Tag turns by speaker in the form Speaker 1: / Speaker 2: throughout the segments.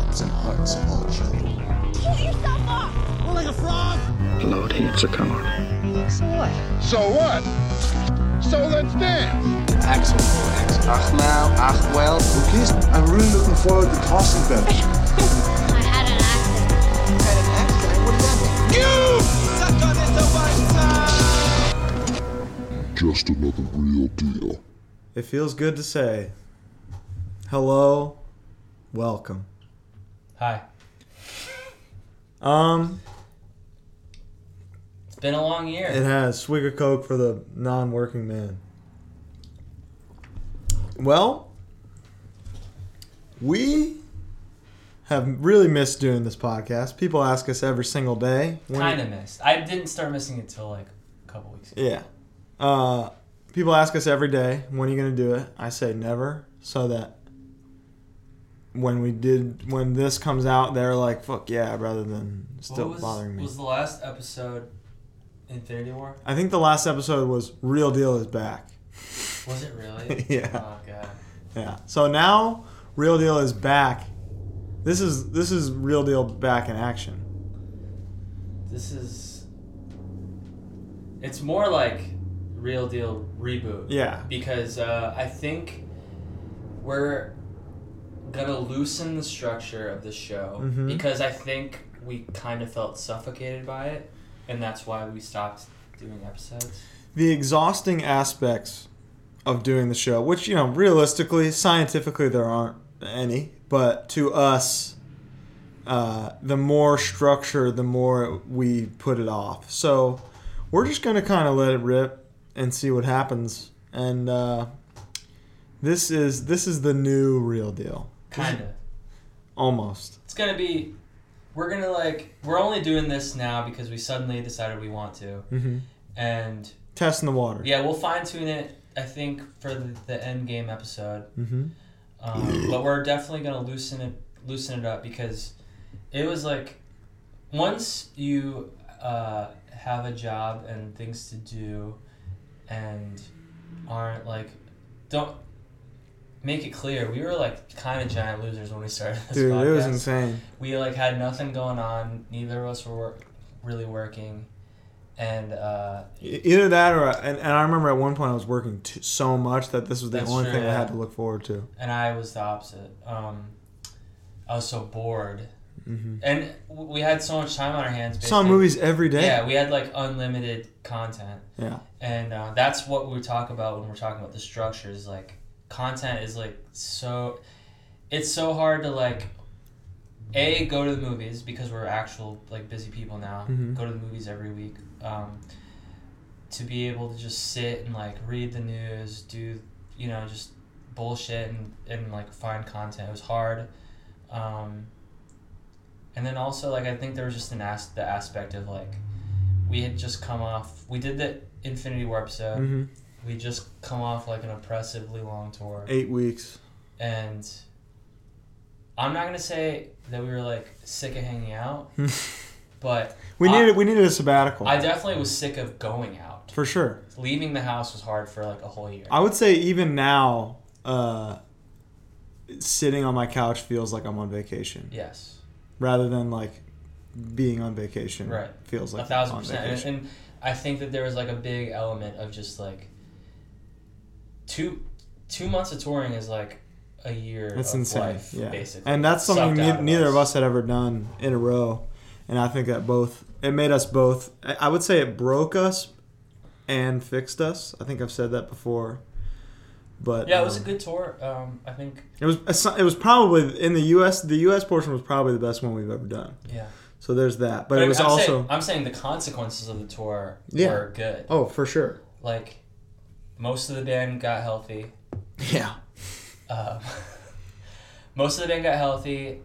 Speaker 1: parents of all children.
Speaker 2: Kill yourself off!
Speaker 3: More like a frog.
Speaker 4: Lord hates a coward.
Speaker 2: So what?
Speaker 5: So what? So let's dance.
Speaker 6: Axel. Ach now, ach well.
Speaker 7: Who cares? I'm really looking forward to tossing them.
Speaker 2: I had an accident.
Speaker 6: Had an accident. What does that mean? You suck on this
Speaker 1: Just another real deal.
Speaker 8: It feels good to say hello, welcome.
Speaker 9: Hi.
Speaker 8: Um,
Speaker 9: It's been a long year.
Speaker 8: it has swig of coke for the non-working man. Well, we have really missed doing this podcast. People ask us every single day. when-
Speaker 9: kind of missed. I didn't start missing it till like a couple weeks ago.
Speaker 8: Yeah. Uh, people ask us every day, when are you going to do it? I say never, so that when we did, when this comes out, they're like, fuck yeah, rather than still
Speaker 9: what was,
Speaker 8: bothering me.
Speaker 9: Was the last episode Infinity War?
Speaker 8: I think the last episode was Real Deal is Back.
Speaker 9: Was it really?
Speaker 8: Yeah.
Speaker 9: Oh god.
Speaker 8: Yeah. So now Real Deal is back. This is this is Real Deal back in action.
Speaker 9: This is. It's more like real deal reboot.
Speaker 8: Yeah.
Speaker 9: Because uh, I think we're gonna loosen the structure of the show
Speaker 8: Mhm.
Speaker 9: because I think we kind of felt suffocated by it, and that's why we stopped doing episodes.
Speaker 8: The exhausting aspects of doing the show, which you know, realistically, scientifically there aren't any, but to us uh, the more structure, the more we put it off. So we're just gonna kind of let it rip and see what happens. And uh, this is this is the new real deal,
Speaker 9: Kind of.
Speaker 8: almost.
Speaker 9: It's gonna be. We're gonna like. We're only doing this now because we suddenly decided we want to,
Speaker 8: Mm-hmm.
Speaker 9: and
Speaker 8: Testing the water.
Speaker 9: yeah, we'll fine tune it. I think for the, the end game episode,
Speaker 8: Mm-hmm.
Speaker 9: um, but we're definitely gonna loosen it loosen it up because it was like once you uh, have a job and things to do and aren't like don't make it clear we were like kind of giant losers when we started this
Speaker 8: Dude,
Speaker 9: podcast.
Speaker 8: it was insane.
Speaker 9: we like had nothing going on. Neither of us were work- really working, and uh,
Speaker 8: E- Either that or, and, and I remember at one point I was working t- so much that this was the
Speaker 9: That's
Speaker 8: only
Speaker 9: true,
Speaker 8: thing I
Speaker 9: yeah.
Speaker 8: had to look forward to.
Speaker 9: and I was the opposite. Um, I was so bored,
Speaker 8: Mm-hmm.
Speaker 9: and w- we had so much time on our hands.
Speaker 8: Saw
Speaker 9: basically.
Speaker 8: movies every day.
Speaker 9: Yeah, we had like unlimited content,
Speaker 8: Yeah.
Speaker 9: and uh, that's what we talk about when we're talking about the structures. Like, content is like so. It's so hard to like. A go to the movies because we're actual like busy people now.
Speaker 8: Mhm.
Speaker 9: Go to the movies every week. Um, to be able to just sit and like read the news, do you know just bullshit and, and like find content. It was hard, um, and then also like I think there was just an as- the aspect of like we had just come off. We did the Infinity War episode.
Speaker 8: hmm
Speaker 9: We just come off like an oppressively long tour,
Speaker 8: Eight weeks.
Speaker 9: and I'm not gonna say that we were like sick of hanging out, but
Speaker 8: We
Speaker 9: I-
Speaker 8: needed we needed a sabbatical
Speaker 9: I definitely was sick of going out
Speaker 8: for sure.
Speaker 9: leaving the house was hard for like a whole year.
Speaker 8: I would say even now, uh, sitting on my couch feels like I'm on vacation,
Speaker 9: yes,
Speaker 8: rather than like being on vacation.
Speaker 9: Right.
Speaker 8: Feels like
Speaker 9: a thousand
Speaker 8: I'm on
Speaker 9: percent.
Speaker 8: vacation.
Speaker 9: And, and I think that there was like a big element of just like two two months of touring is like a year.
Speaker 8: That's
Speaker 9: of
Speaker 8: insane.
Speaker 9: Life,
Speaker 8: yeah,
Speaker 9: basically,
Speaker 8: and that's something
Speaker 9: Sucked
Speaker 8: ne-
Speaker 9: out
Speaker 8: neither of us had ever done in a row, and I think that both it made us both. I I would say it broke us and fixed us. I think I've said that before, but
Speaker 9: Yeah, it was a
Speaker 8: um,
Speaker 9: good tour. Um, I think.
Speaker 8: It was a si- it was probably in the U.S. The U.S. portion was probably the best one we've ever done.
Speaker 9: Yeah,
Speaker 8: So there's that, but, it was
Speaker 9: I'm
Speaker 8: also
Speaker 9: Saying, I'm saying the consequences of the tour
Speaker 8: Yeah.
Speaker 9: were good.
Speaker 8: oh for sure.
Speaker 9: Like, most of the band got healthy.
Speaker 8: Yeah,
Speaker 9: Um, most of the band got healthy.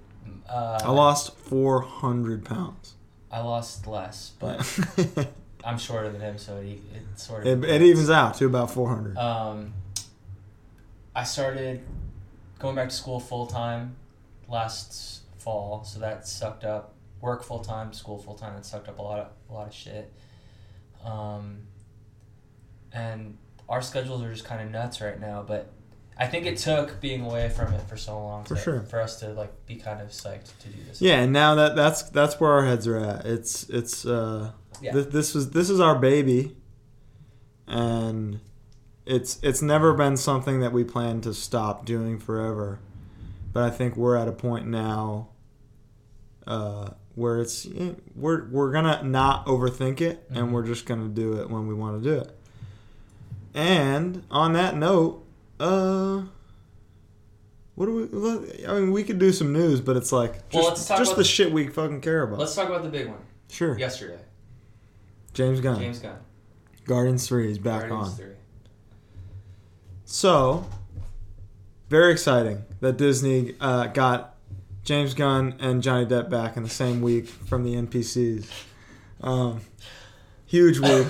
Speaker 9: Uh,
Speaker 8: I lost 400 pounds,
Speaker 9: I lost less, but
Speaker 8: but it,
Speaker 9: I'm shorter than him, so it, e- it sort of
Speaker 8: it evens out to about 400.
Speaker 9: Um, I started going back to school full time last fall, so that sucked up work full time, school full time. That sucked up a lot of a lot of shit. Um, and our schedules are just kind of nuts right now, but I think it took being away from it for so long
Speaker 8: For
Speaker 9: to,
Speaker 8: sure.
Speaker 9: for us to like be kind of psyched to do this.
Speaker 8: Yeah, and now that that's that's where our heads are at. It's it's uh
Speaker 9: Yeah.
Speaker 8: th- this was this is our baby, and it's it's never been something that we plan to stop doing forever, but I think we're at a point now uh, where it's eh, we're we're gonna not overthink it,
Speaker 9: Mm-hmm.
Speaker 8: and we're just gonna do it when we want to do it. And on that note, uh. What do we? look, I mean, we could do some news, but it's like just,
Speaker 9: Well, let's talk
Speaker 8: just
Speaker 9: about-
Speaker 8: the shit we fucking care about.
Speaker 9: Let's talk about the big one.
Speaker 8: sure,
Speaker 9: Yesterday,
Speaker 8: James Gunn,
Speaker 9: James Gunn,
Speaker 8: Guardians Three is back
Speaker 9: Guardians
Speaker 8: on.
Speaker 9: Three.
Speaker 8: So, very exciting that Disney uh, got James Gunn and Johnny Depp back in the same week from the NPCs. Um, huge week.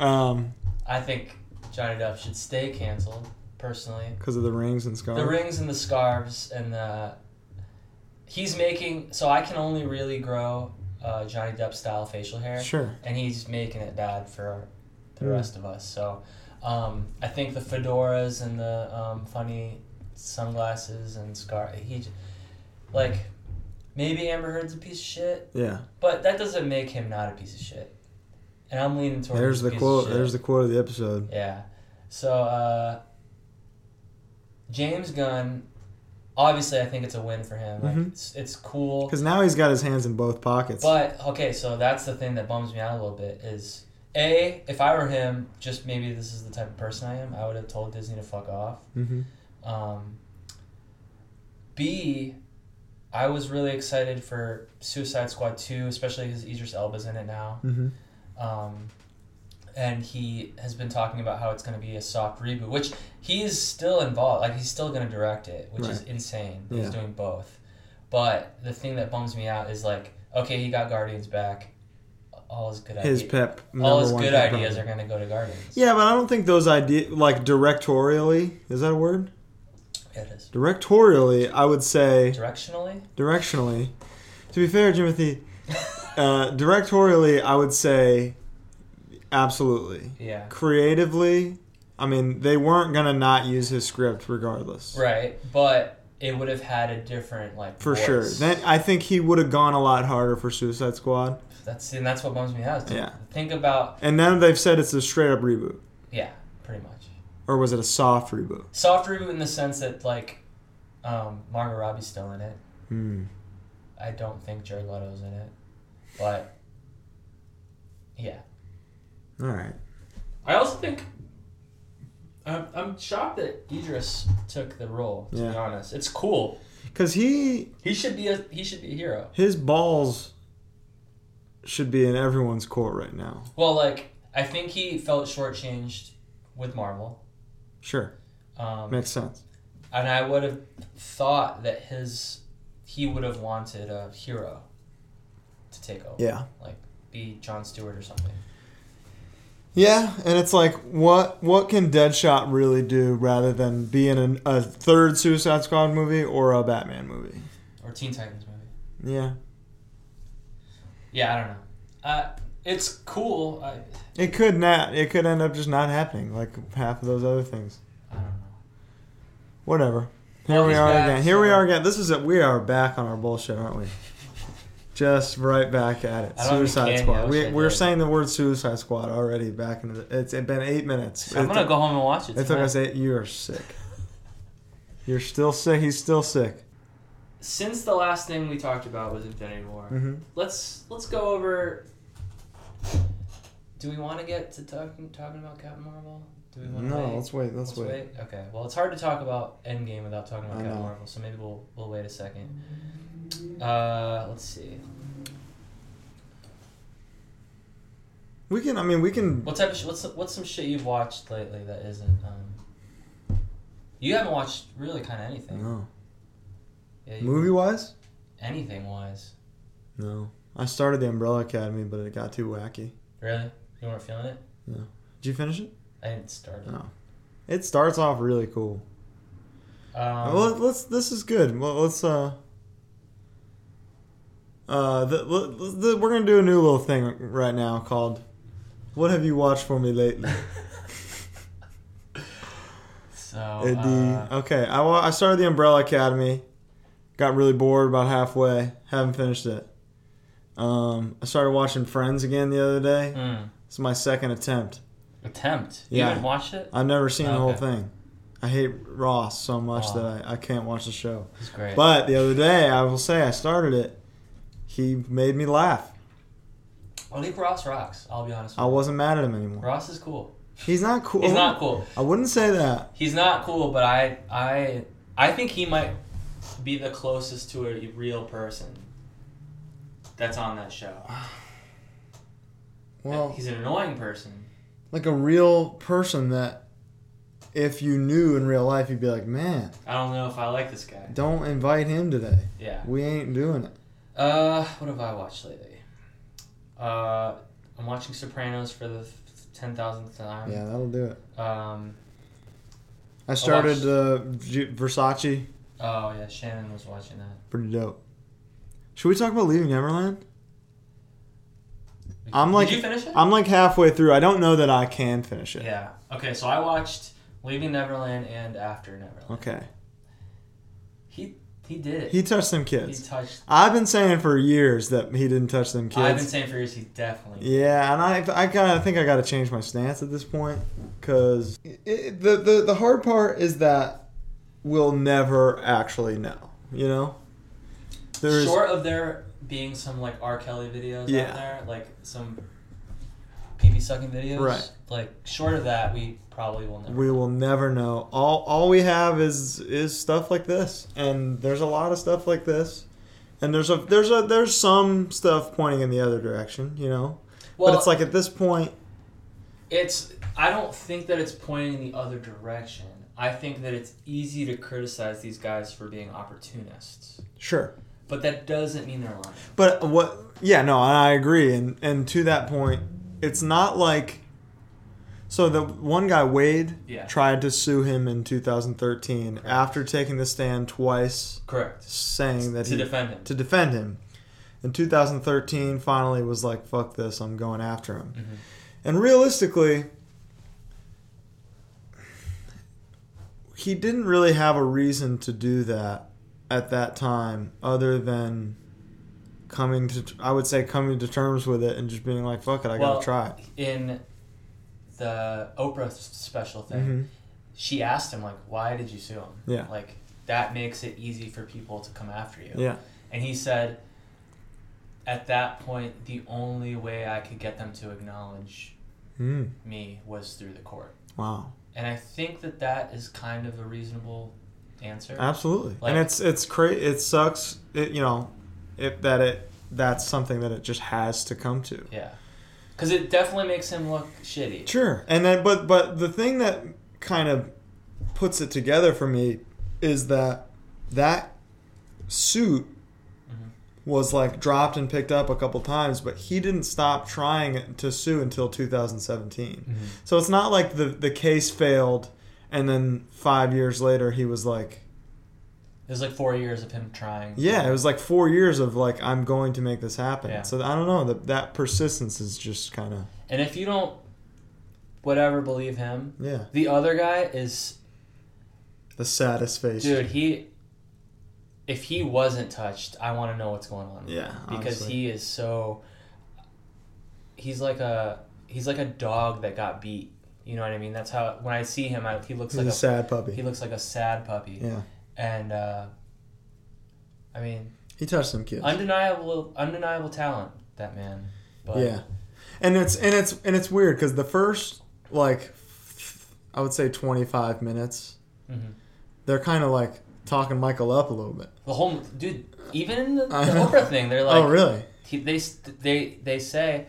Speaker 8: Um,
Speaker 9: I think Johnny Depp should stay canceled. Personally,
Speaker 8: because of the rings and
Speaker 9: the
Speaker 8: scarves.
Speaker 9: rings and the scarves and the he's making. So I can only really grow uh, Johnny Depp style facial hair.
Speaker 8: Sure.
Speaker 9: and he's making it bad for the
Speaker 8: Mm.
Speaker 9: rest of us. So um, I think the fedoras and the um, funny sunglasses and scar he j- like maybe Amber Heard's a piece of shit,
Speaker 8: Yeah.
Speaker 9: but that doesn't make him not a piece of shit. And I'm leaning towards
Speaker 8: There's the quote. There's the quote of the episode.
Speaker 9: yeah. So uh, James Gunn. Obviously, I think it's a win for him. Like,
Speaker 8: Mhm.
Speaker 9: it's, it's cool.
Speaker 8: Because now he's got his hands in both pockets.
Speaker 9: But okay, so that's the thing that bums me out a little bit is a. If I were him, just maybe this is the type of person I am. I would have told Disney to fuck off.
Speaker 8: hmm
Speaker 9: Um, B. I was really excited for Suicide Squad two, especially because Idris Elba's in it now,
Speaker 8: hmm
Speaker 9: um, and he has been talking about how it's going to be a soft reboot, which he is still involved. Like he's still going to direct it, which is
Speaker 8: Right.
Speaker 9: insane.
Speaker 8: Yeah.
Speaker 9: He's doing both. But the thing that bums me out is like, okay, he got Guardians back. All his good
Speaker 8: His
Speaker 9: ideas,
Speaker 8: pep.
Speaker 9: all
Speaker 8: number
Speaker 9: his
Speaker 8: one
Speaker 9: good
Speaker 8: pep
Speaker 9: ideas are
Speaker 8: project.
Speaker 9: going to go to Guardians.
Speaker 8: Yeah, but I don't think those ideas, like directorially, is that a word?
Speaker 9: it is
Speaker 8: Directorially, I would say
Speaker 9: directionally.
Speaker 8: directionally. To be fair, Jimothy, uh, directorially, I would say absolutely.
Speaker 9: Yeah,
Speaker 8: Creatively, I mean, they weren't gonna not use his script regardless,
Speaker 9: right. But it would have had a different like
Speaker 8: For
Speaker 9: voice.
Speaker 8: sure. Then I think he would have gone a lot harder for Suicide Squad.
Speaker 9: that's and that's what bums me out. is to
Speaker 8: Yeah.
Speaker 9: Think about
Speaker 8: And now they've said it's a straight up reboot,
Speaker 9: yeah, pretty much.
Speaker 8: or was it a soft reboot?
Speaker 9: soft reboot in the sense that like um, Margot Robbie's still in it.
Speaker 8: Hmm.
Speaker 9: I don't think Jared Leto's in it, but yeah.
Speaker 8: All right.
Speaker 9: I also think I'm, I'm shocked that Idris took the role. To
Speaker 8: Yeah.
Speaker 9: be honest, it's cool.
Speaker 8: Cause he
Speaker 9: He should be a he should be a hero.
Speaker 8: his balls should be in everyone's court right now.
Speaker 9: Well, like I think he felt shortchanged with Marvel.
Speaker 8: Sure,
Speaker 9: Um,
Speaker 8: makes sense.
Speaker 9: and I would have thought that his he would have wanted a hero to take over,
Speaker 8: Yeah.
Speaker 9: like be John Stewart or something.
Speaker 8: Yeah, and it's like what what can Deadshot really do rather than be in an, a third Suicide Squad movie or a Batman movie?
Speaker 9: or Teen Titans movie.
Speaker 8: Yeah,
Speaker 9: Yeah, I don't know. Uh, it's cool. I,
Speaker 8: it could not. It could end up just not happening, like half of those other things.
Speaker 9: I don't know.
Speaker 8: Whatever. Here
Speaker 9: Well,
Speaker 8: we
Speaker 9: he's
Speaker 8: are
Speaker 9: back,
Speaker 8: again. Here we
Speaker 9: so-
Speaker 8: are again. This is it. We are back on our bullshit, aren't we? Just right back at it.
Speaker 9: I don't even
Speaker 8: Suicide
Speaker 9: care,
Speaker 8: Squad.
Speaker 9: yeah,
Speaker 8: We,
Speaker 9: shit,
Speaker 8: we're
Speaker 9: yeah.
Speaker 8: saying the word Suicide Squad already. Back in the, it's it been eight minutes.
Speaker 9: I'm
Speaker 8: It
Speaker 9: gonna
Speaker 8: took-
Speaker 9: go home and watch it.
Speaker 8: It took
Speaker 9: tonight.
Speaker 8: us eight. You are sick. You're still sick. He's still sick.
Speaker 9: Since the last thing we talked about was Infinity War,
Speaker 8: Mm-hmm.
Speaker 9: let's let's go over. Do we want to get to talking talking about Captain Marvel? Do we want to
Speaker 8: No,
Speaker 9: wait?
Speaker 8: let's wait. Let's, wait.
Speaker 9: Okay. Well, it's hard to talk about Endgame without talking about
Speaker 8: I
Speaker 9: Captain
Speaker 8: know.
Speaker 9: Marvel, so maybe we'll we'll wait a second. Uh, let's see.
Speaker 8: We can. I mean, we can.
Speaker 9: What type of sh- what's what's some shit you've watched lately that isn't? Um, you haven't watched really kind of anything.
Speaker 8: No.
Speaker 9: Yeah, you-
Speaker 8: Movie wise,
Speaker 9: Anything wise.
Speaker 8: no. I started the Umbrella Academy, but it got too wacky.
Speaker 9: Really? You weren't feeling it?
Speaker 8: Did you finish it?
Speaker 9: I didn't start it.
Speaker 8: No. It starts off really cool.
Speaker 9: Um,
Speaker 8: well, let's. This is good. Well, let's. Uh. Uh, the, the, the, we're gonna do a new little thing right now called "What Have You Watched for Me Lately?"
Speaker 9: So
Speaker 8: It'd be
Speaker 9: uh,
Speaker 8: okay. I, wa- I started the Umbrella Academy, got really bored about halfway. Haven't finished it. Um, I started watching Friends again the other day.
Speaker 9: mm,
Speaker 8: It's my second attempt.
Speaker 9: attempt. You
Speaker 8: Yeah.
Speaker 9: haven't watched it?
Speaker 8: I've never seen the whole
Speaker 9: Okay.
Speaker 8: thing. I hate Ross so much
Speaker 9: Aw.
Speaker 8: that I, I can't watch the show.
Speaker 9: It's great.
Speaker 8: But the other day, I will say I started it. He made me laugh.
Speaker 9: I think Ross rocks. I'll be honest.
Speaker 8: I Oh.
Speaker 9: With
Speaker 8: wasn't mad at him
Speaker 9: you.
Speaker 8: anymore.
Speaker 9: Ross is cool.
Speaker 8: He's not cool.
Speaker 9: He's not cool.
Speaker 8: I wouldn't say that.
Speaker 9: He's not cool, but I I I think he might be the closest to a real person that's on that show.
Speaker 8: Well,
Speaker 9: he's an annoying person.
Speaker 8: like a real person that if you knew in real life, you'd be like, man,
Speaker 9: I don't know if I like this guy.
Speaker 8: don't invite him today.
Speaker 9: Yeah.
Speaker 8: We ain't doing it.
Speaker 9: Uh, what have I watched lately? Uh, I'm watching Sopranos for the ten thousandth time.
Speaker 8: Yeah, that'll do it.
Speaker 9: Um.
Speaker 8: I started
Speaker 9: watched-
Speaker 8: uh, G- Versace.
Speaker 9: Oh yeah, Shannon was watching that.
Speaker 8: Pretty dope. Should we talk about Leaving Neverland? I'm like-
Speaker 9: Did you finish it?
Speaker 8: I'm like halfway through. I don't know that I can finish it.
Speaker 9: yeah. Okay, so I watched Leaving Neverland and After Neverland.
Speaker 8: Okay.
Speaker 9: He he did it.
Speaker 8: He touched some
Speaker 9: He
Speaker 8: kids.
Speaker 9: touched.
Speaker 8: I've been saying for years that he didn't touch them kids.
Speaker 9: I've been saying for years he definitely.
Speaker 8: Yeah, and I I kind of think I got to change my stance at this point because the, the the hard part is that we'll never actually know. You know, there's
Speaker 9: Short of there being some like R. Kelly videos
Speaker 8: Yeah.
Speaker 9: out there, like some pee pee sucking videos.
Speaker 8: Right.
Speaker 9: Like short of that, we probably will never.
Speaker 8: we will never know. All all we have is is stuff like this, and there's a lot of stuff like this, and there's a there's a there's some stuff pointing in the other direction. You know, but it's like at this point,
Speaker 9: It's. I don't think that it's pointing in the other direction. I think that it's easy to criticize these guys for being opportunists,
Speaker 8: sure.
Speaker 9: but that doesn't mean they're lying.
Speaker 8: But what? Yeah, no, and I agree. And and to that point, it's not like. So the one guy Wade
Speaker 9: Yeah.
Speaker 8: tried to sue him in 2013 after taking the stand twice,
Speaker 9: Correct.
Speaker 8: saying that
Speaker 9: To
Speaker 8: he
Speaker 9: defend him.
Speaker 8: to defend him. In 2013, finally was like, "Fuck this! I'm going after him."
Speaker 9: Mm-hmm.
Speaker 8: And realistically, he didn't really have a reason to do that at that time, other than coming to, I would say, coming to terms with it and just being like, "Fuck it! I
Speaker 9: well,
Speaker 8: gotta try."
Speaker 9: In the Oprah s- special thing,
Speaker 8: Mhm.
Speaker 9: she asked him like, "Why did you sue him?"
Speaker 8: Yeah.
Speaker 9: Like that makes it easy for people to come after you.
Speaker 8: Yeah,
Speaker 9: And he said, at that point, the only way I could get them to acknowledge
Speaker 8: mm.
Speaker 9: me was through the court.
Speaker 8: wow,
Speaker 9: And I think that that is kind of a reasonable answer.
Speaker 8: Uh, absolutely.
Speaker 9: Like-
Speaker 8: and it's it's crazy. It sucks. It, you know, if that it that's something that it just has to come to.
Speaker 9: yeah. Because it definitely makes him look shitty.
Speaker 8: Sure. And then but but the thing that kind of puts it together for me is that that suit
Speaker 9: Mm-hmm.
Speaker 8: was like dropped and picked up a couple times, but he didn't stop trying to sue until 2017.
Speaker 9: Mm-hmm.
Speaker 8: So it's not like the the case failed and then 5 years later he was like
Speaker 9: It was like four years of him trying.
Speaker 8: yeah, it was like 4 years of like I'm going to make this happen.
Speaker 9: Yeah.
Speaker 8: So I don't know, that that persistence is just kind of
Speaker 9: And if you don't, whatever, believe him,
Speaker 8: yeah,
Speaker 9: the other guy is,
Speaker 8: the saddest face.
Speaker 9: dude, he. If he wasn't touched, I want to know what's going on.
Speaker 8: Yeah,
Speaker 9: because
Speaker 8: honestly.
Speaker 9: he is so he's like a he's like a dog that got beat you know what i mean that's how when i see him I, he looks
Speaker 8: He's
Speaker 9: like
Speaker 8: a
Speaker 9: a,
Speaker 8: sad puppy.
Speaker 9: he looks like a sad puppy
Speaker 8: yeah.
Speaker 9: and uh i mean
Speaker 8: He touched some kids.
Speaker 9: undeniable undeniable talent that man but
Speaker 8: yeah, and it's and it's and it's weird because the first like I would say twenty five minutes,
Speaker 9: Mhm.
Speaker 8: they're kind of like talking Michael up a little bit.
Speaker 9: the whole dude even in the, the
Speaker 8: I know.
Speaker 9: oprah thing they're like
Speaker 8: oh really?
Speaker 9: he, they st- they they say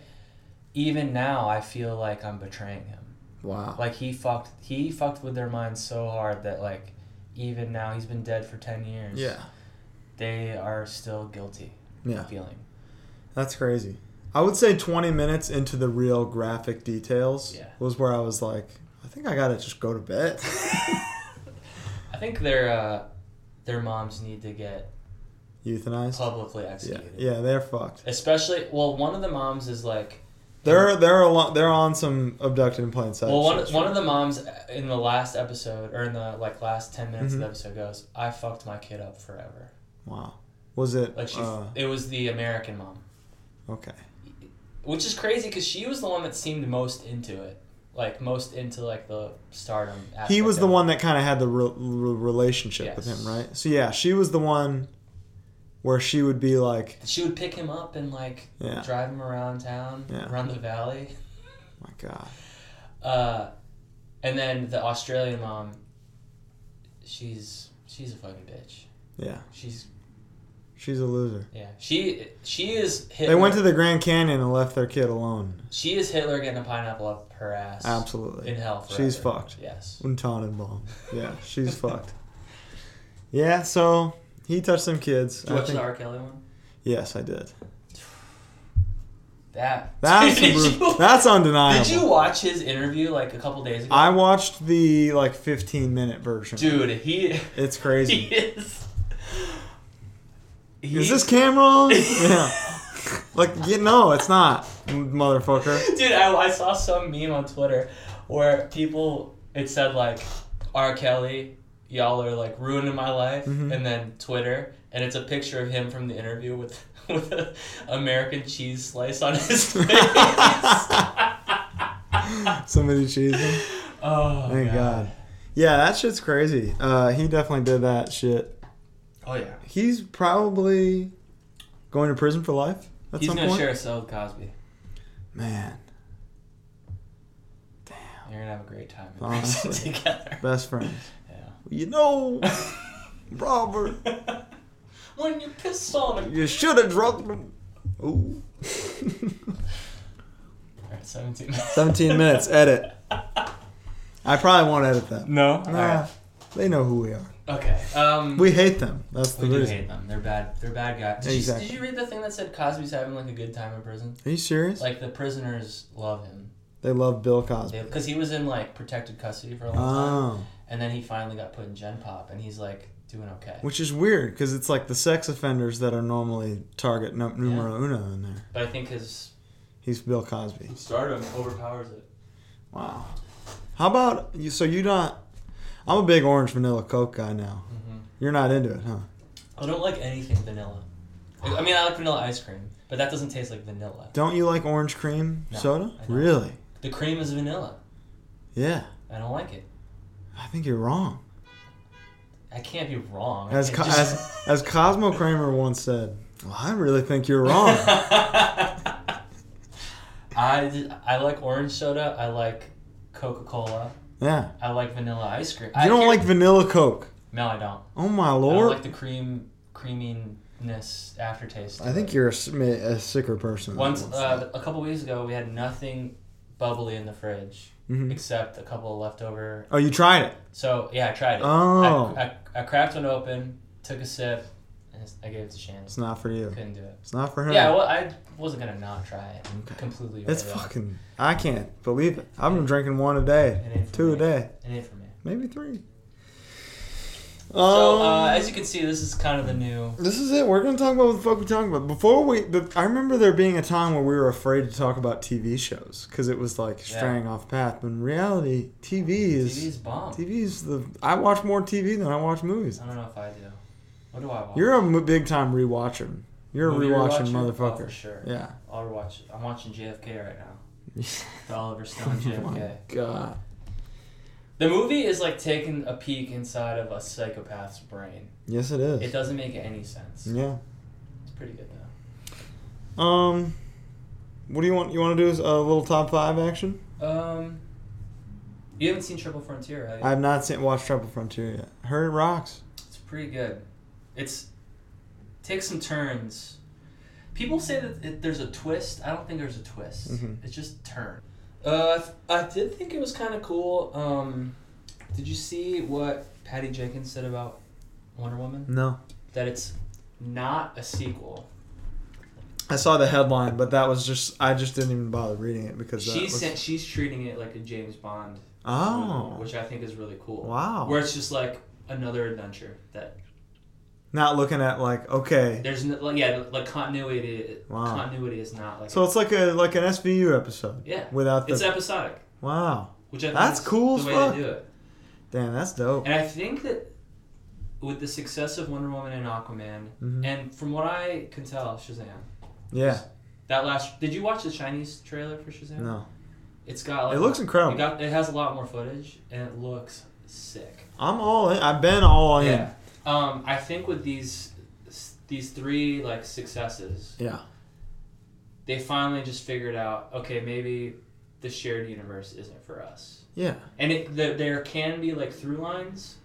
Speaker 9: even now i feel like i'm betraying him
Speaker 8: Wow.
Speaker 9: like he fucked he fucked with their minds so hard that like even now he's been dead for 10 years
Speaker 8: yeah,
Speaker 9: they are still guilty
Speaker 8: Yeah.
Speaker 9: feeling
Speaker 8: that's crazy. I would say twenty minutes into the real graphic details
Speaker 9: Yeah.
Speaker 8: was where I was like, I think I gotta just go to bed.
Speaker 9: i think their uh their moms need to get
Speaker 8: Euthanized.
Speaker 9: publicly
Speaker 8: Yeah,
Speaker 9: executed
Speaker 8: yeah, they're fucked.
Speaker 9: especially well one of the moms is like
Speaker 8: They're they're a lot, they're on some abducted in plain sight.
Speaker 9: Well, one,
Speaker 8: shit.
Speaker 9: one of the moms in the last episode, or in the like last ten minutes
Speaker 8: Mhm.
Speaker 9: of the episode, goes, "I fucked my kid up forever."
Speaker 8: wow, was it?
Speaker 9: Like she,
Speaker 8: uh,
Speaker 9: it was the American mom,
Speaker 8: okay,
Speaker 9: which is crazy because she was the one that seemed most into it, like most into like the stardom.
Speaker 8: he
Speaker 9: aspect
Speaker 8: was
Speaker 9: of
Speaker 8: the
Speaker 9: it.
Speaker 8: one that kind of had the re- re- relationship with
Speaker 9: Yes.
Speaker 8: him, right? So yeah, she was the one where she would be like,
Speaker 9: She would pick him up and like
Speaker 8: Yeah.
Speaker 9: drive him around town,
Speaker 8: Yeah.
Speaker 9: around the valley.
Speaker 8: my God,
Speaker 9: Uh, and then the Australian mom, she's she's a fucking bitch.
Speaker 8: yeah,
Speaker 9: She's
Speaker 8: she's a loser.
Speaker 9: yeah. She she is. Hitler.
Speaker 8: They went to the Grand Canyon and left their kid alone.
Speaker 9: She is Hitler getting a pineapple up her ass.
Speaker 8: Absolutely,
Speaker 9: In hell. Forever.
Speaker 8: She's fucked.
Speaker 9: Yes.
Speaker 8: Und Tannenbaum. Yeah, she's fucked. Yeah, so he touched some kids.
Speaker 9: Did you
Speaker 8: I
Speaker 9: watch
Speaker 8: think-
Speaker 9: the R. Kelly one?
Speaker 8: yes, I did.
Speaker 9: That.
Speaker 8: That's
Speaker 9: Did
Speaker 8: bru-
Speaker 9: you-
Speaker 8: that's undeniable.
Speaker 9: Did you watch his interview like a couple days ago?
Speaker 8: I watched the like 15 minute version.
Speaker 9: Dude, he
Speaker 8: it's
Speaker 9: he
Speaker 8: crazy.
Speaker 9: is. He,
Speaker 8: Is this camera on? yeah. Like, yeah, no, it's not, m- motherfucker.
Speaker 9: Dude, I, I saw some meme on Twitter where people it said like R. Kelly, y'all are like ruining my life,
Speaker 8: Mhm.
Speaker 9: and then Twitter, and it's a picture of him from the interview with with an American cheese slice on his face.
Speaker 8: Somebody cheesing.
Speaker 9: Oh
Speaker 8: Thank God. Yeah, that shit's crazy. Uh, he definitely did that shit.
Speaker 9: Oh yeah.
Speaker 8: He's probably going to prison for life at
Speaker 9: He's
Speaker 8: some
Speaker 9: gonna
Speaker 8: point.
Speaker 9: share a cell with Cosby.
Speaker 8: Man,
Speaker 9: You're gonna have a great time in
Speaker 8: Honestly.
Speaker 9: prison together.
Speaker 8: best friends.
Speaker 9: Yeah.
Speaker 8: You know, Robert,
Speaker 9: when you piss on him.
Speaker 8: you should have drugged him. Ooh.
Speaker 9: Alright, seventeen minutes.
Speaker 8: 17 minutes, edit. I probably won't edit that.
Speaker 9: No?
Speaker 8: Nah,
Speaker 9: Alright.
Speaker 8: they know who we are.
Speaker 9: Okay. Um
Speaker 8: We hate them. That's the
Speaker 9: We do
Speaker 8: reason.
Speaker 9: hate them. They're bad. They're bad guys. Did,
Speaker 8: Exactly.
Speaker 9: you, did you read the thing that said Cosby's having like a good time in prison?
Speaker 8: Are you serious?
Speaker 9: Like the prisoners love him
Speaker 8: they love Bill Cosby.
Speaker 9: because he was in like protected custody for a long time,
Speaker 8: Oh,
Speaker 9: and then he finally got put in Gen Pop, and he's like doing okay.
Speaker 8: which is weird because it's like the sex offenders that are normally target num- numero uno in there.
Speaker 9: But I think his
Speaker 8: He's Bill Cosby.
Speaker 9: stardom overpowers it.
Speaker 8: Wow. How about you? So you not? I'm a big orange vanilla Coke guy now.
Speaker 9: Mm-hmm.
Speaker 8: You're not into it, huh?
Speaker 9: I don't like anything vanilla. I mean, I like vanilla ice cream, but that doesn't taste like vanilla.
Speaker 8: Don't you like orange cream
Speaker 9: No,
Speaker 8: soda?
Speaker 9: I don't.
Speaker 8: Really?
Speaker 9: The cream is vanilla.
Speaker 8: Yeah.
Speaker 9: I don't like it.
Speaker 8: I think you're wrong.
Speaker 9: I can't be wrong. I
Speaker 8: As
Speaker 9: can't
Speaker 8: Co-
Speaker 9: just-
Speaker 8: as as Cosmo Kramer once said, well, I really think you're wrong.
Speaker 9: I, I like orange soda. I like Coca Cola.
Speaker 8: yeah.
Speaker 9: I like vanilla ice cream.
Speaker 8: You don't like vanilla Coke.
Speaker 9: No, I don't.
Speaker 8: Oh my
Speaker 9: I don't
Speaker 8: lord.
Speaker 9: like the cream creaminess aftertaste.
Speaker 8: I think you're a, s- ma- a sicker person. than
Speaker 9: once
Speaker 8: I was.
Speaker 9: uh, a couple weeks ago we had nothing bubbly in the fridge
Speaker 8: Mhm.
Speaker 9: except a couple of leftover.
Speaker 8: oh, you tried it.
Speaker 9: So yeah, I tried it.
Speaker 8: Oh.
Speaker 9: I, I, I cracked one open, took a sip, and I gave it to Shannon.
Speaker 8: It's not for you.
Speaker 9: Couldn't do it.
Speaker 8: It's not for him.
Speaker 9: Yeah, well, I wasn't gonna not try it. and
Speaker 8: Okay.
Speaker 9: Completely.
Speaker 8: it's
Speaker 9: wrote it off.
Speaker 8: fucking. I can't believe it. I've been drinking one a day,
Speaker 9: It ain't for
Speaker 8: two a
Speaker 9: me.
Speaker 8: day,
Speaker 9: It ain't for me.
Speaker 8: maybe three.
Speaker 9: So
Speaker 8: Um,
Speaker 9: uh, as you can see, this is kind of the new.
Speaker 8: This is it. We're gonna talk about what the fuck we're talking about. Before we, the, I remember there being a time where we were afraid to talk about TV shows because it was like
Speaker 9: Yeah.
Speaker 8: straying off path. But in reality, TV
Speaker 9: TV's
Speaker 8: is
Speaker 9: bomb.
Speaker 8: TV is the. I watch more TV than I watch movies.
Speaker 9: I don't know if I do. What do I watch?
Speaker 8: You're a m- big time rewatcher. You're a
Speaker 9: Movie
Speaker 8: rewatching
Speaker 9: rewatcher? Oh,
Speaker 8: motherfucker.
Speaker 9: for sure.
Speaker 8: Yeah.
Speaker 9: I'll rewatch. I'm watching JFK right now. the Oliver Stone JFK.
Speaker 8: Oh God.
Speaker 9: the movie is like taking a peek inside of a psychopath's brain.
Speaker 8: Yes, it is.
Speaker 9: It doesn't make any sense.
Speaker 8: Yeah.
Speaker 9: It's pretty good though.
Speaker 8: Um, what do you want? You want to do is a little top five action?
Speaker 9: Um, you haven't seen Triple Frontier, have you?
Speaker 8: I've not seen watched Trouble Frontier yet. Heard it rocks.
Speaker 9: It's pretty good. It's takes some turns. People say that it, there's a twist. I don't think there's a twist.
Speaker 8: Mhm.
Speaker 9: It's just turn. Uh, I did think it was kind of cool. Um, did you see what Patty Jenkins said about Wonder Woman?
Speaker 8: No,
Speaker 9: That it's not a sequel.
Speaker 8: I saw the headline, but that was just I just didn't even bother reading it because that
Speaker 9: She
Speaker 8: was,
Speaker 9: said she's treating it like a James Bond, movie,
Speaker 8: oh
Speaker 9: which I think is really cool.
Speaker 8: Wow.
Speaker 9: Where it's just like another adventure that
Speaker 8: Not looking at like okay,
Speaker 9: There's no, like, yeah, like continuity.
Speaker 8: Wow.
Speaker 9: Continuity is not like
Speaker 8: so it's like a like an SVU episode.
Speaker 9: yeah.
Speaker 8: Without the
Speaker 9: it's episodic,
Speaker 8: wow,
Speaker 9: which I think
Speaker 8: That's
Speaker 9: is
Speaker 8: cool as
Speaker 9: The way
Speaker 8: fuck.
Speaker 9: they do it,
Speaker 8: damn that's dope.
Speaker 9: and I think that with the success of Wonder Woman and Aquaman,
Speaker 8: Mhm.
Speaker 9: and from what I can tell, Shazam.
Speaker 8: Yeah,
Speaker 9: That last, did you watch the Chinese trailer for Shazam?
Speaker 8: no,
Speaker 9: It's got. Like,
Speaker 8: it looks
Speaker 9: It,
Speaker 8: incredible.
Speaker 9: got, it has a lot more footage, and it looks sick.
Speaker 8: I'm all in. I've been all in. Yeah,
Speaker 9: Um, I think with these these three like successes, they finally just figured out. Okay, maybe the shared universe isn't for us,
Speaker 8: yeah,
Speaker 9: and it th- there can be like through lines,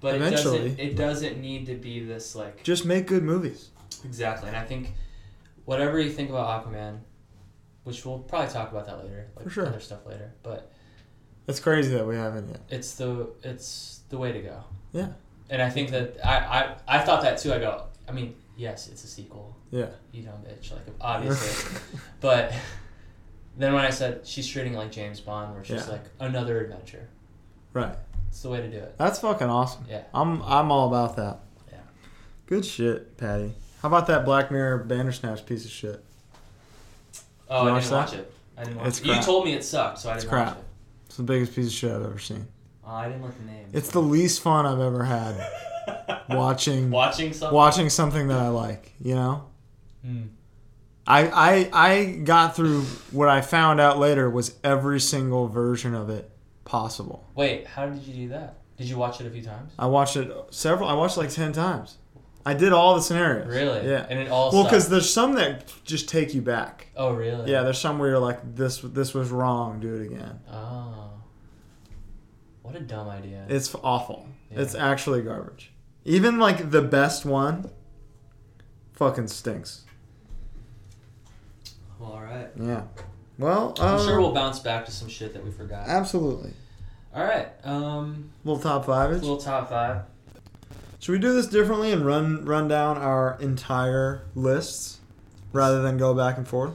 Speaker 9: but it
Speaker 8: Eventually.
Speaker 9: doesn't. It doesn't need to be this like
Speaker 8: Just make good movies.
Speaker 9: exactly. And I think whatever you think about Aquaman, which we'll probably talk about that later, like
Speaker 8: For sure.
Speaker 9: other stuff later, but.
Speaker 8: It's crazy that we haven't yet.
Speaker 9: it's the it's the way to go.
Speaker 8: Yeah.
Speaker 9: And I think that I I, I thought that too. I go. I mean, yes, it's a sequel.
Speaker 8: Yeah.
Speaker 9: You dumb bitch. Like obviously, but then when I said she's treating it like James Bond, where she's
Speaker 8: Yeah.
Speaker 9: like another adventure.
Speaker 8: Right.
Speaker 9: It's the way to do it.
Speaker 8: That's fucking awesome.
Speaker 9: Yeah.
Speaker 8: I'm I'm all about that.
Speaker 9: Yeah.
Speaker 8: Good shit, Patty. How about that Black Mirror Bandersnatch piece of shit?
Speaker 9: Oh,
Speaker 8: You
Speaker 9: I
Speaker 8: watch
Speaker 9: didn't
Speaker 8: that?
Speaker 9: watch it. I didn't watch
Speaker 8: It's
Speaker 9: it. You
Speaker 8: crap.
Speaker 9: told me it sucked, so I didn't
Speaker 8: It's crap.
Speaker 9: watch it.
Speaker 8: It's the biggest piece of shit I've ever seen.
Speaker 9: Oh, I didn't like the name.
Speaker 8: It's the least fun I've ever had watching
Speaker 9: watching something.
Speaker 8: watching something that I like. You know,
Speaker 9: Mm.
Speaker 8: I I I got through what I found out later was every single version of it possible.
Speaker 9: Wait, how did you do that? Did you watch it a few times?
Speaker 8: I watched it several. I watched it like ten times. I did all the scenarios.
Speaker 9: Really?
Speaker 8: Yeah.
Speaker 9: And it all
Speaker 8: well, because
Speaker 9: sucked.
Speaker 8: there's some that just take you back.
Speaker 9: Oh, really?
Speaker 8: Yeah, there's some where you're like, this this was wrong. Do it again.
Speaker 9: Oh. What a dumb idea.
Speaker 8: It's awful.
Speaker 9: Yeah.
Speaker 8: It's actually garbage. Even like the best one, fucking stinks.
Speaker 9: Well, all right.
Speaker 8: Yeah. Well,
Speaker 9: I'm
Speaker 8: uh,
Speaker 9: sure we'll bounce back to some shit that we forgot.
Speaker 8: absolutely.
Speaker 9: All right. Um,
Speaker 8: Little top five.
Speaker 9: little top five.
Speaker 8: Should we do this differently and run run down our entire lists rather than go back and forth?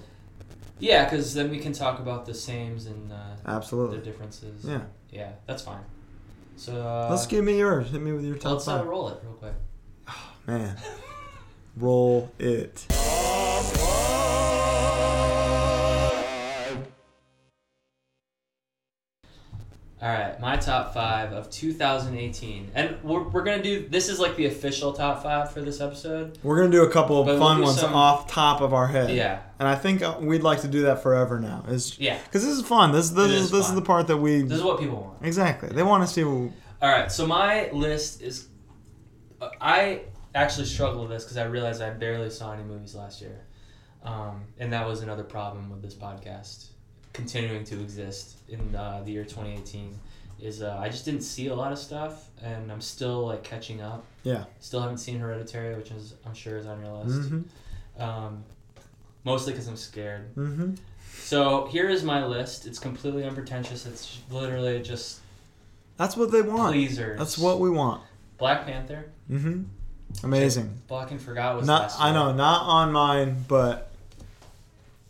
Speaker 9: Yeah, because then we can talk about the sames and uh, the
Speaker 8: Absolutely.
Speaker 9: differences.
Speaker 8: Yeah.
Speaker 9: Yeah, that's fine. So uh,
Speaker 8: Let's give me yours. Hit me with your top
Speaker 9: let's uh,
Speaker 8: five.
Speaker 9: roll it real quick.
Speaker 8: Man, roll it.
Speaker 9: All right, my top five of 2018, and we're, we're gonna do this is like the official top five for this episode.
Speaker 8: We're gonna do a couple of
Speaker 9: But we'll
Speaker 8: fun
Speaker 9: do
Speaker 8: ones
Speaker 9: some-
Speaker 8: off top of our head.
Speaker 9: Yeah,
Speaker 8: And I think uh, we'd like to do that forever now. Is
Speaker 9: yeah.
Speaker 8: because this is fun. This this
Speaker 9: It
Speaker 8: is,
Speaker 9: is
Speaker 8: this
Speaker 9: fun.
Speaker 8: is the part that we
Speaker 9: This is what people want.
Speaker 8: exactly they want to see. What,
Speaker 9: All right, so my list is. uh, I actually struggled with this because I realized I barely saw any movies last year, um, and that was another problem with this podcast continuing to exist in uh, the year 2018. Is uh, I just didn't see a lot of stuff, and I'm still like catching up.
Speaker 8: Yeah.
Speaker 9: Still haven't seen Hereditary, which is I'm sure is on your list.
Speaker 8: mm-hmm.
Speaker 9: Um, mostly because I'm scared.
Speaker 8: Mm-hmm.
Speaker 9: So here is my list. It's completely unpretentious. It's literally just
Speaker 8: That's what they want.
Speaker 9: pleasers.
Speaker 8: That's what we want.
Speaker 9: Black Panther.
Speaker 8: Mm-hmm. Amazing.
Speaker 9: Black and Forgot was
Speaker 8: Not
Speaker 9: last
Speaker 8: I
Speaker 9: year.
Speaker 8: know not on mine, but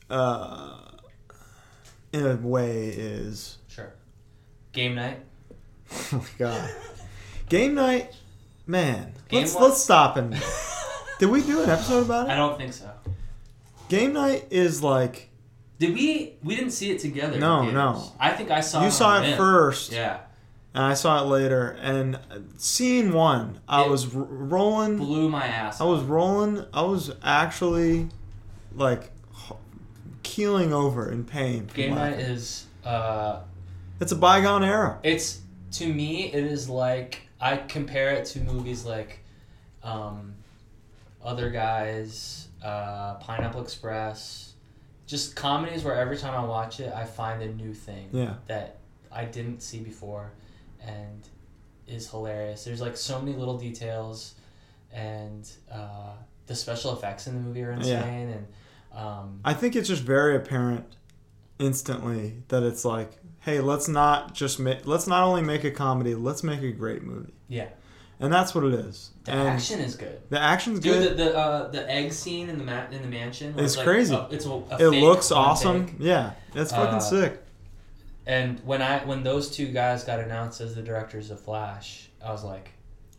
Speaker 8: uh, in a way is.
Speaker 9: Sure. Game night.
Speaker 8: Oh my god. Game night, man.
Speaker 9: Game
Speaker 8: let's
Speaker 9: night-
Speaker 8: let's stop and. Did we do an episode about
Speaker 9: I
Speaker 8: it?
Speaker 9: don't think so.
Speaker 8: Game night is like
Speaker 9: Did we? We didn't see it together. in
Speaker 8: No,
Speaker 9: theaters.
Speaker 8: no.
Speaker 9: I think I saw.
Speaker 8: you
Speaker 9: it
Speaker 8: saw
Speaker 9: on
Speaker 8: it
Speaker 9: Vimeo.
Speaker 8: first.
Speaker 9: Oh, Yeah.
Speaker 8: and I saw it later. And scene one, I
Speaker 9: It
Speaker 8: was r- rolling.
Speaker 9: Blew my ass.
Speaker 8: I was rolling. I was actually like h- keeling over in pain. from
Speaker 9: Game night
Speaker 8: laughing.
Speaker 9: is. Uh,
Speaker 8: It's a bygone era.
Speaker 9: it's to me. It is like I compare it to movies like, um, other guys, uh, Pineapple Express, just comedies where every time I watch it, I find a new thing.
Speaker 8: Yeah.
Speaker 9: that I didn't see before and is hilarious. There's like so many little details, and uh, the special effects in the movie are insane. And um,
Speaker 8: I think it's just very apparent instantly that it's like, hey, let's not just make. Let's not only make a comedy. Let's make a great movie.
Speaker 9: yeah,
Speaker 8: And that's what it is.
Speaker 9: the
Speaker 8: and
Speaker 9: action is good.
Speaker 8: the action's
Speaker 9: Dude,
Speaker 8: good.
Speaker 9: the the, uh, the egg scene in the ma- in the mansion. where
Speaker 8: It's crazy.
Speaker 9: a- it's a, a
Speaker 8: it
Speaker 9: fake
Speaker 8: looks
Speaker 9: one
Speaker 8: awesome.
Speaker 9: take.
Speaker 8: Yeah, it's fucking
Speaker 9: Uh,
Speaker 8: sick.
Speaker 9: And when I when those two guys got announced as the directors of Flash, I was like,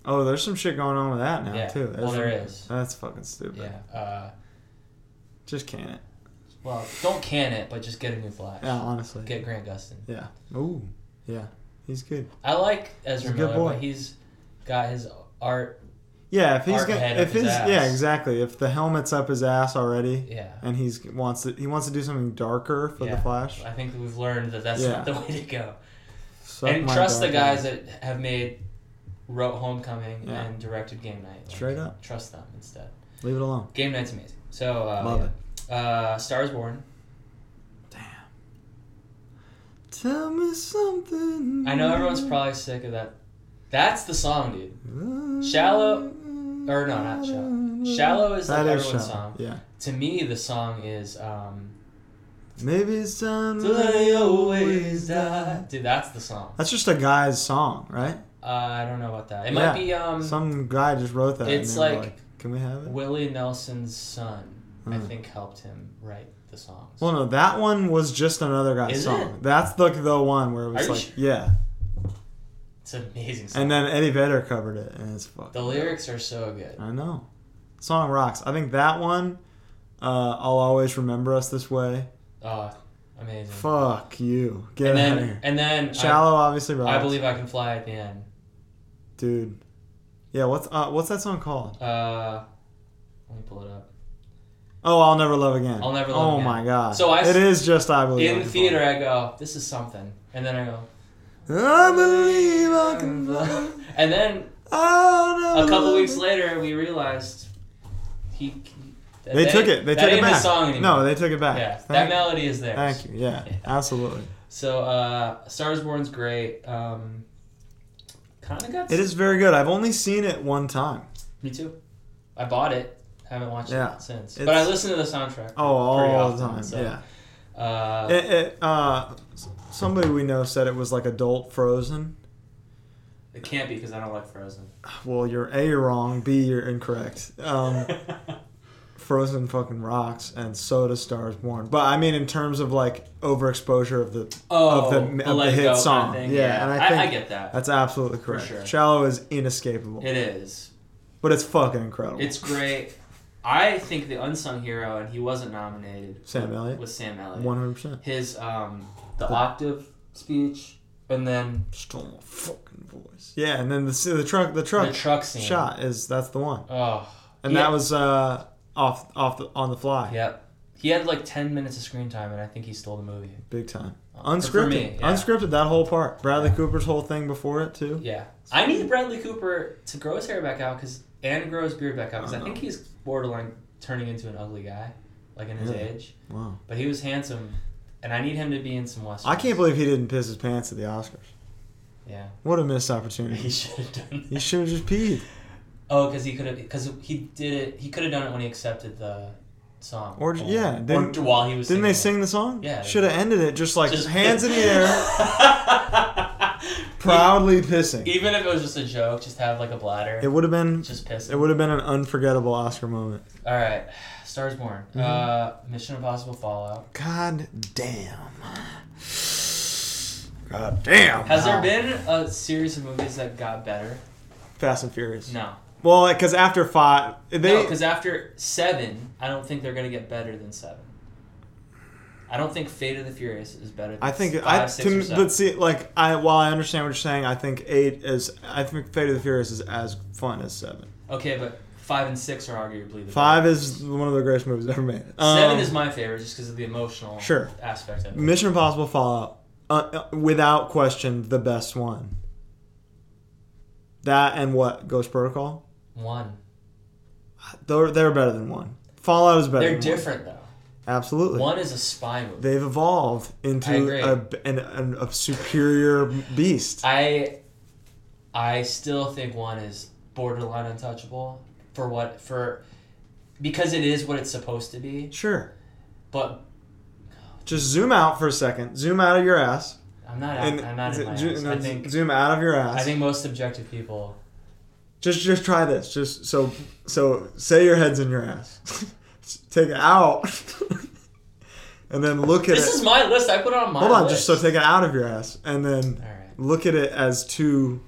Speaker 8: Oh, there's some shit going on with that now
Speaker 9: Yeah.
Speaker 8: too. There's
Speaker 9: Well, there
Speaker 8: some-
Speaker 9: is.
Speaker 8: That's fucking stupid.
Speaker 9: Yeah. Uh,
Speaker 8: Just can it.
Speaker 9: well, don't can it, but just get a new Flash.
Speaker 8: Yeah, honestly.
Speaker 9: Get Grant Gustin.
Speaker 8: yeah. Ooh. Yeah. He's good.
Speaker 9: I like
Speaker 8: He's
Speaker 9: Ezra
Speaker 8: a good
Speaker 9: Miller,
Speaker 8: boy.
Speaker 9: but he's got his art.
Speaker 8: Yeah, if he's
Speaker 9: Art
Speaker 8: got
Speaker 9: ahead
Speaker 8: if
Speaker 9: of his
Speaker 8: his, yeah
Speaker 9: ass.
Speaker 8: exactly if the helmet's up his ass already
Speaker 9: Yeah.
Speaker 8: and he's wants to he wants to do something darker for
Speaker 9: Yeah.
Speaker 8: the Flash.
Speaker 9: I think that we've learned that that's
Speaker 8: Yeah.
Speaker 9: not the way to go.
Speaker 8: Suck
Speaker 9: and
Speaker 8: my
Speaker 9: trust the
Speaker 8: dark
Speaker 9: guys
Speaker 8: ass.
Speaker 9: that have made, wrote Homecoming
Speaker 8: Yeah.
Speaker 9: and directed Game Night. Like,
Speaker 8: Straight up.
Speaker 9: Trust them instead.
Speaker 8: Leave it alone.
Speaker 9: Game Night's amazing. So uh,
Speaker 8: Love
Speaker 9: yeah. Uh, Stars Born.
Speaker 8: Tell me something.
Speaker 9: I know everyone's probably sick of that. That's the song, dude. Shallow- or no, not Shallow. Shallow is, like,
Speaker 8: That is
Speaker 9: everyone's
Speaker 8: shallow.
Speaker 9: song.
Speaker 8: Yeah.
Speaker 9: To me, the song is um,
Speaker 8: Maybe it's time
Speaker 9: "Till I Always Die." Dude, that's the song.
Speaker 8: That's just a guy's song, right?
Speaker 9: Uh, I don't know about that. It
Speaker 8: Yeah.
Speaker 9: might be um,
Speaker 8: Some guy just wrote that. and
Speaker 9: it's
Speaker 8: they were
Speaker 9: like-
Speaker 8: can we have it?
Speaker 9: Willie Nelson's son. I
Speaker 8: Hmm.
Speaker 9: think helped him write the songs.
Speaker 8: Well, no, that one was just another guy's
Speaker 9: Is
Speaker 8: song.
Speaker 9: it?
Speaker 8: That's like the one where it
Speaker 9: Are
Speaker 8: was
Speaker 9: you
Speaker 8: like,
Speaker 9: sure?
Speaker 8: yeah.
Speaker 9: it's an amazing song.
Speaker 8: And then Eddie Vedder covered it, and it's fucked.
Speaker 9: the lyrics are so good.
Speaker 8: I know. Song rocks. I think that one, uh, I'll always remember us this way.
Speaker 9: Oh, amazing.
Speaker 8: Fuck you. Get
Speaker 9: and
Speaker 8: out
Speaker 9: then
Speaker 8: of here.
Speaker 9: and then I-
Speaker 8: Shallow, obviously, rocks.
Speaker 9: I, believe I can fly at the end.
Speaker 8: Dude. Yeah, what's uh, what's that song called?
Speaker 9: Uh, let me pull it up.
Speaker 8: Oh, I'll never love again.
Speaker 9: I'll Never Love
Speaker 8: oh
Speaker 9: Again.
Speaker 8: my god.
Speaker 9: So I s-
Speaker 8: it is just I believe. I
Speaker 9: In the
Speaker 8: Can
Speaker 9: theater, I go, "This is something," and then I go,
Speaker 8: Fly. I believe I can fly.
Speaker 9: and then
Speaker 8: I'll never
Speaker 9: a couple
Speaker 8: love
Speaker 9: weeks
Speaker 8: again.
Speaker 9: later, we realized he. that-
Speaker 8: They
Speaker 9: that
Speaker 8: took
Speaker 9: ain't-
Speaker 8: it. They
Speaker 9: that
Speaker 8: took it
Speaker 9: ain't the
Speaker 8: back.
Speaker 9: song anymore.
Speaker 8: no, they took it back.
Speaker 9: yeah, that
Speaker 8: Thank-
Speaker 9: melody is there.
Speaker 8: Thank you. Yeah, absolutely.
Speaker 9: So, uh, Stars Born's great. Um, kind of got.
Speaker 8: It is very good. I've only seen it one time.
Speaker 9: Me too. I bought it. Haven't watched
Speaker 8: Yeah,
Speaker 9: it since.
Speaker 8: it's-
Speaker 9: But I listen to the soundtrack.
Speaker 8: Oh, all
Speaker 9: pretty
Speaker 8: the
Speaker 9: often,
Speaker 8: time.
Speaker 9: so,
Speaker 8: Yeah.
Speaker 9: Uh,
Speaker 8: It, it, uh, s- somebody we know said it was like adult Frozen.
Speaker 9: it can't be because I don't like Frozen.
Speaker 8: Well, you're a you're wrong. B you're incorrect. Um, Frozen fucking rocks, and so does Stars Born. But I mean, in terms of like overexposure of the
Speaker 9: oh,
Speaker 8: of the, of
Speaker 9: Let
Speaker 8: the
Speaker 9: It
Speaker 8: hit
Speaker 9: Go kind of
Speaker 8: song,
Speaker 9: thing,
Speaker 8: yeah, and I think
Speaker 9: I, get that.
Speaker 8: that's absolutely correct.
Speaker 9: sure.
Speaker 8: Shallow is inescapable,
Speaker 9: It is.
Speaker 8: but it's fucking incredible.
Speaker 9: It's great. I think the unsung hero, and he wasn't nominated.
Speaker 8: Sam Elliott?
Speaker 9: Was Sam Elliott.
Speaker 8: one hundred percent.
Speaker 9: His um, the octave speech, and then
Speaker 8: Stole my fucking voice. Yeah, and then the the truck the truck,
Speaker 9: the truck scene.
Speaker 8: shot is that's the one,
Speaker 9: Oh,
Speaker 8: and
Speaker 9: Yeah.
Speaker 8: that was uh off off the, on the fly,
Speaker 9: yep. He had like ten minutes of screen time, and I think he stole the movie.
Speaker 8: big time.
Speaker 9: Uh,
Speaker 8: Unscripted,
Speaker 9: but for me, yeah.
Speaker 8: unscripted that whole part. Bradley Cooper's whole thing before it too.
Speaker 9: Yeah, I need Bradley Cooper to grow his hair back out because and grow his beard back out because I, think he's borderline turning into an ugly guy, like in his
Speaker 8: Really?
Speaker 9: age.
Speaker 8: Wow,
Speaker 9: But he was handsome, and I need him to be in some westerns.
Speaker 8: I can't believe he didn't piss his pants at the Oscars.
Speaker 9: Yeah,
Speaker 8: What a missed
Speaker 9: he
Speaker 8: opportunity.
Speaker 9: should have done.
Speaker 8: He
Speaker 9: That.
Speaker 8: should have just peed,
Speaker 9: Oh, because he could have because he did it. He could have done it when he accepted the song.
Speaker 8: or j- yeah,
Speaker 9: Oh. or
Speaker 8: didn't
Speaker 9: while he was.
Speaker 8: didn't they
Speaker 9: singing
Speaker 8: sing the song?
Speaker 9: Yeah.
Speaker 8: should have ended it just like
Speaker 9: Just-
Speaker 8: hands in the air,
Speaker 9: it.
Speaker 8: proudly pissing.
Speaker 9: Even if it was just a joke, just have like a bladder.
Speaker 8: It would have been
Speaker 9: just piss.
Speaker 8: it would have been an unforgettable Oscar moment.
Speaker 9: All right, Stars Born,
Speaker 8: Mm-hmm.
Speaker 9: uh, Mission Impossible Fallout.
Speaker 8: God damn. God damn.
Speaker 9: Has there
Speaker 8: Wow.
Speaker 9: been a series of movies that got better?
Speaker 8: Fast and Furious?
Speaker 9: No.
Speaker 8: Well, because after five,
Speaker 9: No,
Speaker 8: they
Speaker 9: because after seven, I don't think they're gonna get better than seven. I don't think Fate of the Furious is better. Than
Speaker 8: I think
Speaker 9: five,
Speaker 8: I
Speaker 9: six,
Speaker 8: to
Speaker 9: or
Speaker 8: me,
Speaker 9: seven.
Speaker 8: but see like I while I understand what you're saying, I think eight is I think Fate of the Furious is as fun as seven.
Speaker 9: okay, but five and six are arguably the
Speaker 8: Five is one of the greatest movies ever made.
Speaker 9: best. Seven
Speaker 8: Um,
Speaker 9: is my favorite just because of the emotional
Speaker 8: Sure.
Speaker 9: aspect of it.
Speaker 8: Mission Impossible Fallout, uh, uh, without question, the best one. That and what Ghost Protocol,
Speaker 9: One.
Speaker 8: they're they're better than one. Fallout is better.
Speaker 9: They're
Speaker 8: than
Speaker 9: different though.
Speaker 8: One. Absolutely.
Speaker 9: One is a spy movie.
Speaker 8: They've evolved
Speaker 9: I
Speaker 8: into
Speaker 9: agree.
Speaker 8: a, an, an, a superior beast.
Speaker 9: I I still think one is borderline untouchable for what for because it is what it's supposed to be.
Speaker 8: Sure.
Speaker 9: But
Speaker 8: Just zoom out for a second. Zoom out of your ass.
Speaker 9: I'm not.
Speaker 8: And
Speaker 9: I'm not
Speaker 8: z-
Speaker 9: in my
Speaker 8: zo-
Speaker 9: ass.
Speaker 8: no,
Speaker 9: I think.
Speaker 8: zoom out of your ass.
Speaker 9: I think most objective people.
Speaker 8: just just try this. Just so so say your head's in your ass. take it out. and then look at
Speaker 9: This
Speaker 8: it.
Speaker 9: is my list. I put it on my.
Speaker 8: Hold on,
Speaker 9: list.
Speaker 8: just so take it out of your ass and then
Speaker 9: All right.
Speaker 8: look at it as two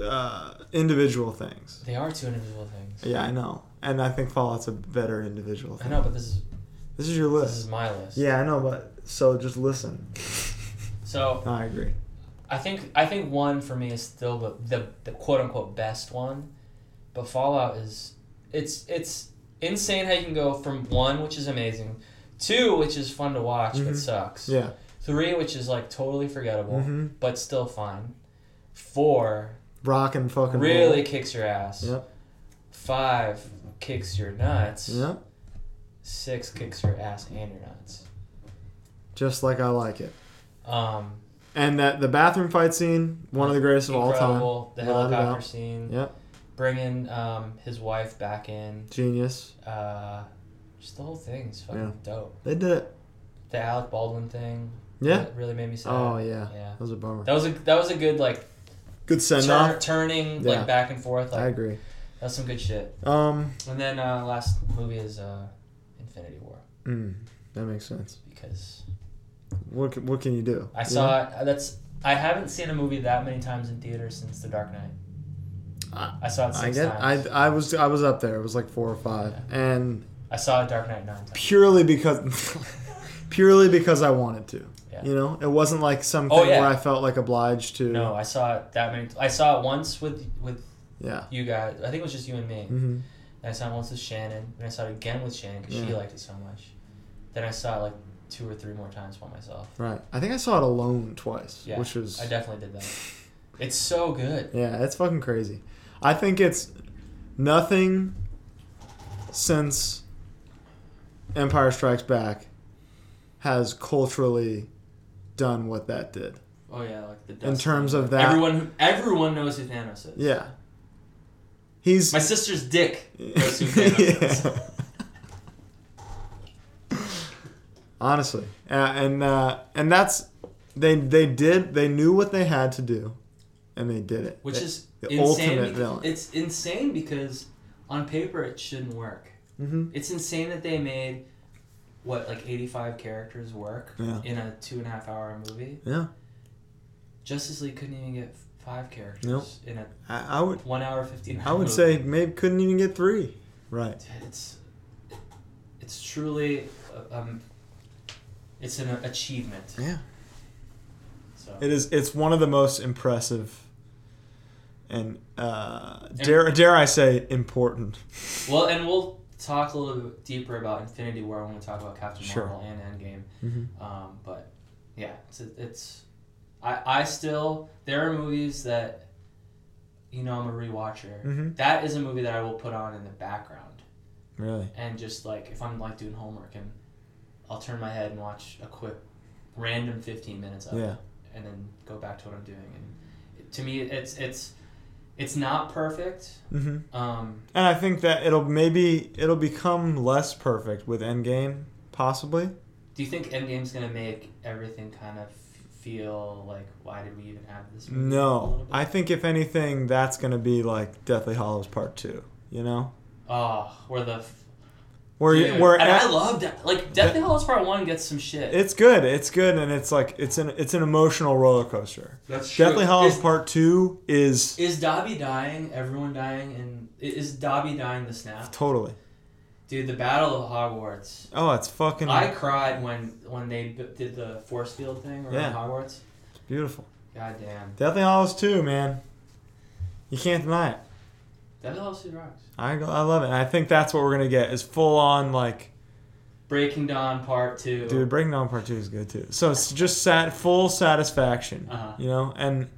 Speaker 8: uh, individual things.
Speaker 9: They are two individual things.
Speaker 8: Yeah, I know, and I think Fallout's a better individual
Speaker 9: I
Speaker 8: thing.
Speaker 9: know, but this is
Speaker 8: This is your
Speaker 9: this is
Speaker 8: list.
Speaker 9: my list.
Speaker 8: Yeah, I know, but so just listen.
Speaker 9: So
Speaker 8: No, I agree.
Speaker 9: I think I think one for me is still the, the, the quote unquote best one, but Fallout is it's it's insane how you can go from one which is amazing, two which is fun to watch
Speaker 8: Mhm.
Speaker 9: but sucks,
Speaker 8: Yeah.
Speaker 9: three which is like totally forgettable
Speaker 8: Mhm.
Speaker 9: but still fun, four
Speaker 8: Rock and fucking roll.
Speaker 9: really kicks your ass,
Speaker 8: Yep.
Speaker 9: five kicks your nuts,
Speaker 8: Yeah.
Speaker 9: six kicks your ass and your nuts.
Speaker 8: Just like I like it.
Speaker 9: Um,
Speaker 8: And that the bathroom fight scene, one of the greatest of all time.
Speaker 9: incredible, The
Speaker 8: Without a
Speaker 9: helicopter
Speaker 8: doubt.
Speaker 9: scene.
Speaker 8: Yep.
Speaker 9: Bringing um, his wife back in.
Speaker 8: Genius.
Speaker 9: Uh, just the whole thing is fucking
Speaker 8: Yeah.
Speaker 9: dope.
Speaker 8: They did it.
Speaker 9: The Alec Baldwin thing.
Speaker 8: Yeah.
Speaker 9: that really made me sad.
Speaker 8: Oh yeah.
Speaker 9: Yeah.
Speaker 8: That was a bummer.
Speaker 9: That was a that was a good like
Speaker 8: Good send
Speaker 9: turn,
Speaker 8: off.
Speaker 9: turning
Speaker 8: Yeah.
Speaker 9: like back and forth.
Speaker 8: I
Speaker 9: Like
Speaker 8: agree.
Speaker 9: that's some good shit.
Speaker 8: Um.
Speaker 9: And then uh, last movie is uh, Infinity War
Speaker 8: mm, that makes sense.
Speaker 9: because
Speaker 8: What can, what can you do?
Speaker 9: I
Speaker 8: You
Speaker 9: saw
Speaker 8: know?
Speaker 9: it. That's I haven't seen a movie that many times in theaters since The Dark Knight.
Speaker 8: I-
Speaker 9: I saw it
Speaker 8: I
Speaker 9: six
Speaker 8: get.
Speaker 9: times.
Speaker 8: I I was I was up there. It was like four or five, and
Speaker 9: I, saw Dark Knight nine times.
Speaker 8: purely because purely because I wanted to.
Speaker 9: Yeah.
Speaker 8: You know, it wasn't like something
Speaker 9: Oh, yeah.
Speaker 8: where I felt like obliged to.
Speaker 9: No, I saw it that many. I saw it once with with
Speaker 8: Yeah.
Speaker 9: you guys. I think it was just you and me.
Speaker 8: hmm
Speaker 9: And I saw it once with Shannon, and I saw it again with Shannon because she
Speaker 8: Yeah.
Speaker 9: liked it so much. Then I saw it like two or three more times by myself.
Speaker 8: Right. I think I saw it alone twice,
Speaker 9: Yeah,
Speaker 8: which was
Speaker 9: I definitely did that. It's so good.
Speaker 8: yeah, that's fucking crazy. I think it's nothing since Empire Strikes Back has culturally done what that did.
Speaker 9: Oh yeah, like the
Speaker 8: In terms of that,
Speaker 9: everyone everyone knows who Thanos is.
Speaker 8: yeah, he's
Speaker 9: My sister's dick knows who Thanos is.
Speaker 8: yeah. Honestly, uh, and uh, and that's they they did they knew what they had to do, and they did it.
Speaker 9: Which
Speaker 8: They-
Speaker 9: is
Speaker 8: the
Speaker 9: insane.
Speaker 8: ultimate
Speaker 9: because-
Speaker 8: villain.
Speaker 9: It's insane because on paper it shouldn't work.
Speaker 8: Mhm.
Speaker 9: It's insane that they made what like eighty five characters work
Speaker 8: Yeah.
Speaker 9: in a two and a half hour movie.
Speaker 8: yeah.
Speaker 9: Justice League couldn't even get five characters
Speaker 8: Nope.
Speaker 9: in a
Speaker 8: I, I would
Speaker 9: one hour fifteen.
Speaker 8: I would
Speaker 9: movie.
Speaker 8: say maybe couldn't even get three. Right.
Speaker 9: it's it's truly uh, um, it's an achievement.
Speaker 8: Yeah.
Speaker 9: So
Speaker 8: It is. It's one of the most impressive. And uh, dare dare I say important?
Speaker 9: well, and we'll talk a little bit deeper about Infinity War when we talk about Captain
Speaker 8: Sure.
Speaker 9: Marvel and Endgame.
Speaker 8: Mhm.
Speaker 9: Um, but yeah, it's, it's I I still there are movies that you know I'm a rewatcher.
Speaker 8: Mhm.
Speaker 9: That is a movie that I will put on in the background.
Speaker 8: Really?
Speaker 9: and just like if I'm like doing homework and I'll turn my head and watch a quick random 15 minutes of
Speaker 8: Yeah.
Speaker 9: it and then go back to what I'm doing and it- to me it's it's it's not perfect
Speaker 8: hmm
Speaker 9: um
Speaker 8: And I think that it'll maybe it'll become less perfect with Endgame, possibly.
Speaker 9: do you think Endgame's gonna make everything kind of feel like why did we even have this movie a little
Speaker 8: No,
Speaker 9: bit?
Speaker 8: I think if anything, that's gonna be like Deathly Hollows Part Two. You know,
Speaker 9: oh where the
Speaker 8: where you
Speaker 9: dude,
Speaker 8: where
Speaker 9: and I
Speaker 8: at-
Speaker 9: love that like Deathly Hallows Part 1 gets some shit
Speaker 8: it's good, it's good, and it's like it's an it's an emotional roller coaster.
Speaker 9: that's
Speaker 8: Deathly Hollows
Speaker 9: Is-
Speaker 8: Part Two is
Speaker 9: is Dobby dying everyone dying and i- is Dobby dying the snap
Speaker 8: totally.
Speaker 9: Dude, the Battle of Hogwarts.
Speaker 8: Oh, it's fucking
Speaker 9: I cried when when they b- did the force field thing around
Speaker 8: Yeah.
Speaker 9: Hogwarts.
Speaker 8: beautiful.
Speaker 9: God damn.
Speaker 8: Deathly Hollows Two, man, you can't deny it.
Speaker 9: That also rocks.
Speaker 8: I I love it. And I think that's what we're gonna get is full on like
Speaker 9: Breaking Dawn Part 2.
Speaker 8: Dude, Breaking Down Part Two is good too. So it's just sat full satisfaction,
Speaker 9: Uh-huh.
Speaker 8: you know, and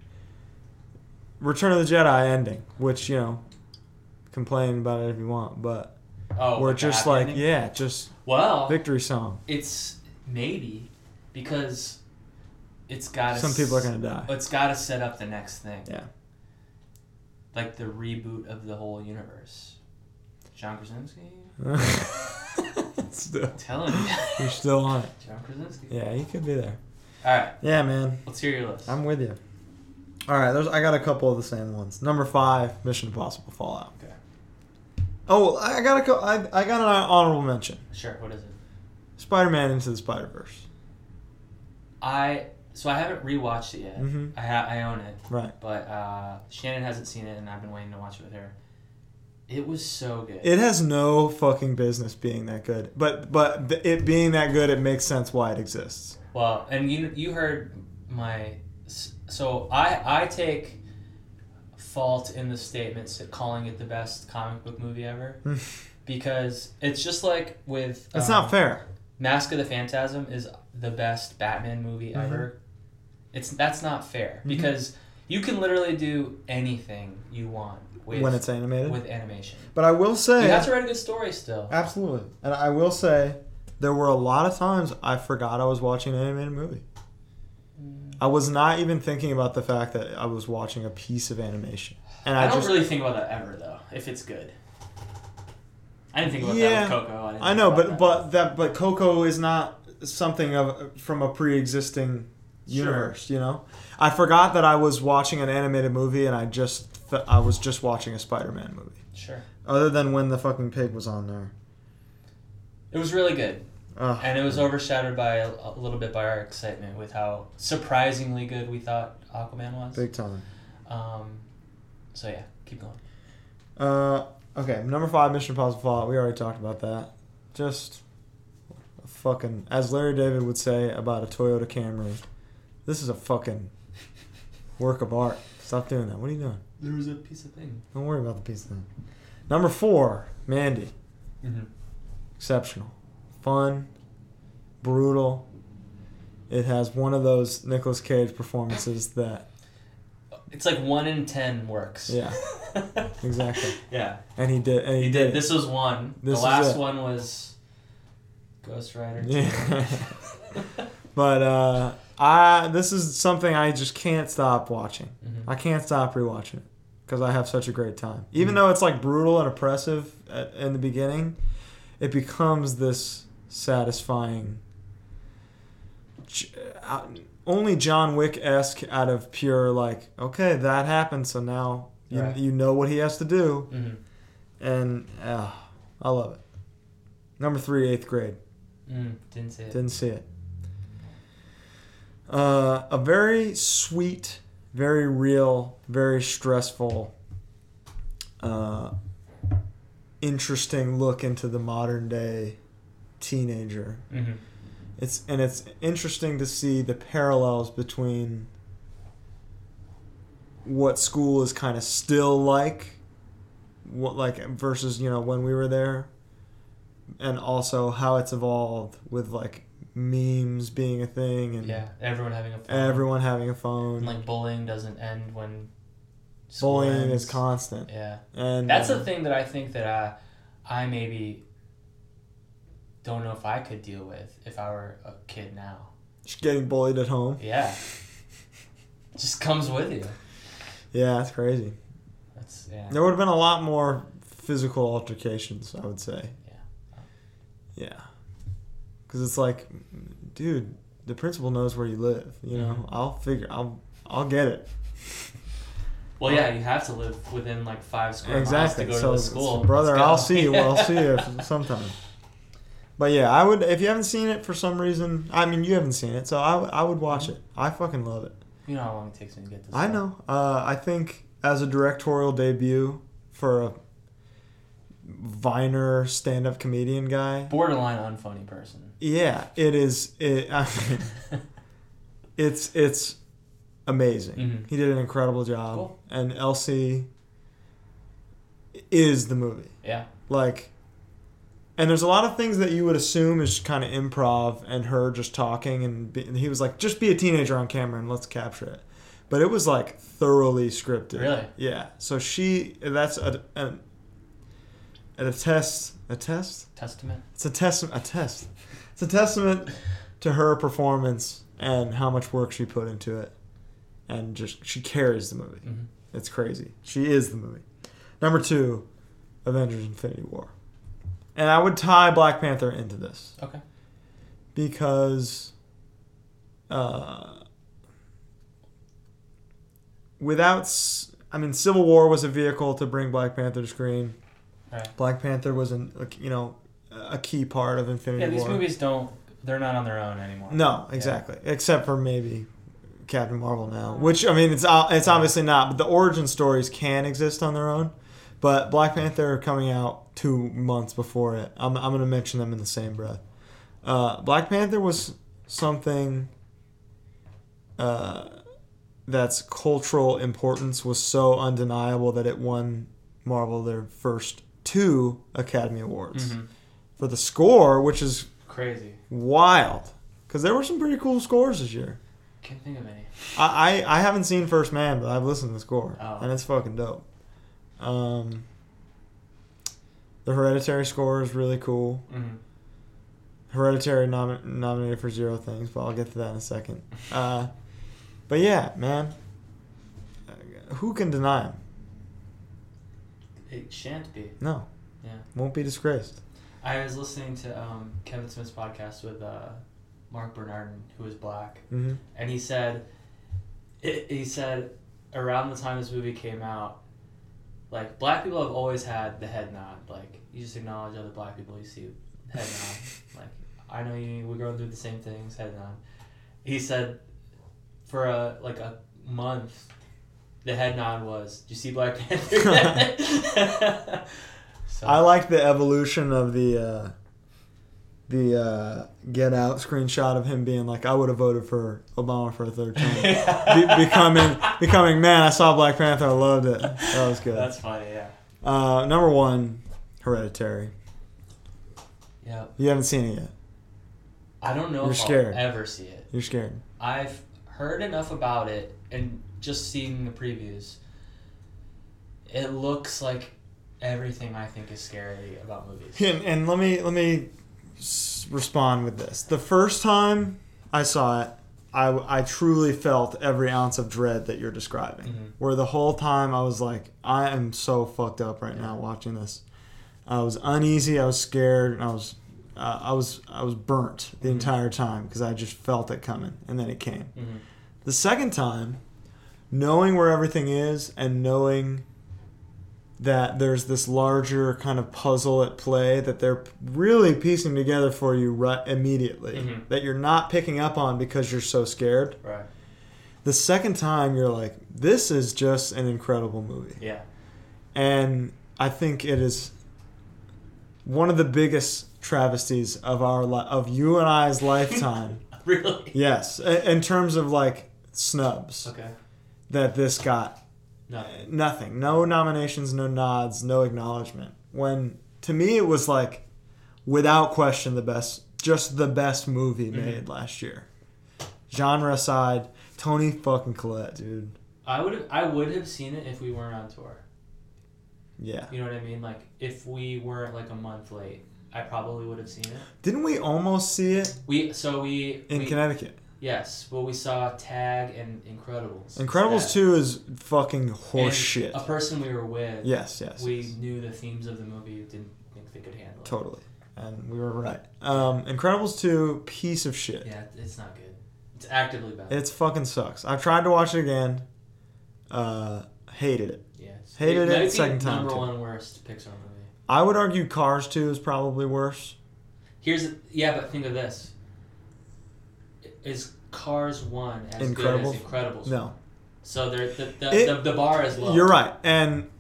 Speaker 8: Return of the Jedi ending, which you know, complain about it if you want, but
Speaker 9: oh,
Speaker 8: we're
Speaker 9: with the
Speaker 8: just
Speaker 9: happy
Speaker 8: like,
Speaker 9: ending? Oh.
Speaker 8: yeah, just
Speaker 9: Well,
Speaker 8: victory song.
Speaker 9: it's maybe because it's got
Speaker 8: Some people are gonna die.
Speaker 9: It's got to set up the next thing.
Speaker 8: Yeah.
Speaker 9: Like the reboot of the whole universe. John Krasinski?
Speaker 8: still,
Speaker 9: I'm telling you.
Speaker 8: you're still on it.
Speaker 9: John Krasinski.
Speaker 8: Yeah, you could be there.
Speaker 9: All right,
Speaker 8: Yeah, man,
Speaker 9: let's hear your list.
Speaker 8: I'm with you. All right, there's I got a couple of the same ones. Number five, Mission Impossible Fallout.
Speaker 9: Okay.
Speaker 8: Oh, I got a co- I, I got an honorable mention.
Speaker 9: Sure, what is it?
Speaker 8: Spider-Man into the Spider-Verse.
Speaker 9: I so I haven't rewatched it yet.
Speaker 8: Mhm.
Speaker 9: I ha- I own it,
Speaker 8: Right.
Speaker 9: but uh, Shannon hasn't seen it, and I've been waiting to watch it with her. It was so good.
Speaker 8: It has no fucking business being that good, but but th- it being that good, it makes sense why it exists.
Speaker 9: Well, and you you heard my so I I take fault in the statements at calling it the best comic book movie ever because it's just like with
Speaker 8: That's
Speaker 9: um,
Speaker 8: not fair.
Speaker 9: Mask of the Phantasm is the best Batman movie
Speaker 8: Mm-hmm.
Speaker 9: ever. It's that's not fair because you can literally do anything you want with
Speaker 8: When it's animated?
Speaker 9: with animation.
Speaker 8: But I will say
Speaker 9: You have to write a good story still.
Speaker 8: Absolutely. And I will say, there were a lot of times I forgot I was watching an animated movie.
Speaker 9: Mm.
Speaker 8: I was not even thinking about the fact that I was watching a piece of animation. And I,
Speaker 9: I don't
Speaker 8: just,
Speaker 9: really think about that ever though. If it's good, I didn't think about
Speaker 8: Yeah.
Speaker 9: that with Coco. didn't
Speaker 8: I
Speaker 9: think
Speaker 8: know, but
Speaker 9: about that.
Speaker 8: but that but Coco is not something of from a pre-existing universe, you know. I forgot that I was watching an animated movie, and I just th- I was just watching a Spider-Man movie.
Speaker 9: sure,
Speaker 8: Other than when the fucking pig was on there,
Speaker 9: it was really good,
Speaker 8: Ugh.
Speaker 9: and it was overshadowed by a, a little bit by our excitement with how surprisingly good we thought Aquaman was.
Speaker 8: big time.
Speaker 9: Um, so yeah, keep going.
Speaker 8: Uh, okay, number five, Mission Impossible Fallout. We already talked about that. Just a fucking, as Larry David would say about a Toyota Camry, this is a fucking work of art. Stop doing that. What are you doing?
Speaker 9: There was a piece of thing.
Speaker 8: Don't worry about the piece of thing. Number four, Mandy.
Speaker 9: Mhm.
Speaker 8: Exceptional. Fun, brutal. It has one of those Nicolas Cage performances that,
Speaker 9: It's like one in ten works.
Speaker 8: yeah, exactly.
Speaker 9: yeah,
Speaker 8: And he did. And he,
Speaker 9: he
Speaker 8: did.
Speaker 9: did. This was one.
Speaker 8: This
Speaker 9: the
Speaker 8: is
Speaker 9: last
Speaker 8: it.
Speaker 9: one was Ghost Rider. two.
Speaker 8: Yeah. But uh, I this is something I just can't stop watching.
Speaker 9: Mhm.
Speaker 8: I can't stop rewatching it because I have such a great time. Even though it's like brutal and oppressive at, in the beginning, it becomes this satisfying. j- uh, Only John Wick esque out of pure like okay that happened so now you,
Speaker 9: Right.
Speaker 8: you know what he has to do
Speaker 9: Mhm.
Speaker 8: and uh, I love it. Number three, eighth grade.
Speaker 9: Mm, didn't say it.
Speaker 8: Didn't see it. Uh, a very sweet, very real, very stressful, uh, interesting look into the modern day teenager.
Speaker 9: hmm
Speaker 8: It's and it's interesting to see the parallels between what school is kind of still like, what like versus you know when we were there, and also how it's evolved with like memes being a thing and
Speaker 9: Yeah, everyone having a phone.
Speaker 8: everyone having a
Speaker 9: And,
Speaker 8: phone.
Speaker 9: like bullying doesn't end when school
Speaker 8: Bullying
Speaker 9: ends.
Speaker 8: is constant,
Speaker 9: Yeah,
Speaker 8: and
Speaker 9: that's
Speaker 8: uh,
Speaker 9: the thing that I think that I, I maybe don't know if I could deal with if I were a kid now.
Speaker 8: just getting bullied at home.
Speaker 9: Yeah, just comes with you.
Speaker 8: Yeah, that's crazy.
Speaker 9: That's yeah.
Speaker 8: There would have been a lot more physical altercations, I would say. Yeah. Yeah. Because it's like, dude, the principal knows where you live. You know,
Speaker 9: Mhm.
Speaker 8: I'll figure, I'll, I'll get it.
Speaker 9: Well, yeah, you have to live within like five square
Speaker 8: exactly.
Speaker 9: miles
Speaker 8: so,
Speaker 9: to go to the
Speaker 8: it's-
Speaker 9: school,
Speaker 8: brother,
Speaker 9: Let's go.
Speaker 8: I'll see you. I'll see you sometime. But yeah, I would if you haven't seen it for some reason. I mean, you haven't seen it, so I, w- I would
Speaker 9: Mm-hmm.
Speaker 8: watch it. I fucking love it.
Speaker 9: You know how long it takes me to get this.
Speaker 8: I
Speaker 9: done.
Speaker 8: know. Uh, I think as a directorial debut for a Viner stand-up comedian guy,
Speaker 9: Borderline unfunny person.
Speaker 8: yeah, it is. It, I mean, it's it's amazing.
Speaker 9: Mhm.
Speaker 8: He did an incredible job,
Speaker 9: Cool.
Speaker 8: and Elsie is the movie.
Speaker 9: yeah.
Speaker 8: Like, and there's a lot of things that you would assume is kind of improv and her just talking, and, be, and he was like, just be a teenager on camera and let's capture it. But it was like thoroughly scripted.
Speaker 9: Really?
Speaker 8: Yeah. So she, that's a, a, a test, a test
Speaker 9: Testament.
Speaker 8: it's a testament. A test. It's a testament to her performance and how much work she put into it, and just she carries the movie.
Speaker 9: Mhm.
Speaker 8: It's crazy. She is the movie. Number two, Avengers: Infinity War, and I would tie Black Panther into this
Speaker 9: Okay.
Speaker 8: because uh, without s- I mean Civil War was a vehicle to bring Black Panther to screen.
Speaker 9: Right.
Speaker 8: Black Panther was an like, you know a key part of Infinity
Speaker 9: Yeah, these
Speaker 8: War.
Speaker 9: movies don't. They're not on their own anymore.
Speaker 8: No, exactly. Except for maybe Captain Marvel now, which I mean, it's o- it's obviously not, but the origin stories can exist on their own. But Black Panther coming out two months before it, I'm I'm gonna mention them in the same breath. Uh, Black Panther was something uh, that's cultural importance was so undeniable that it won Marvel their first two Academy Awards
Speaker 9: Mhm.
Speaker 8: for the score, which is
Speaker 9: Crazy.
Speaker 8: wild because there were some pretty cool scores this year.
Speaker 9: Can't think of any.
Speaker 8: I, I, I haven't seen First Man, but I've listened to the score,
Speaker 9: Oh.
Speaker 8: and it's fucking dope. Um, the Hereditary score is really cool.
Speaker 9: Mm-hmm.
Speaker 8: Hereditary nom- nominated for zero things, but I'll get to that in a second. Uh, but yeah, man, Uh, who can deny him?
Speaker 9: It shan't be.
Speaker 8: No,
Speaker 9: Yeah.
Speaker 8: won't be disgraced.
Speaker 9: I was listening to um, Kevin Smith's podcast with uh, Mark Bernardin, who is black,
Speaker 8: hmm
Speaker 9: and he said, it, he said, around the time this movie came out, like black people have always had the head nod. Like you just acknowledge other black people, you see head nod. like I know you, we're going through the same things, head nod. He said, for a like a month, the head nod was, "Do you see Black Panther?" so,
Speaker 8: I like the evolution of the uh, the uh, Get Out screenshot of him being like, "I would have voted for Obama for a third term." Be- becoming becoming man, I saw Black Panther, I loved it. That was good.
Speaker 9: That's funny, yeah.
Speaker 8: Uh, number one, Hereditary.
Speaker 9: Yeah.
Speaker 8: You haven't seen it yet.
Speaker 9: I don't know
Speaker 8: You're
Speaker 9: if
Speaker 8: scared.
Speaker 9: I'll ever see it.
Speaker 8: You're scared.
Speaker 9: I've heard enough about it and just seeing the previews. It looks like everything I think is scary about movies.
Speaker 8: And, and let me let me s- respond with this. The first time I saw it, I, I truly felt every ounce of dread that you're describing.
Speaker 9: Mhm.
Speaker 8: Where the whole time I was like, I am so fucked up right now watching this. I was uneasy. I was scared. And I was uh, I was I was burnt the entire time because I just felt it coming, and then it came.
Speaker 9: Mhm.
Speaker 8: The second time, knowing where everything is and knowing that there's this larger kind of puzzle at play that they're really piecing together for you right immediately
Speaker 9: Mhm.
Speaker 8: that you're not picking up on because you're so scared.
Speaker 9: Right.
Speaker 8: The second time you're like, this is just an incredible movie.
Speaker 9: Yeah.
Speaker 8: And I think it is one of the biggest travesties of our li- of you and I's lifetime.
Speaker 9: Really?
Speaker 8: yes, i- in terms of like snubs
Speaker 9: Okay.
Speaker 8: that this got
Speaker 9: No.
Speaker 8: nothing. No nominations, no nods, no acknowledgement. When to me it was like without question the best just the best movie
Speaker 9: Mm-hmm.
Speaker 8: made last year. Genre aside, Tony fucking Collette, dude.
Speaker 9: I would have I would have seen it if we weren't on tour.
Speaker 8: Yeah.
Speaker 9: You know what I mean? Like if we were like a month late, I probably would have seen it.
Speaker 8: Didn't we almost see it
Speaker 9: We so we,
Speaker 8: in
Speaker 9: we
Speaker 8: Connecticut?
Speaker 9: yes, well we saw Tag and Incredibles.
Speaker 8: Incredibles
Speaker 9: Yeah.
Speaker 8: 2 is fucking
Speaker 9: And
Speaker 8: horseshit.
Speaker 9: A person we were with.
Speaker 8: Yes, yes.
Speaker 9: we
Speaker 8: yes.
Speaker 9: knew the themes of the movie didn't think they could handle it.
Speaker 8: totally. And we were right. Um, Incredibles 2 piece of shit.
Speaker 9: Yeah, it's not good. It's actively bad.
Speaker 8: It's fucking sucks. I've tried to watch it again. Uh hated it.
Speaker 9: yes.
Speaker 8: hated it
Speaker 9: might be
Speaker 8: second time,
Speaker 9: Number
Speaker 8: too.
Speaker 9: one worst Pixar movie.
Speaker 8: I would argue Cars 2 is probably worse.
Speaker 9: Here's yeah, but think of this. Is Cars one as
Speaker 8: Incredibles?
Speaker 9: good as Incredibles?
Speaker 8: No.
Speaker 9: So they're, the the,
Speaker 8: It-
Speaker 9: the the bar is low.
Speaker 8: You're right. And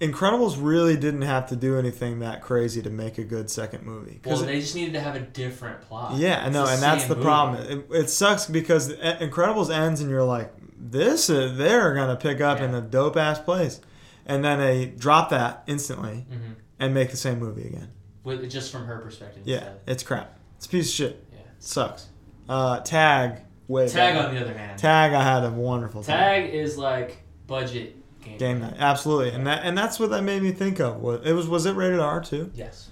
Speaker 8: Incredibles really didn't have to do anything that crazy to make a good second movie. 'Cause
Speaker 9: Well,
Speaker 8: it-
Speaker 9: they just needed to have a different plot.
Speaker 8: yeah, I
Speaker 9: It's
Speaker 8: know,
Speaker 9: the
Speaker 8: and that's
Speaker 9: same
Speaker 8: the
Speaker 9: movie.
Speaker 8: problem. It, it sucks because the- Incredibles ends and you're like, this is, they're going to pick up in
Speaker 9: Yeah.
Speaker 8: a dope ass place. And then they drop that instantly
Speaker 9: Mhm.
Speaker 8: and make the same movie again.
Speaker 9: With, just from her perspective.
Speaker 8: Yeah,
Speaker 9: Instead.
Speaker 8: it's crap. It's a piece of shit.
Speaker 9: Yeah.
Speaker 8: sucks. Uh, tag, way
Speaker 9: Tag
Speaker 8: better.
Speaker 9: on the other hand.
Speaker 8: Tag, I had a wonderful time.
Speaker 9: Tag is like budget game.
Speaker 8: Game night, absolutely, and that and that's what that made me think of. Wa- It was was it rated R too?
Speaker 9: Yes.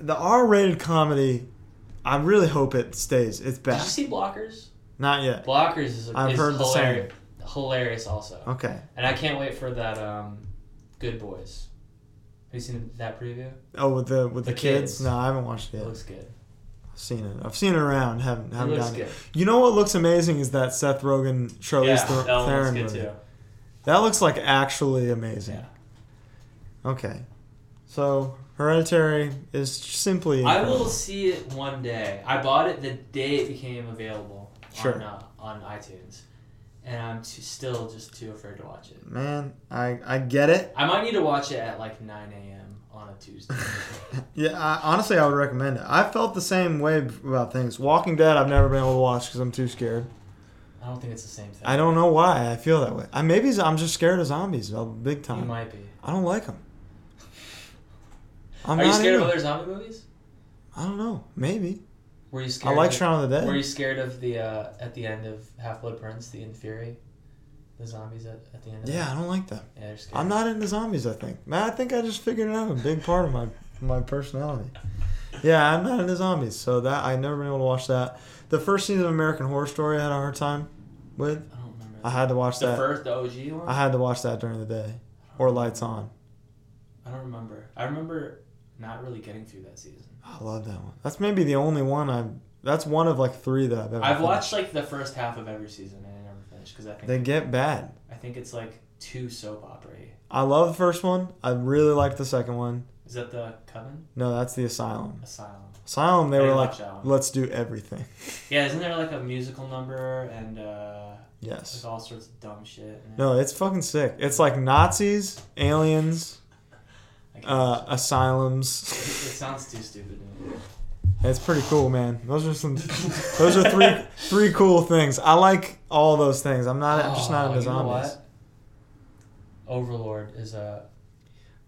Speaker 8: The R rated comedy. I really hope it stays. It's
Speaker 9: Did you
Speaker 8: back.
Speaker 9: see Blockers?
Speaker 8: Not yet.
Speaker 9: Blockers is,
Speaker 8: I've
Speaker 9: is
Speaker 8: heard the
Speaker 9: hilarious, hilarious also.
Speaker 8: Okay.
Speaker 9: And I can't wait for that um, Good Boys. Have you seen that preview?
Speaker 8: Oh, with the with the,
Speaker 9: The
Speaker 8: kids?
Speaker 9: kids.
Speaker 8: No, I haven't watched it
Speaker 9: It
Speaker 8: yet.
Speaker 9: looks good.
Speaker 8: I've seen it. I've seen it around. Haven't
Speaker 9: It
Speaker 8: haven't
Speaker 9: looks
Speaker 8: done it.
Speaker 9: good.
Speaker 8: You know what looks amazing is that Seth Rogen Charlize
Speaker 9: yeah,
Speaker 8: Ther-
Speaker 9: that one looks
Speaker 8: Theron
Speaker 9: good
Speaker 8: movie.
Speaker 9: too.
Speaker 8: That looks like actually amazing.
Speaker 9: Yeah.
Speaker 8: Okay. So Hereditary is simply.
Speaker 9: I will
Speaker 8: incredible.
Speaker 9: see it one day. I bought it the day it became available
Speaker 8: Sure.
Speaker 9: on uh, on iTunes, and I'm too, still just too afraid to watch it.
Speaker 8: Man, I I get it.
Speaker 9: I might need to watch it at like 9 a.m. on a Tuesday.
Speaker 8: Yeah, I, honestly, I would recommend it. I felt the same way about things. Walking Dead, I've never been able to watch because I'm too scared.
Speaker 9: I don't think it's the same thing.
Speaker 8: I don't know why I feel that way. I maybe I'm just scared of zombies, uh, big
Speaker 9: You
Speaker 8: time.
Speaker 9: might be.
Speaker 8: I don't like them. I'm
Speaker 9: Are you
Speaker 8: not
Speaker 9: scared of
Speaker 8: into-
Speaker 9: other zombie movies?
Speaker 8: I don't know. Maybe
Speaker 9: Were you scared?
Speaker 8: I like
Speaker 9: of,
Speaker 8: Shaun of the Dead.
Speaker 9: Were you scared of the uh, at the end of Half Blood Prince, the In Fury, the zombies at, at the end? of
Speaker 8: Yeah, I
Speaker 9: That?
Speaker 8: don't like them.
Speaker 9: Yeah, you're scared.
Speaker 8: I'm not into zombies. I think. Man, I think I just figured it out. A big part of my my personality. Yeah, I'm not into zombies, so that I never been able to watch that. The first season of American Horror Story, I had a hard time with.
Speaker 9: I don't remember.
Speaker 8: I had to watch
Speaker 9: the
Speaker 8: that.
Speaker 9: first, the OG one.
Speaker 8: I had to watch that during the day, or Lights On.
Speaker 9: I don't remember. I remember not really getting through that season.
Speaker 8: I love that one. That's maybe the only one I've. That's one of like three that I've ever.
Speaker 9: I've
Speaker 8: finished.
Speaker 9: watched like the first half of every season and I never finished because I think
Speaker 8: They get bad.
Speaker 9: I think it's like too soap opera.
Speaker 8: I love the first one. I really liked the second one.
Speaker 9: Is that the Coven
Speaker 8: No, that's the Asylum.
Speaker 9: Asylum?
Speaker 8: Asylum. They
Speaker 9: I
Speaker 8: were
Speaker 9: didn't
Speaker 8: like,
Speaker 9: watch that one.
Speaker 8: let's do everything.
Speaker 9: Yeah, isn't there like a musical number and uh,
Speaker 8: Yes.
Speaker 9: like all sorts of dumb shit? in it?
Speaker 8: No, it's fucking sick. It's like Nazis, aliens,
Speaker 9: I can't-
Speaker 8: uh,
Speaker 9: it, it
Speaker 8: asylums.
Speaker 9: sounds too stupid. to me.
Speaker 8: it's pretty cool, man. Those are some. Those are three three cool things. I like all those things. I'm not I'm just not
Speaker 9: Oh,
Speaker 8: into
Speaker 9: you know
Speaker 8: zombies.
Speaker 9: what? Overlord is a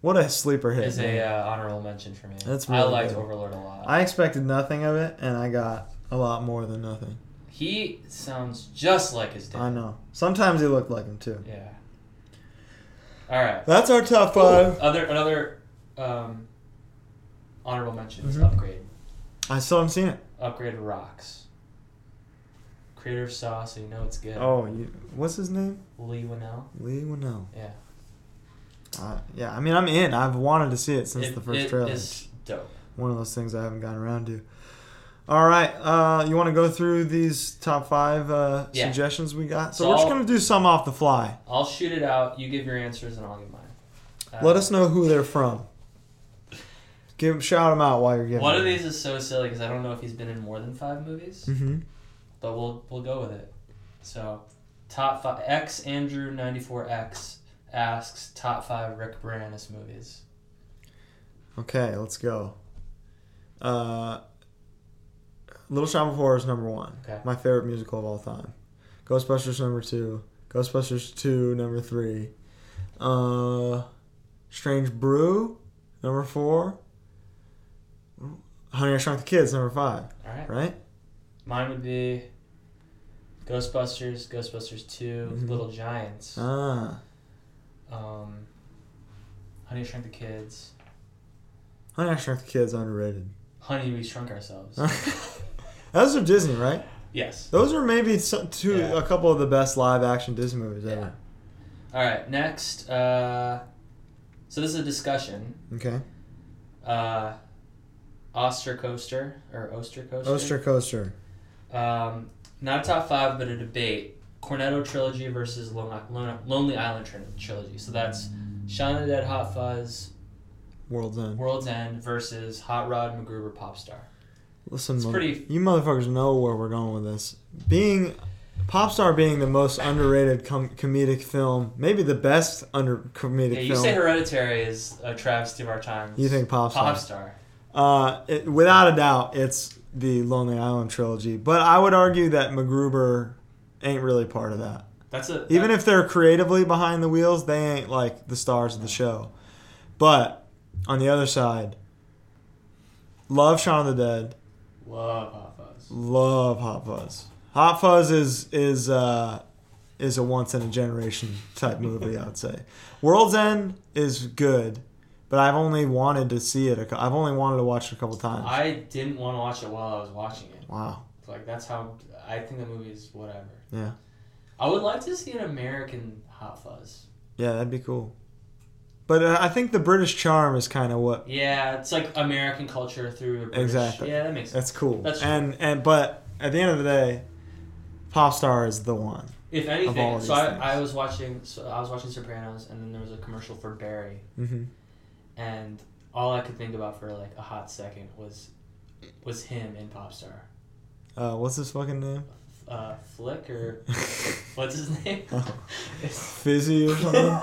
Speaker 8: What a sleeper hit.
Speaker 9: is a
Speaker 8: man.
Speaker 9: uh, honorable mention for me.
Speaker 8: That's
Speaker 9: I
Speaker 8: really
Speaker 9: liked
Speaker 8: good.
Speaker 9: Overlord a lot.
Speaker 8: I expected nothing of it, and I got a lot more than nothing.
Speaker 9: he sounds just like his dad.
Speaker 8: I know. Sometimes he looked like him too.
Speaker 9: Yeah. All right.
Speaker 8: That's our top
Speaker 9: Oh,
Speaker 8: five.
Speaker 9: Other another um, honorable mention is
Speaker 8: Mhm.
Speaker 9: upgrade.
Speaker 8: I still haven't seen it.
Speaker 9: Upgrade rocks. Creator of Saw, so you know it's good.
Speaker 8: Oh, you, what's his name?
Speaker 9: Lee Winnell.
Speaker 8: Lee Winnell.
Speaker 9: Yeah.
Speaker 8: Uh, yeah, I mean, I'm in. I've wanted to see it since
Speaker 9: It-
Speaker 8: the first
Speaker 9: it
Speaker 8: trailer.
Speaker 9: is dope.
Speaker 8: One of those things I haven't gotten around to. All right, uh, you want to go through these top five uh,
Speaker 9: Yeah.
Speaker 8: suggestions we got? So,
Speaker 9: So
Speaker 8: we're just
Speaker 9: I'll-
Speaker 8: gonna do some off the fly.
Speaker 9: I'll shoot it out. You give your answers, and I'll give mine. Uh,
Speaker 8: Let us know who they're from. Give shout them out while you're giving.
Speaker 9: One of these is so silly because I don't know if he's been in more than five movies,
Speaker 8: Mm-hmm.
Speaker 9: but we'll we'll go with it. So, top five. X Andrew ninety four X asks top five Rick Moranis movies.
Speaker 8: Okay, let's go. Uh, Little Shop of Horrors number one.
Speaker 9: Okay.
Speaker 8: My favorite musical of all time. Ghostbusters number two. Ghostbusters two number three. Uh, Strange Brew number four. Honey I Shrunk the Kids number five.
Speaker 9: All right.
Speaker 8: Right?
Speaker 9: Mine would be Ghostbusters, Ghostbusters 2
Speaker 8: Mhm.
Speaker 9: Little Giants,
Speaker 8: Ah,
Speaker 9: um, Honey I Shrunk the Kids,
Speaker 8: Honey I Shrunk the Kids underrated.
Speaker 9: Honey We Shrunk Ourselves.
Speaker 8: Those are Disney, right?
Speaker 9: yes.
Speaker 8: Those are maybe some, two,
Speaker 9: Yeah.
Speaker 8: a couple of the best live action Disney movies ever.
Speaker 9: All right. Next, uh, so this is a discussion.
Speaker 8: Okay.
Speaker 9: Uh, Ostercoaster or Ostercoaster.
Speaker 8: Oster Coaster.
Speaker 9: Um, not a top five, but a debate. Cornetto trilogy versus Lon- Lon- Lonely Island tri- trilogy. So that's Shaun of the Dead, Hot Fuzz,
Speaker 8: World's End.
Speaker 9: World's End versus Hot Rod MacGruber Popstar.
Speaker 8: Listen,
Speaker 9: It's
Speaker 8: mother-
Speaker 9: pretty-
Speaker 8: you motherfuckers know where we're going with this. Being Popstar being the most underrated com- comedic film, maybe the best under comedic
Speaker 9: Yeah, you
Speaker 8: film.
Speaker 9: say Hereditary is a travesty of our times.
Speaker 8: you think Popstar?
Speaker 9: Popstar?
Speaker 8: Uh, it, without a doubt, it's the Lonely Island trilogy. But I would argue that MacGruber ain't really part of that.
Speaker 9: That's a
Speaker 8: Even if they're creatively behind the wheels, they ain't like the stars of the show. But on the other side, love Shaun of the Dead.
Speaker 9: love Hot Fuzz.
Speaker 8: Love Hot Fuzz. Hot Fuzz is is uh, is a once in a generation type movie. I would say World's End is good, but I've only wanted to see it. A, cou- I've only wanted to watch it a couple times.
Speaker 9: I didn't want to watch it while I was watching it.
Speaker 8: wow.
Speaker 9: Like that's how I think the movie is. Whatever.
Speaker 8: Yeah.
Speaker 9: I would like to see an American Hot Fuzz.
Speaker 8: Yeah, that'd be cool. But uh, I think the British charm is kind of what
Speaker 9: Yeah, it's like American culture through a British.
Speaker 8: Exactly.
Speaker 9: Yeah, that makes sense.
Speaker 8: that's cool.
Speaker 9: That's true.
Speaker 8: and and but at the end of the day, Popstar is the one.
Speaker 9: If
Speaker 8: Of all
Speaker 9: anything,
Speaker 8: these
Speaker 9: so I,
Speaker 8: things.
Speaker 9: I was watching. So I was watching Sopranos, and then there was a commercial for Barry,
Speaker 8: hmm
Speaker 9: and all I could think about for like a hot second was was him in Popstar.
Speaker 8: Uh, what's his fucking name?
Speaker 9: Uh, uh, Flick or what's his name?
Speaker 8: Oh.
Speaker 9: it's,
Speaker 8: Fizzy or something.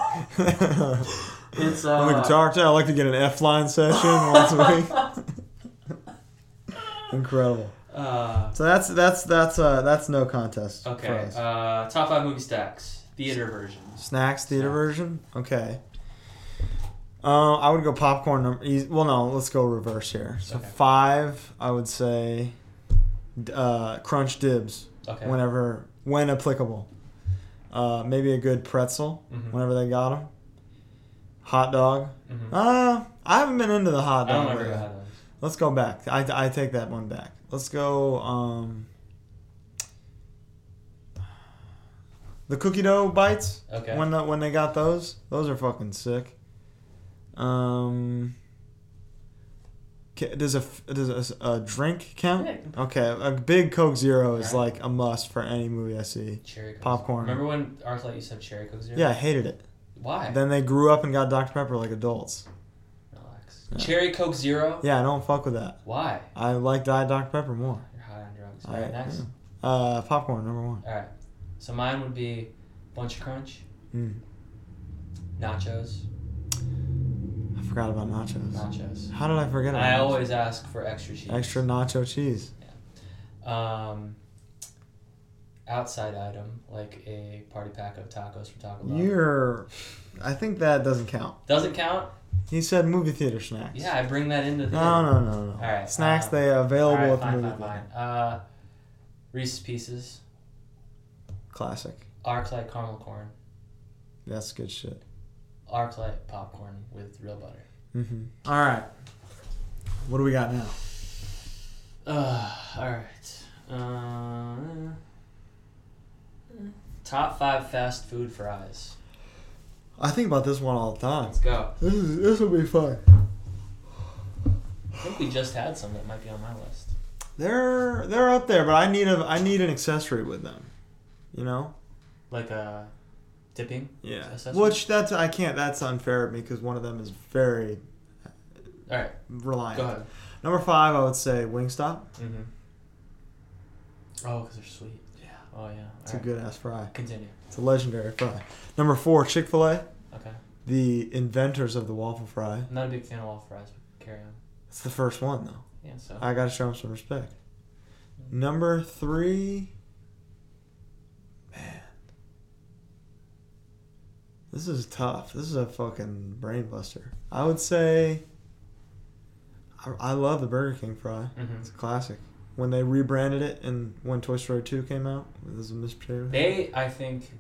Speaker 9: it's uh,
Speaker 8: I'm a guitar tech. I like to get an F line session once a week. Incredible.
Speaker 9: Uh,
Speaker 8: So that's that's that's uh that's no contest. for
Speaker 9: okay.
Speaker 8: us.
Speaker 9: Uh, top five movie stacks, theater versions.
Speaker 8: Snacks theater
Speaker 9: Snacks.
Speaker 8: version. Okay. Uh, I would go popcorn number. eas- Well, no, let's go reverse here. So
Speaker 9: Okay.
Speaker 8: five, I would say, d- uh, crunch dibs
Speaker 9: Okay.
Speaker 8: whenever when applicable. Uh, maybe a good pretzel
Speaker 9: Mhm.
Speaker 8: whenever they got them. Hot dog.
Speaker 9: Mhm.
Speaker 8: Uh, I haven't been into the
Speaker 9: I
Speaker 8: hot dog.
Speaker 9: don't ever
Speaker 8: lately.
Speaker 9: go have those.
Speaker 8: Let's go back. I, I take that one back. Let's go. Um, the cookie dough bites.
Speaker 9: Okay.
Speaker 8: When the, when they got those, those are fucking sick. Um, ca- does a f- does a s- a, drink count?
Speaker 9: Yeah, you can-
Speaker 8: Okay, a big Coke Zero is
Speaker 9: Alright.
Speaker 8: like a must for any movie I see.
Speaker 9: Cherry Coke
Speaker 8: Popcorn.
Speaker 9: Remember when Arthur you said cherry Coke Zero?
Speaker 8: Yeah, I hated it.
Speaker 9: Why?
Speaker 8: Then they grew up and got Dr Pepper like adults.
Speaker 9: Relax.
Speaker 8: Yeah.
Speaker 9: Cherry Coke Zero.
Speaker 8: Yeah, I don't fuck with that.
Speaker 9: Why?
Speaker 8: I like Diet Dr Pepper more.
Speaker 9: You're high on drugs.
Speaker 8: I-
Speaker 9: All right, next.
Speaker 8: Uh, popcorn number one.
Speaker 9: All right. So mine would be Bunch of Crunch,
Speaker 8: Mm.
Speaker 9: nachos,
Speaker 8: I forgot about nachos.
Speaker 9: nachos.
Speaker 8: How did I forget about
Speaker 9: I
Speaker 8: nachos?
Speaker 9: always ask for extra cheese.
Speaker 8: extra nacho cheese.
Speaker 9: Um, outside item like a party pack of tacos from Taco Bell.
Speaker 8: You're I think that doesn't count.
Speaker 9: Doesn't count.
Speaker 8: He said movie theater snacks.
Speaker 9: Yeah, I bring that into the.
Speaker 8: No, no, no, no.
Speaker 9: Alright,
Speaker 8: Snacks
Speaker 9: uh,
Speaker 8: they are
Speaker 9: All
Speaker 8: available
Speaker 9: right,
Speaker 8: at the
Speaker 9: fine,
Speaker 8: movie
Speaker 9: fine,
Speaker 8: theater.
Speaker 9: fine. Uh, Reese's Pieces,
Speaker 8: Classic.
Speaker 9: ArcLight caramel corn,
Speaker 8: That's good shit.
Speaker 9: ArcLight popcorn with real butter.
Speaker 8: Mm-hmm. All right. What do we got now?
Speaker 9: Uh, all right. Uh, top five fast food fries.
Speaker 8: I think about this one all the time.
Speaker 9: Let's go.
Speaker 8: This is this will be fun.
Speaker 9: I think we just had some that might be on my list.
Speaker 8: They're they're up there, but I need a I need an accessory with them. You know?
Speaker 9: Like uh, dipping.
Speaker 8: Yeah.
Speaker 9: Accessory?
Speaker 8: Which that's I can't that's unfair of me because one of them is very
Speaker 9: All right,
Speaker 8: reliant.
Speaker 9: go ahead.
Speaker 8: Number five, I would say Wingstop.
Speaker 9: Mm-hmm. Oh, because they're sweet. Yeah. Oh yeah.
Speaker 8: It's a
Speaker 9: All right.
Speaker 8: good ass fry.
Speaker 9: Continue.
Speaker 8: It's a legendary fry. Number four, Chick Fil A,
Speaker 9: Okay.
Speaker 8: the inventors of the waffle fry.
Speaker 9: I'm not a big fan of waffle fries, but carry on.
Speaker 8: It's the first one though.
Speaker 9: Yeah. So.
Speaker 8: I gotta show them some respect. Number three, man, this is tough. This is a fucking brain buster. I would say, I, I love the Burger King fry.
Speaker 9: Mhm.
Speaker 8: It's a classic. When they rebranded it and when Toy Story 2 came out, this is Mr. Potato. Head.
Speaker 9: They, I think,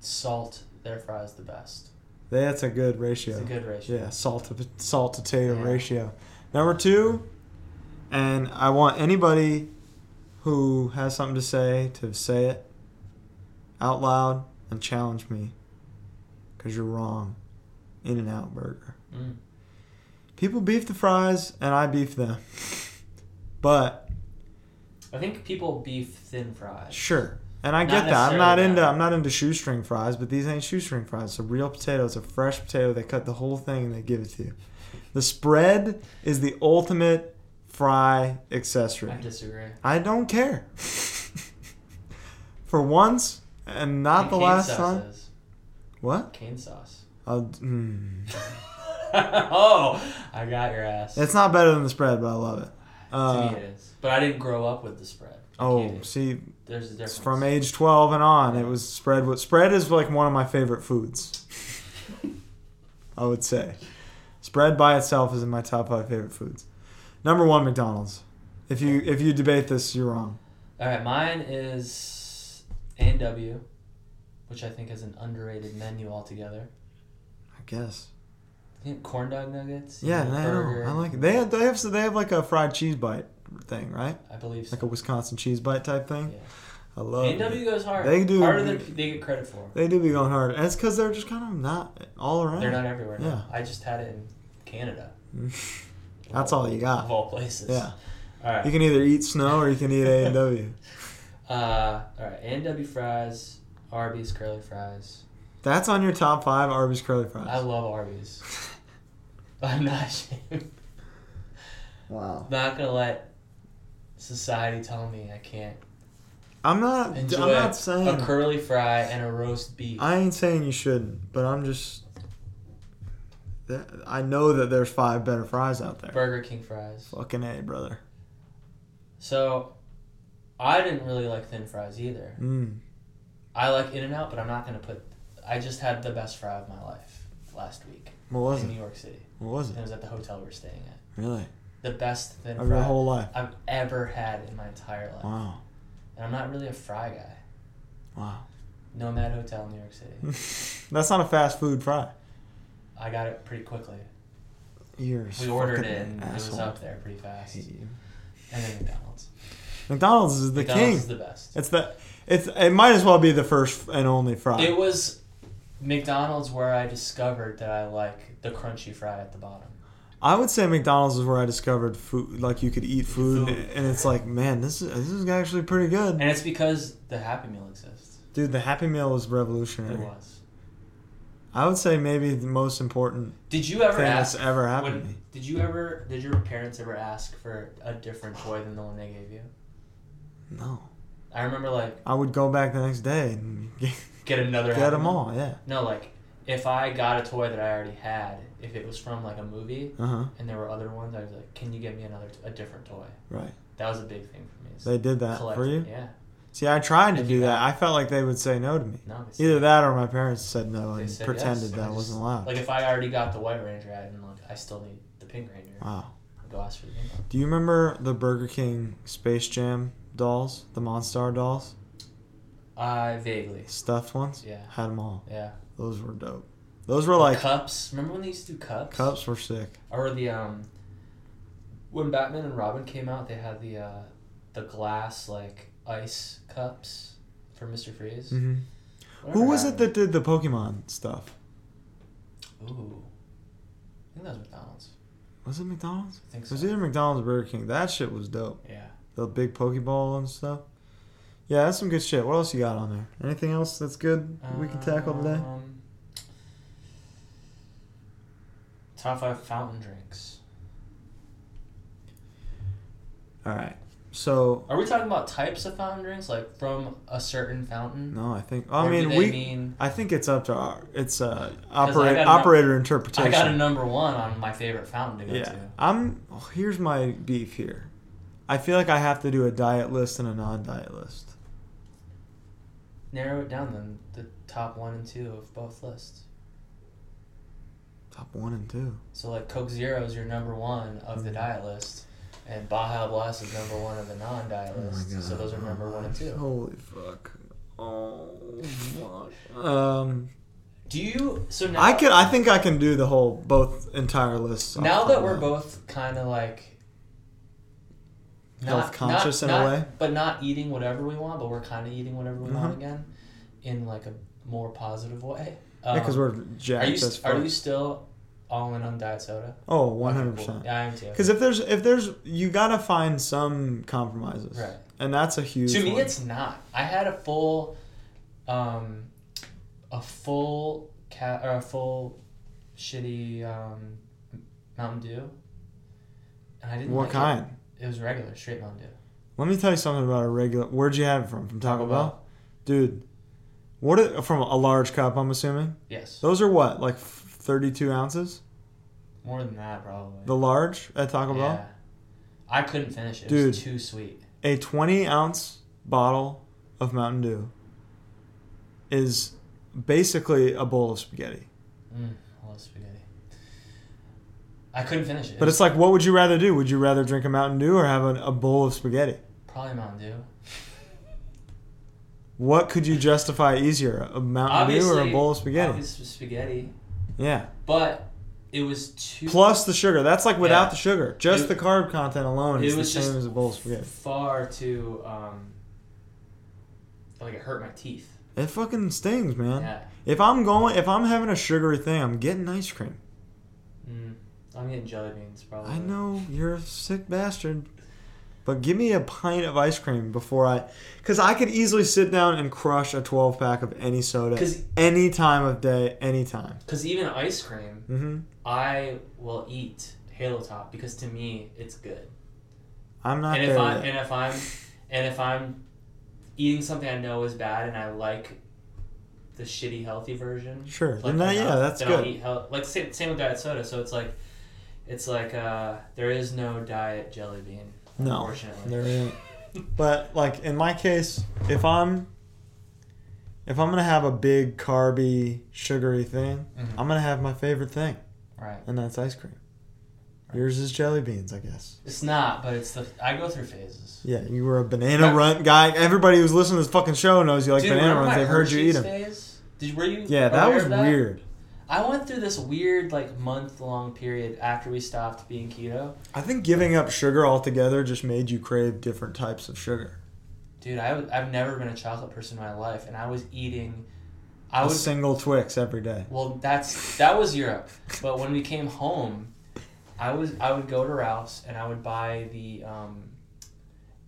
Speaker 9: salt their fries the best.
Speaker 8: That's a good ratio.
Speaker 9: It's a good ratio.
Speaker 8: Yeah, salt to salt to potato
Speaker 9: Yeah.
Speaker 8: ratio. Number two, and I want anybody who has something to say to say it out loud and challenge me, because you're wrong. In and Out Burger.
Speaker 9: Mm.
Speaker 8: People beef the fries and I beef them, but
Speaker 9: I think people beef thin fries.
Speaker 8: sure. And I
Speaker 9: Not
Speaker 8: get that. I'm not
Speaker 9: necessarily
Speaker 8: into
Speaker 9: bad.
Speaker 8: I'm not into shoestring fries, but these ain't shoestring fries. It's a real potato. It's a fresh potato. They cut the whole thing and they give it to you. The spread is the ultimate fry accessory.
Speaker 9: I disagree.
Speaker 8: I don't care. For once, and not
Speaker 9: And
Speaker 8: the
Speaker 9: cane
Speaker 8: last
Speaker 9: sauce
Speaker 8: time.
Speaker 9: Is.
Speaker 8: What?
Speaker 9: Cane sauce.
Speaker 8: I'll, mm.
Speaker 9: oh, I got your ass.
Speaker 8: It's not better than the spread, but I love it.
Speaker 9: to
Speaker 8: Uh,
Speaker 9: me it is. But I didn't grow up with the spread. Like you
Speaker 8: oh,
Speaker 9: did.
Speaker 8: see,
Speaker 9: there's a difference.
Speaker 8: it's from age 12 and on. It was spread. With, spread is like one of my favorite foods, I would say. Spread by itself is in my top five favorite foods. Number one, McDonald's. If you if you debate this, you're wrong.
Speaker 9: All right, mine is A&W, which I think is an underrated menu altogether.
Speaker 8: I guess.
Speaker 9: You think corn dog nuggets. you
Speaker 8: Yeah,
Speaker 9: know,
Speaker 8: I know.
Speaker 9: burger.
Speaker 8: I like it. They have, they have they have like a fried cheese bite thing, right?
Speaker 9: I believe so.
Speaker 8: Like a Wisconsin cheese bite type thing.
Speaker 9: Yeah.
Speaker 8: I love.
Speaker 9: A&W
Speaker 8: it.
Speaker 9: goes hard.
Speaker 8: They do.
Speaker 9: harder than they get credit for.
Speaker 8: They do be going hard. And it's because they're just kind of not all around.
Speaker 9: They're not everywhere. now.
Speaker 8: Yeah.
Speaker 9: I just had it in Canada.
Speaker 8: That's all you got.
Speaker 9: Of all places.
Speaker 8: Ah. Yeah.
Speaker 9: All right.
Speaker 8: You can either eat snow or you can eat A and W.
Speaker 9: Uh, all right. A&W fries, Arby's curly fries.
Speaker 8: That's on your top five Arby's curly fries.
Speaker 9: I love Arby's. I'm not ashamed.
Speaker 8: wow.
Speaker 9: not gonna let society tell me I can't.
Speaker 8: I'm not.
Speaker 9: Enjoy
Speaker 8: I'm not saying.
Speaker 9: a curly fry and a roast beef.
Speaker 8: I ain't saying you shouldn't, but I'm just. That, I know that there's five better fries out there.
Speaker 9: Burger King fries.
Speaker 8: Fucking a, brother.
Speaker 9: So, I didn't really like thin fries either.
Speaker 8: Mm.
Speaker 9: I like In and Out, but I'm not gonna put. I just had the best fry of my life last week
Speaker 8: What was
Speaker 9: in New
Speaker 8: it?
Speaker 9: York City.
Speaker 8: What was
Speaker 9: And it
Speaker 8: it?
Speaker 9: was at the hotel we are staying at.
Speaker 8: Really?
Speaker 9: The best thin
Speaker 8: Of
Speaker 9: fry
Speaker 8: your whole life.
Speaker 9: I've ever had in my entire life.
Speaker 8: Wow.
Speaker 9: And I'm not really a fry guy.
Speaker 8: Wow.
Speaker 9: Nomad Hotel in New York
Speaker 8: Hmm.
Speaker 9: City.
Speaker 8: That's not a fast food fry.
Speaker 9: I got it pretty quickly.
Speaker 8: You're
Speaker 9: We
Speaker 8: fucking
Speaker 9: ordered it and it was
Speaker 8: asshole.
Speaker 9: up there pretty fast.
Speaker 8: Hate you.
Speaker 9: And then McDonald's.
Speaker 8: McDonald's is the
Speaker 9: McDonald's
Speaker 8: king.
Speaker 9: is the best.
Speaker 8: it's the. It's it might as well be the first and only fry.
Speaker 9: It was McDonald's where I discovered that I like the crunchy fry at the bottom.
Speaker 8: I would say McDonald's is where I discovered food. Like you could eat food,
Speaker 9: Food.
Speaker 8: and it's like, man, this is this is actually pretty good.
Speaker 9: And it's because the Happy Meal exists.
Speaker 8: Dude, the Happy Meal was
Speaker 9: It
Speaker 8: revolutionary.
Speaker 9: was.
Speaker 8: I would say maybe the most important
Speaker 9: Did you ever
Speaker 8: thing
Speaker 9: ask?
Speaker 8: that's ever happened
Speaker 9: when-
Speaker 8: to me.
Speaker 9: did you ever? Did your parents ever ask for a different toy than the one they gave you?
Speaker 8: No,
Speaker 9: I remember like
Speaker 8: I would go back the next day and get,
Speaker 9: get another.
Speaker 8: get
Speaker 9: Happy
Speaker 8: them
Speaker 9: Meal.
Speaker 8: all. Yeah.
Speaker 9: No, like if I got a toy that I already had, if it was from like a movie
Speaker 8: Uh huh.
Speaker 9: and there were other ones, I was like, "Can you get me another, t- a different toy?"
Speaker 8: Right.
Speaker 9: That was a big thing for me. is
Speaker 8: They did that for
Speaker 9: collecting.
Speaker 8: you.
Speaker 9: Yeah.
Speaker 8: See, I tried to
Speaker 9: If
Speaker 8: do
Speaker 9: you
Speaker 8: that.
Speaker 9: had-
Speaker 8: I felt like they would say no to me.
Speaker 9: No. it's-
Speaker 8: Either that or my parents said no
Speaker 9: they
Speaker 8: and
Speaker 9: said
Speaker 8: pretended
Speaker 9: yes. I
Speaker 8: that
Speaker 9: just-
Speaker 8: wasn't allowed.
Speaker 9: Like if I already got the White Ranger, I didn't like. I still need the Pink Ranger.
Speaker 8: wow.
Speaker 9: I'd Go ask for the Pink. Ranger.
Speaker 8: Do you remember the Burger King Space Jam dolls, the Monstar dolls,
Speaker 9: I vaguely.
Speaker 8: stuffed ones?
Speaker 9: Yeah.
Speaker 8: Had them all.
Speaker 9: Yeah.
Speaker 8: Those were dope. Those were like
Speaker 9: cups. Remember when they used to do cups?
Speaker 8: cups were sick.
Speaker 9: Or the um. When Batman and Robin came out, they had the uh, the glass like ice cups for Mister Freeze.
Speaker 8: hmm
Speaker 9: Whatever
Speaker 8: Who was it
Speaker 9: happened?
Speaker 8: that did the Pokemon stuff?
Speaker 9: Ooh. I think that was McDonald's.
Speaker 8: Was it McDonald's?
Speaker 9: I think
Speaker 8: It
Speaker 9: so.
Speaker 8: was either McDonald's or Burger King. That shit was dope.
Speaker 9: Yeah.
Speaker 8: The big Pokeball and stuff. Yeah, that's some good shit. What else you got on there? Anything else that's good we can tackle today?
Speaker 9: Um, Top five fountain drinks. Uh,
Speaker 8: All right. So
Speaker 9: Are we talking about types of fountain drinks, like from a certain fountain?
Speaker 8: no, I think I
Speaker 9: Or do
Speaker 8: mean
Speaker 9: they
Speaker 8: we.
Speaker 9: mean-
Speaker 8: I think it's up to our it's uh,
Speaker 9: I
Speaker 8: operator
Speaker 9: got a-
Speaker 8: operator
Speaker 9: I
Speaker 8: interpretation.
Speaker 9: got a number one on my favorite fountain to go
Speaker 8: yeah,
Speaker 9: to.
Speaker 8: I'm. oh, here's my beef here. I feel like I have to do a diet list and a non-diet list.
Speaker 9: Narrow it down then the top one and two of both lists.
Speaker 8: Top one and two.
Speaker 9: So like Coke Zero is your number one of
Speaker 8: Hmm.
Speaker 9: the diet list, and Baja Blast is number one of the non-diet
Speaker 8: Oh
Speaker 9: list. So those are number one and two.
Speaker 8: Holy fuck. Oh fuck. Um,
Speaker 9: Do you? So now
Speaker 8: I could. I think I can do the whole both entire lists. off
Speaker 9: now
Speaker 8: the
Speaker 9: that we're
Speaker 8: bat.
Speaker 9: both kind of like
Speaker 8: Health conscious in a
Speaker 9: not,
Speaker 8: way?
Speaker 9: but not eating whatever we want, but we're kind of eating whatever we want
Speaker 8: Mhm.
Speaker 9: again, in like a more positive way.
Speaker 8: yeah, because
Speaker 9: Um,
Speaker 8: we're
Speaker 9: are
Speaker 8: jacked
Speaker 9: you
Speaker 8: as
Speaker 9: st- are
Speaker 8: fuck.
Speaker 9: you still all in on diet soda?
Speaker 8: oh,
Speaker 9: Okay,
Speaker 8: one
Speaker 9: cool.
Speaker 8: hundred percent.
Speaker 9: Yeah, I am too.
Speaker 8: Because if there's if there's you gotta find some compromises,
Speaker 9: Right.
Speaker 8: and that's a huge.
Speaker 9: to me
Speaker 8: one.
Speaker 9: it's not i had a full um a full cat or a full shitty um mountain dew and i didn't
Speaker 8: what
Speaker 9: like it.
Speaker 8: kind.
Speaker 9: it. was regular straight mountain dew
Speaker 8: Let me tell you something about a regular. Where'd you have it from? From Taco, Bell? dude. What are, from a large cup? I'm assuming
Speaker 9: yes
Speaker 8: those are what like 32 ounces.
Speaker 9: more than that probably
Speaker 8: The large at Taco
Speaker 9: yeah.
Speaker 8: Bell,
Speaker 9: i couldn't finish it it
Speaker 8: Dude.
Speaker 9: was too sweet
Speaker 8: a 20 ounce bottle of Mountain Dew is basically a bowl of spaghetti.
Speaker 9: mm, i love spaghetti i couldn't finish it
Speaker 8: But it's like, what would you rather do? Would you rather drink a Mountain Dew or have an, a bowl of spaghetti?
Speaker 9: probably mountain dew
Speaker 8: What could you justify easier, a Mountain Dew or a bowl of spaghetti?
Speaker 9: obviously spaghetti
Speaker 8: Yeah.
Speaker 9: but it was too
Speaker 8: Plus the sugar. That's like without
Speaker 9: Yeah.
Speaker 8: the sugar. Just
Speaker 9: It-
Speaker 8: the carb content alone
Speaker 9: it
Speaker 8: is the
Speaker 9: was
Speaker 8: same
Speaker 9: just
Speaker 8: as a bowl of spaghetti.
Speaker 9: far too um like it hurt my teeth
Speaker 8: It fucking stings, man.
Speaker 9: yeah
Speaker 8: If I'm going, if I'm having a sugary thing, I'm getting ice cream.
Speaker 9: mm. i'm getting jelly beans probably
Speaker 8: I know you're a sick bastard, but give me a pint of ice cream before I, because I could easily sit down and crush a 12 pack of any soda,
Speaker 9: 'Cause-
Speaker 8: any time of day, any time.
Speaker 9: because even ice cream
Speaker 8: Mm-hmm.
Speaker 9: i will eat halo top because to me it's good
Speaker 8: I'm not
Speaker 9: and
Speaker 8: there
Speaker 9: if i'm
Speaker 8: yet.
Speaker 9: and if i'm and if i'm eating something I know is bad and I like the shitty healthy version.
Speaker 8: Sure.
Speaker 9: like,
Speaker 8: Then that- yeah,
Speaker 9: enough,
Speaker 8: that's
Speaker 9: then I'll
Speaker 8: good.
Speaker 9: eat health- like same, same with diet soda. So it's like, it's like uh, there is no diet jelly bean.
Speaker 8: No,
Speaker 9: unfortunately.
Speaker 8: there ain't. But like in my case, if I'm if I'm gonna have a big carby, sugary thing,
Speaker 9: Mhm.
Speaker 8: I'm gonna have my favorite thing,
Speaker 9: Right.
Speaker 8: and that's ice cream. Yours is jelly beans, I guess.
Speaker 9: It's not, but it's the I go through phases.
Speaker 8: Yeah, you were a banana
Speaker 9: Right.
Speaker 8: run guy. Everybody who's listening to this fucking show knows you like
Speaker 9: Dude,
Speaker 8: banana
Speaker 9: remember
Speaker 8: runs.
Speaker 9: my
Speaker 8: They've heard you eat
Speaker 9: Hershey's
Speaker 8: them.
Speaker 9: phase? Did were you?
Speaker 8: Yeah, that
Speaker 9: aware
Speaker 8: was
Speaker 9: of
Speaker 8: weird.
Speaker 9: I went through this weird like month long period after we stopped being keto.
Speaker 8: I think giving up sugar altogether just made you crave different types of sugar.
Speaker 9: Dude, I, w- I've never been a chocolate person in my life, and I was eating. I
Speaker 8: A
Speaker 9: was
Speaker 8: single Twix every day.
Speaker 9: Well, that's that was Europe. But when we came home, I was I would go to Ralph's and I would buy the um,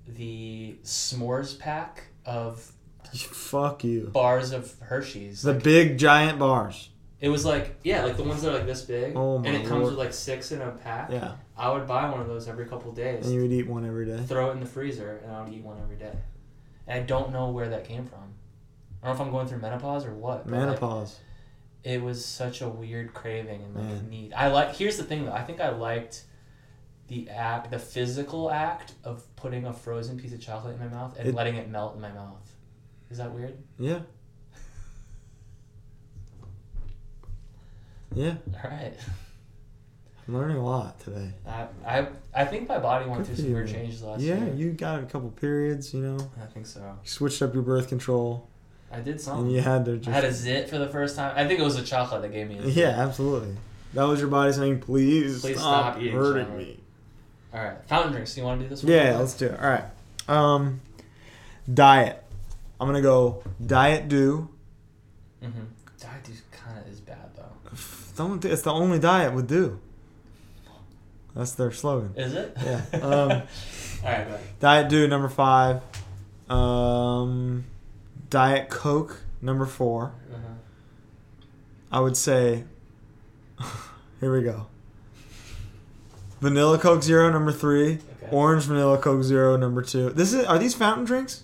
Speaker 9: the s'mores pack of
Speaker 8: Fuck you.
Speaker 9: bars of Hershey's.
Speaker 8: The
Speaker 9: Like,
Speaker 8: big giant bars.
Speaker 9: it was like yeah, like the ones that are like this big,
Speaker 8: Oh my
Speaker 9: and it comes
Speaker 8: lord.
Speaker 9: with like six in a pack.
Speaker 8: Yeah,
Speaker 9: I would buy one of those every couple days,
Speaker 8: and you would eat one every day.
Speaker 9: throw it in the freezer, and I would eat one every day. And I don't know where that came from. I don't know if I'm going through menopause or what. but, like,
Speaker 8: Menopause.
Speaker 9: it was such a weird craving and like a
Speaker 8: Man.
Speaker 9: need. I like. Here's the thing though. I think I liked the act, the physical act of putting a frozen piece of chocolate in my mouth and
Speaker 8: It-
Speaker 9: letting it melt in my mouth. Is that weird?
Speaker 8: Yeah. Yeah,
Speaker 9: All right.
Speaker 8: I'm learning a lot today.
Speaker 9: I I, I think my body went
Speaker 8: Good
Speaker 9: through
Speaker 8: for
Speaker 9: some
Speaker 8: you,
Speaker 9: weird
Speaker 8: man.
Speaker 9: changes last
Speaker 8: Yeah,
Speaker 9: year.
Speaker 8: you got a couple periods, you know.
Speaker 9: I think so.
Speaker 8: You switched up your birth control,
Speaker 9: I did
Speaker 8: and
Speaker 9: something.
Speaker 8: you had to just.
Speaker 9: I had a zit for the first time. I think it was the chocolate that gave me. A zit.
Speaker 8: yeah, absolutely. That was your body saying, "Please,
Speaker 9: Please
Speaker 8: stop,
Speaker 9: stop eating
Speaker 8: hurting
Speaker 9: chocolate."
Speaker 8: me."
Speaker 9: All right. Fountain drinks. Do you want to do this one?
Speaker 8: Yeah, let's do it. All right. Um, diet. I'm gonna go diet do.
Speaker 9: Mm-hmm. Diet kind of is bad though.
Speaker 8: Don't. It's the only diet with do. That's their slogan.
Speaker 9: Is it?
Speaker 8: Yeah, um,
Speaker 9: All right. But
Speaker 8: Diet Dew number five. Um, Diet Coke number four.
Speaker 9: uh
Speaker 8: I would say. here we go. Vanilla Coke Zero number three.
Speaker 9: Okay.
Speaker 8: Orange Vanilla Coke Zero number two. This is are these fountain drinks?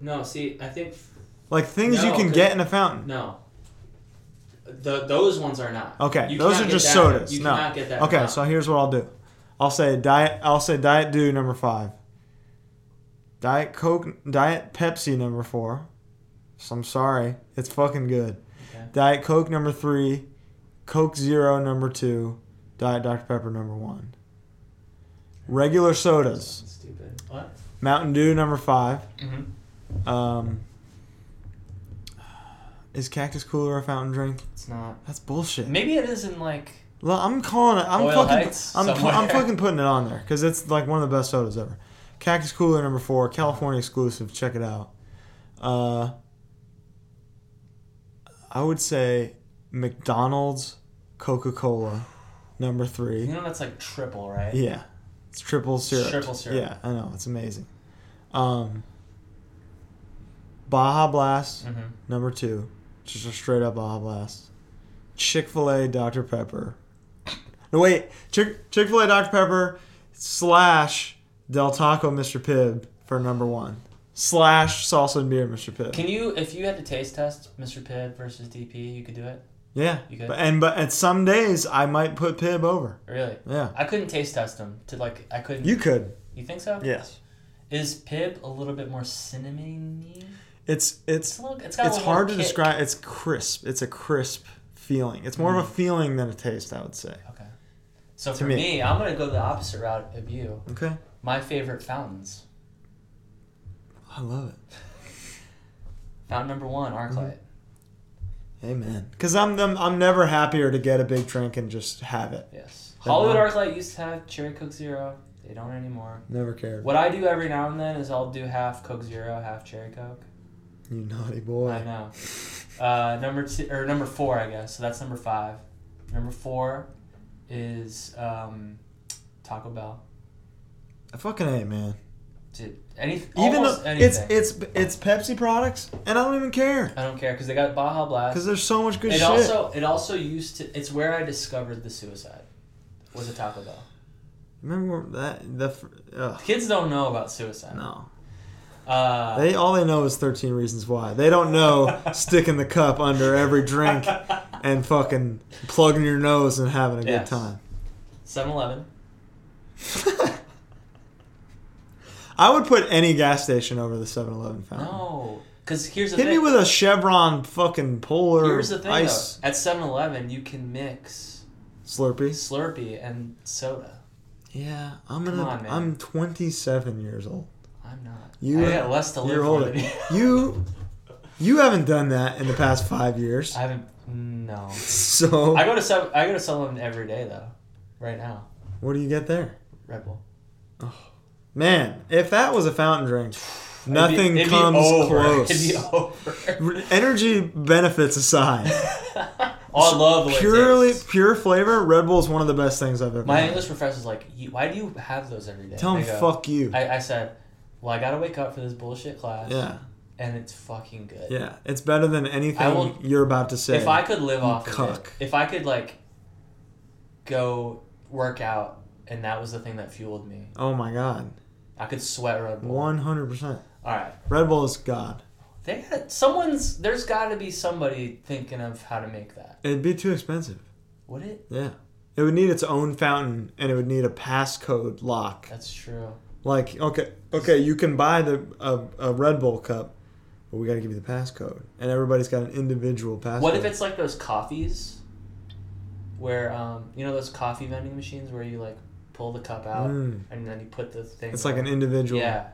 Speaker 9: No. See, I think
Speaker 8: Like things you
Speaker 9: No,
Speaker 8: can
Speaker 9: 'cause-
Speaker 8: get in a fountain.
Speaker 9: No. The, those ones are not.
Speaker 8: Okay,
Speaker 9: You
Speaker 8: those
Speaker 9: cannot
Speaker 8: are
Speaker 9: get
Speaker 8: just
Speaker 9: that-
Speaker 8: sodas.
Speaker 9: You
Speaker 8: no.
Speaker 9: cannot get that.
Speaker 8: okay,
Speaker 9: amount.
Speaker 8: so here's what I'll do. I'll say diet. I'll say Diet Dew number five. Diet Coke, Diet Pepsi number four. So I'm sorry, it's fucking good.
Speaker 9: Okay.
Speaker 8: Diet Coke number three, Coke Zero number two, Diet Dr Pepper number one. Regular sodas,
Speaker 9: Stupid. What?
Speaker 8: Mountain Dew number five.
Speaker 9: Mm-hmm.
Speaker 8: Um, is Cactus Cooler a fountain drink?
Speaker 9: It's not.
Speaker 8: That's bullshit.
Speaker 9: Maybe it is in like.
Speaker 8: Well, I'm calling it. I'm
Speaker 9: Oil
Speaker 8: fucking.
Speaker 9: Heights
Speaker 8: I'm, pu- I'm
Speaker 9: somewhere.
Speaker 8: fucking putting it on there because it's like one of the best sodas ever. Cactus Cooler number four, California exclusive. Check it out. Uh, I would say McDonald's Coca Cola number
Speaker 9: You
Speaker 8: three.
Speaker 9: know that's like triple, right?
Speaker 8: Yeah, it's triple syrup.
Speaker 9: triple syrup.
Speaker 8: Yeah, I know it's amazing. Um, Baja Blast
Speaker 9: Mm-hmm.
Speaker 8: number two, just a straight up Baja Blast. Chick Fil A Dr Pepper. No wait, Chick Chick Fil A Dr Pepper slash Del Taco Mr Pibb for number one slash Salsa and Beer Mr Pibb.
Speaker 9: Can you, if you had to taste test Mr. Pibb versus DP, you could do it.
Speaker 8: yeah,
Speaker 9: You good?
Speaker 8: but, and but at some days I might put Pibb over.
Speaker 9: Really?
Speaker 8: Yeah,
Speaker 9: I couldn't taste test them to like I couldn't.
Speaker 8: you could.
Speaker 9: You think so?
Speaker 8: Yes,
Speaker 9: Is Pibb a little bit more cinnamony?
Speaker 8: it's
Speaker 9: It's
Speaker 8: it's
Speaker 9: a little. It's got.
Speaker 8: it's
Speaker 9: a little more
Speaker 8: hard to
Speaker 9: kick.
Speaker 8: describe. It's crisp. It's a crisp feeling. It's more of
Speaker 9: Mm.
Speaker 8: a feeling than a taste, I would say.
Speaker 9: Okay. So for
Speaker 8: me.
Speaker 9: me, I'm gonna go the opposite route of you.
Speaker 8: Okay,
Speaker 9: My favorite fountains.
Speaker 8: I love it.
Speaker 9: Fountain number one,
Speaker 8: Mm-hmm.
Speaker 9: Arclight.
Speaker 8: Amen. Because I'm, I'm I'm never happier to get a big drink and just have it.
Speaker 9: Yes.
Speaker 8: Then
Speaker 9: Hollywood
Speaker 8: I'll-
Speaker 9: ArcLight used to have Cherry Coke Zero. They don't anymore.
Speaker 8: Never cared.
Speaker 9: What I do every now and then is I'll do half Coke Zero, half Cherry Coke.
Speaker 8: You naughty
Speaker 9: I
Speaker 8: boy.
Speaker 9: know. Uh, number two or number four, I guess. So that's number five. Number four is um, Taco Bell.
Speaker 8: I fucking hate, man.
Speaker 9: Dude, any
Speaker 8: Even though
Speaker 9: almost
Speaker 8: it's
Speaker 9: anything.
Speaker 8: it's it's Pepsi products, and I don't even care
Speaker 9: I don't care because they got Baja
Speaker 8: because
Speaker 9: Blast.
Speaker 8: there's so much good
Speaker 9: It
Speaker 8: shit.
Speaker 9: also it also used to. It's where I discovered the suicide. Was a Taco Bell.
Speaker 8: Remember that the fr- ugh,
Speaker 9: Kids don't know about suicide.
Speaker 8: no.
Speaker 9: Uh,
Speaker 8: They all they know is Thirteen Reasons Why. They don't know sticking the cup under every drink and fucking plugging your nose and having a
Speaker 9: Yes.
Speaker 8: good time.
Speaker 9: 7-Eleven.
Speaker 8: I would put any gas station over the 7-Eleven fountain.
Speaker 9: No, because here's the
Speaker 8: Hit
Speaker 9: thing.
Speaker 8: me with a Chevron fucking polar
Speaker 9: here's the thing.
Speaker 8: ice
Speaker 9: Though. At 7-Eleven, you can mix
Speaker 8: Slurpee.
Speaker 9: Slurpee and soda.
Speaker 8: Yeah, I'm
Speaker 9: Come
Speaker 8: gonna.
Speaker 9: on, man.
Speaker 8: I'm 27 years old.
Speaker 9: I'm not.
Speaker 8: You
Speaker 9: I got less to live
Speaker 8: you're
Speaker 9: for
Speaker 8: older.
Speaker 9: than you.
Speaker 8: you you haven't done that in the past five years.
Speaker 9: I haven't. No.
Speaker 8: So
Speaker 9: I go to seven. I go to 7-Eleven every day though. Right now,
Speaker 8: what do you get there,
Speaker 9: Red Bull.
Speaker 8: man? If that was a fountain drink,
Speaker 9: It'd be-
Speaker 8: nothing
Speaker 9: it'd be
Speaker 8: comes
Speaker 9: over.
Speaker 8: close.
Speaker 9: It'd be over.
Speaker 8: R- Energy benefits aside,
Speaker 9: Oh, I love the way it
Speaker 8: purely
Speaker 9: tastes.
Speaker 8: pure flavor. Red Bull is one of the best things I've ever.
Speaker 9: My
Speaker 8: had.
Speaker 9: English professor's like, "You- why do you have those every day?
Speaker 8: Tell
Speaker 9: I
Speaker 8: him
Speaker 9: go-
Speaker 8: fuck you.
Speaker 9: I, I said, well, I gotta wake up for this bullshit class.
Speaker 8: yeah,
Speaker 9: And it's fucking good.
Speaker 8: yeah. It's better than anything
Speaker 9: will-
Speaker 8: you're about to say.
Speaker 9: If I could live
Speaker 8: You
Speaker 9: off of
Speaker 8: cuck.
Speaker 9: it, if I could like go work out, and that was the thing that fueled me,
Speaker 8: oh my god,
Speaker 9: I could sweat Red Bull.
Speaker 8: one hundred percent.
Speaker 9: All right,
Speaker 8: Red Bull is god.
Speaker 9: they got someone's. There's got to be somebody thinking of how to make that.
Speaker 8: It'd be too expensive.
Speaker 9: Would it?
Speaker 8: Yeah. It would need its own fountain and it would need a passcode lock.
Speaker 9: That's true.
Speaker 8: Like, okay, okay, you can buy the a, a Red Bull cup, but we got to give you the passcode. And everybody's got an individual passcode.
Speaker 9: What if it's like those coffees, where um, you know those coffee vending machines where you like pull the cup out
Speaker 8: Mm.
Speaker 9: and then you put the thing.
Speaker 8: It's like
Speaker 9: on?
Speaker 8: an individual.
Speaker 9: Yeah.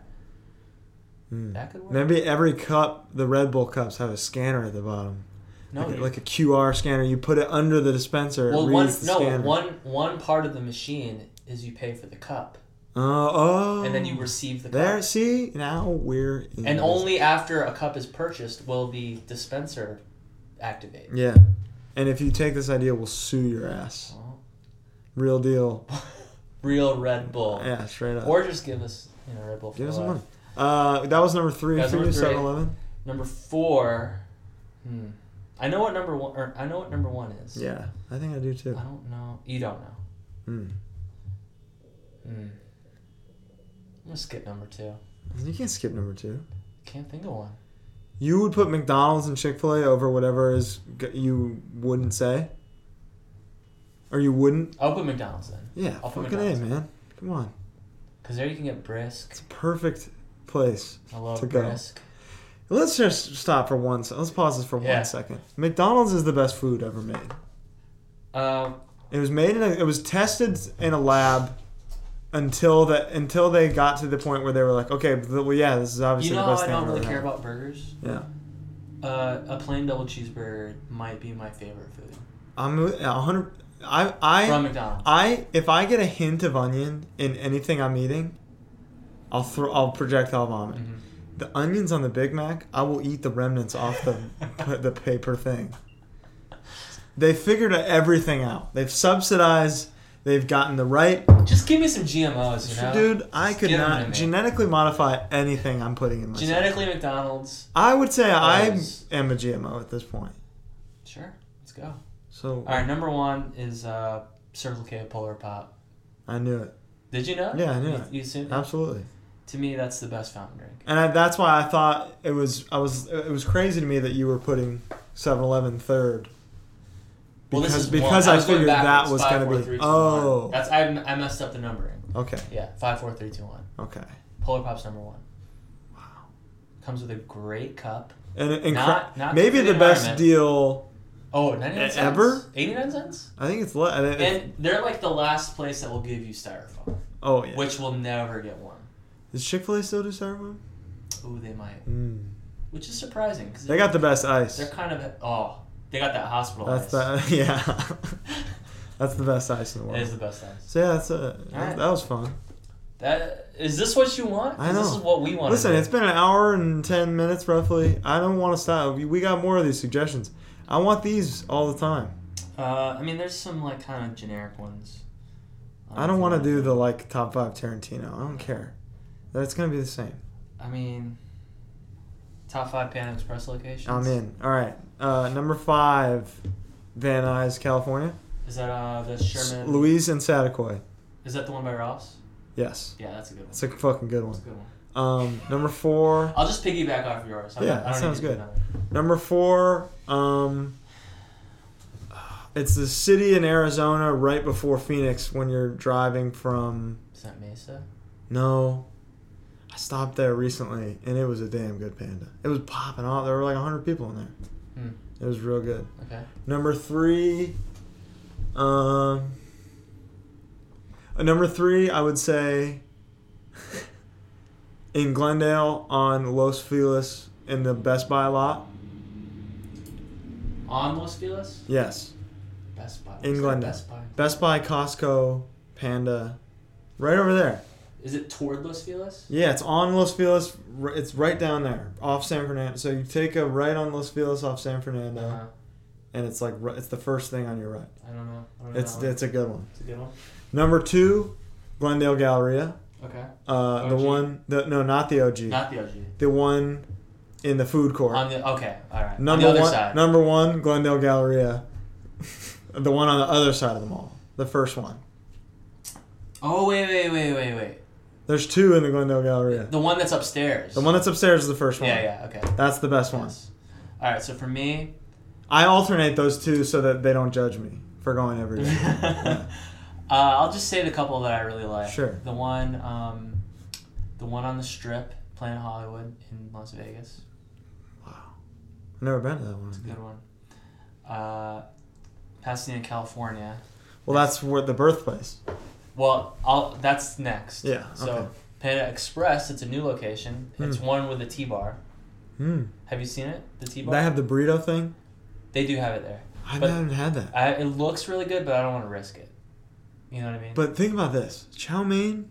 Speaker 8: Mm.
Speaker 9: That could work.
Speaker 8: Maybe every cup, the Red Bull cups have a scanner at the bottom.
Speaker 9: no,
Speaker 8: like, a,
Speaker 9: dude.
Speaker 8: like a QR scanner. You put it under the dispenser.
Speaker 9: well,
Speaker 8: it reads
Speaker 9: one
Speaker 8: the
Speaker 9: no
Speaker 8: scanner.
Speaker 9: one one part of the machine is you pay for the cup
Speaker 8: Oh, oh.
Speaker 9: and then you receive the cup.
Speaker 8: There, see? Now we're in.
Speaker 9: and
Speaker 8: business.
Speaker 9: only after a cup is purchased will the dispenser activate.
Speaker 8: Yeah. And if you take this idea, we'll sue your ass.
Speaker 9: Well,
Speaker 8: Real deal.
Speaker 9: Real Red Bull,
Speaker 8: Yeah, straight up.
Speaker 9: or just give us you know Red Bull. For
Speaker 8: Give us some
Speaker 9: life.
Speaker 8: money. Uh, that was number three
Speaker 9: That was
Speaker 8: for you,
Speaker 9: number three.
Speaker 8: 7 Eleven?
Speaker 9: Number four. Hmm. I know what number one. Or I know what number one is.
Speaker 8: Yeah, I think I do too.
Speaker 9: I don't know. You don't know.
Speaker 8: Hmm.
Speaker 9: Hmm. I'm gonna skip number two.
Speaker 8: You can't skip number two.
Speaker 9: Can't think of one.
Speaker 8: You would put McDonald's and Chick fil A over whatever is g- you wouldn't say? Or you wouldn't?
Speaker 9: I'll put McDonald's then,
Speaker 8: Yeah,
Speaker 9: I'll put
Speaker 8: fucking A,
Speaker 9: McDonald's.
Speaker 8: man. Come on.
Speaker 9: cause there you can get brisk.
Speaker 8: It's a perfect place.
Speaker 9: I love
Speaker 8: to go.
Speaker 9: brisk.
Speaker 8: Let's just stop for one se- Let's pause this for
Speaker 9: Yeah.
Speaker 8: one second. McDonald's is the best food ever made.
Speaker 9: Um,
Speaker 8: It was made in a, it was tested in a lab until that until they got to the point where they were like, okay, th- well, yeah, this is
Speaker 9: you
Speaker 8: obviously
Speaker 9: know
Speaker 8: the
Speaker 9: how
Speaker 8: best
Speaker 9: I
Speaker 8: thing.
Speaker 9: don't really
Speaker 8: I've
Speaker 9: care
Speaker 8: ever
Speaker 9: about burgers.
Speaker 8: had. Yeah,
Speaker 9: Uh, a plain double cheeseburger might be my favorite food
Speaker 8: I'm a hundred. I I
Speaker 9: from McDonald's.
Speaker 8: I if I get a hint of onion in anything I'm eating, I'll throw I'll projectile vomit.
Speaker 9: Mhm.
Speaker 8: The onions on the Big Mac, I will eat the remnants off the p- the paper thing. They figured everything out. They've subsidized. They've gotten the right
Speaker 9: Just give me some GMOs, you know,
Speaker 8: Dude, I
Speaker 9: Just
Speaker 8: could
Speaker 9: give 'em to
Speaker 8: not
Speaker 9: me.
Speaker 8: genetically modify anything I'm putting in my.
Speaker 9: Genetically McDonald's.
Speaker 8: I would say I
Speaker 9: Yes.
Speaker 8: am a GMO at this point.
Speaker 9: Sure, let's go.
Speaker 8: So
Speaker 9: All right, number one is uh, Circle K Polar Pop.
Speaker 8: I knew it
Speaker 9: Did you know?
Speaker 8: Yeah, I knew
Speaker 9: You,
Speaker 8: it.
Speaker 9: you assume?
Speaker 8: absolutely,
Speaker 9: To me, that's the best fountain drink.
Speaker 8: and I, that's why I thought it was. I was. It was crazy to me that you were putting 7-Eleven third.
Speaker 9: Well, this
Speaker 8: Because-
Speaker 9: is
Speaker 8: because
Speaker 9: one.
Speaker 8: I
Speaker 9: was going
Speaker 8: figured that
Speaker 9: backwards.
Speaker 8: was
Speaker 9: Five,
Speaker 8: gonna
Speaker 9: four,
Speaker 8: be-
Speaker 9: three, two,
Speaker 8: oh.
Speaker 9: one. that's I, I messed up the numbering.
Speaker 8: Okay.
Speaker 9: Yeah, five, four, three, two, one.
Speaker 8: Okay.
Speaker 9: Polar Pop's number one. Wow. Comes with a great cup.
Speaker 8: And, and
Speaker 9: Not-
Speaker 8: cra-
Speaker 9: not
Speaker 8: maybe
Speaker 9: good for
Speaker 8: the
Speaker 9: the
Speaker 8: best
Speaker 9: environment.
Speaker 8: deal.
Speaker 9: Oh, 99
Speaker 8: E-
Speaker 9: cents.
Speaker 8: ever?
Speaker 9: 89 cents?
Speaker 8: I think it's. Le- I think-
Speaker 9: And they're like the last place that will give you styrofoam,
Speaker 8: oh yeah.
Speaker 9: which will never get one.
Speaker 8: Does Chick Fil A still do styrofoam?
Speaker 9: Ooh, they might.
Speaker 8: Mm.
Speaker 9: Which is surprising because
Speaker 8: They got the best ice.
Speaker 9: They're kind of oh, they got that hospital.
Speaker 8: That's
Speaker 9: ice.
Speaker 8: the uh, yeah. that's the best ice in the
Speaker 9: It is
Speaker 8: world.
Speaker 9: the best ice.
Speaker 8: So yeah, that's a,
Speaker 9: Alright.
Speaker 8: that was fun.
Speaker 9: That is this what you want? 'Cause
Speaker 8: I know.
Speaker 9: This is what we want.
Speaker 8: Listen, it's been an hour and ten minutes roughly. I don't want to stop. We- We got more of these suggestions. I want these all the time.
Speaker 9: Uh, I mean, there's some like kind of generic ones.
Speaker 8: I don't want to do the like top five Tarantino. I don't care. That's gonna be the same.
Speaker 9: I mean, top five Pan Express locations.
Speaker 8: I'm in. All right. Uh, number five, Van Nuys, California.
Speaker 9: Is that uh the
Speaker 8: S-
Speaker 9: Sherman?
Speaker 8: Louise and Satakoy.
Speaker 9: Is that the one by Ross?
Speaker 8: Yes,
Speaker 9: Yeah, that's a good one.
Speaker 8: it's a fucking good
Speaker 9: That's
Speaker 8: one.
Speaker 9: a good one.
Speaker 8: Um, number four.
Speaker 9: I'll just piggyback off yours. I'm
Speaker 8: Yeah,
Speaker 9: not- I
Speaker 8: that
Speaker 9: don't
Speaker 8: sounds
Speaker 9: need to do
Speaker 8: good.
Speaker 9: another.
Speaker 8: Number four. Um, it's the city in Arizona right before Phoenix when you're driving from.
Speaker 9: Is that Mesa?
Speaker 8: No. I stopped there recently and it was a damn good panda. It was popping off. There were like 100 people in there.
Speaker 9: Hmm.
Speaker 8: It was real good.
Speaker 9: Okay.
Speaker 8: Number three. Um. uh, Number three, I would say. In Glendale on Los Feliz in the Best Buy lot.
Speaker 9: On Los Feliz?
Speaker 8: Yes.
Speaker 9: Best Buy. What's
Speaker 8: In
Speaker 9: that
Speaker 8: Glendale.
Speaker 9: Best Buy.
Speaker 8: Best Buy, Costco, Panda. Right over there.
Speaker 9: Is it toward Los Feliz?
Speaker 8: Yeah, it's on Los Feliz. r- It's right down there off San Fernando. So you take a right on Los Feliz off San Fernando,
Speaker 9: Uh,
Speaker 8: and it's like ri- it's the first thing on your right.
Speaker 9: I don't know. I don't know
Speaker 8: It's
Speaker 9: that one.
Speaker 8: it's a good one.
Speaker 9: It's a good one.
Speaker 8: Number two, Glendale Galleria.
Speaker 9: Okay.
Speaker 8: Uh, the
Speaker 9: OG?
Speaker 8: one, the, no, not the OG.
Speaker 9: Not the OG.
Speaker 8: the one in the food court.
Speaker 9: On the okay, all right. on
Speaker 8: number
Speaker 9: the other
Speaker 8: one,
Speaker 9: side.
Speaker 8: number one, Glendale Galleria. the one on the other side of the mall. The first one.
Speaker 9: Oh wait, wait, wait, wait, wait.
Speaker 8: There's two in the Glendale Galleria.
Speaker 9: The one that's upstairs.
Speaker 8: The one that's upstairs is the first one.
Speaker 9: Yeah, yeah. Okay.
Speaker 8: That's the best one.
Speaker 9: Yes. All right. So for me,
Speaker 8: I alternate those two so that they don't judge me for going every day.
Speaker 9: uh, I'll just say the couple that I really like.
Speaker 8: Sure.
Speaker 9: The one, um, the one on the Strip, Planet Hollywood in Las Vegas.
Speaker 8: I've never been to that
Speaker 9: It's a good
Speaker 8: one.
Speaker 9: one. Uh, Pasadena, California.
Speaker 8: Well, that's where the birthplace.
Speaker 9: Well, I'll, that's next.
Speaker 8: Yeah,
Speaker 9: So
Speaker 8: okay.
Speaker 9: Panda Express, it's a new location. It's
Speaker 8: Hmm.
Speaker 9: one with a T bar.
Speaker 8: Hmm.
Speaker 9: Have you seen it? The T bar.
Speaker 8: They have the burrito thing.
Speaker 9: They do have it there.
Speaker 8: I
Speaker 9: But-
Speaker 8: haven't had that.
Speaker 9: I, it looks really good, but I don't want to risk it. You know what I mean?
Speaker 8: But think about this: chow mein,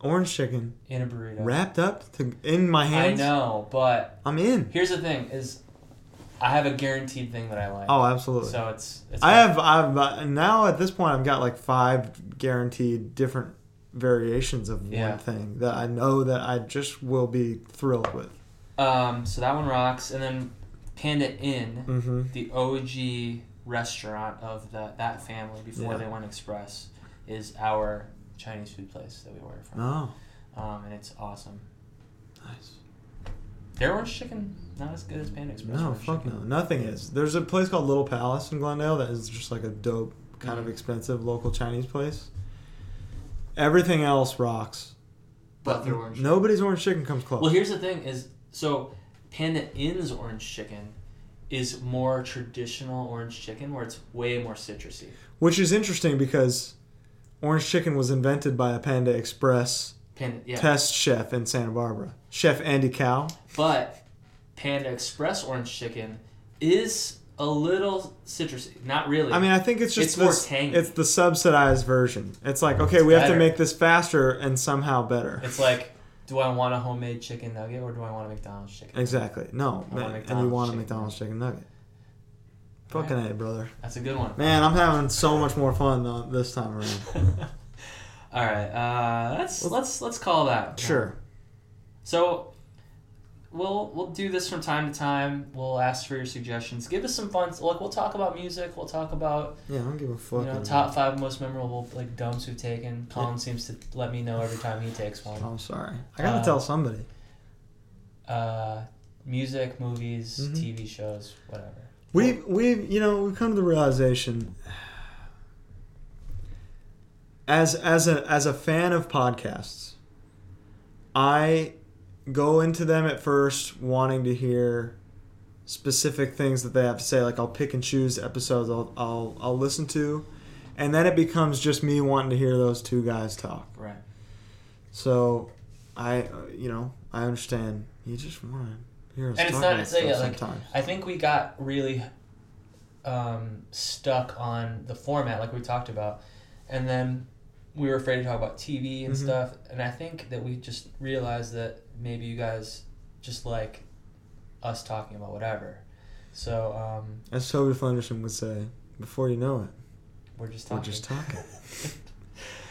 Speaker 8: orange chicken,
Speaker 9: in a burrito.
Speaker 8: wrapped up to, in my
Speaker 9: I
Speaker 8: hands.
Speaker 9: know, but
Speaker 8: I'm in.
Speaker 9: Here's the thing: is I have a guaranteed thing that I like.
Speaker 8: Oh, absolutely.
Speaker 9: So it's. it's
Speaker 8: I have. I've uh, now at this point, I've got like five guaranteed different variations of
Speaker 9: Yeah.
Speaker 8: one thing that I know that I just will be thrilled with.
Speaker 9: Um. So that one rocks, and then Panda Inn,
Speaker 8: Mm-hmm.
Speaker 9: the OG restaurant of the, that family before
Speaker 8: Yeah.
Speaker 9: they went express, is our Chinese food place that we order from.
Speaker 8: Oh,
Speaker 9: Um, and it's awesome.
Speaker 8: nice.
Speaker 9: Their orange chicken not as good as Panda Express.
Speaker 8: No,
Speaker 9: orange
Speaker 8: fuck
Speaker 9: chicken.
Speaker 8: no. Nothing is. There's a place called Little Palace in Glendale that is just like a dope, kind of
Speaker 9: Mhm.
Speaker 8: expensive local Chinese place. Everything else rocks.
Speaker 9: But their orange.
Speaker 8: Nobody's orange chicken comes close.
Speaker 9: Well, here's the thing: is so Panda Inn's orange chicken is more traditional orange chicken, where it's way more citrusy.
Speaker 8: Which is interesting because orange chicken was invented by a Panda Express
Speaker 9: Panda, yeah.
Speaker 8: test chef in Santa Barbara, Chef Andy Cow.
Speaker 9: But Panda Express orange chicken is a little citrusy. Not really.
Speaker 8: I mean, I think it's just
Speaker 9: It's more
Speaker 8: this,
Speaker 9: tangy.
Speaker 8: it's the subsidized version. It's like okay, we have to
Speaker 9: better.
Speaker 8: make this faster and somehow better.
Speaker 9: it's like, do I want a homemade chicken nugget or do I want a McDonald's chicken?
Speaker 8: exactly no,
Speaker 9: I want
Speaker 8: man, and you
Speaker 9: McDonald's
Speaker 8: want a
Speaker 9: chicken.
Speaker 8: McDonald's chicken nugget. Fucking A, brother.
Speaker 9: That's a good one.
Speaker 8: Man, I'm having so much more fun uh, this time around.
Speaker 9: All right, uh, let's let's let's call that.
Speaker 8: Sure.
Speaker 9: So we'll we'll do this from time to time. We'll ask for your suggestions. Give us some fun. Look, we'll talk about music. We'll talk about
Speaker 8: Yeah, I don't give a fuck.
Speaker 9: you know
Speaker 8: anymore.
Speaker 9: top five most memorable like dumps we've taken. Colin seems to let me know every time he takes one.
Speaker 8: I'm sorry. I gotta
Speaker 9: Uh,
Speaker 8: tell somebody.
Speaker 9: Uh, music, movies,
Speaker 8: Mhm.
Speaker 9: TV shows, whatever.
Speaker 8: We we you know we've come to the realization as as a as a fan of podcasts, I go into them at first wanting to hear specific things that they have to say. Like I'll pick and choose episodes I'll I'll, I'll listen to, and then it becomes just me wanting to hear those two guys talk.
Speaker 9: Right.
Speaker 8: So, I uh, you know I understand you just want to hear us talk
Speaker 9: And it's not
Speaker 8: about
Speaker 9: it's like,
Speaker 8: stuff
Speaker 9: yeah, like
Speaker 8: sometimes.
Speaker 9: I think we got really um, stuck on the format like we talked about, and then we were afraid to talk about TV and
Speaker 8: Mhm.
Speaker 9: stuff. And I think that we just realized that maybe you guys just like us talking about whatever. So um,
Speaker 8: As Toby Flenderson would say, before you know it,
Speaker 9: we're just
Speaker 8: we're
Speaker 9: talking.
Speaker 8: just talking.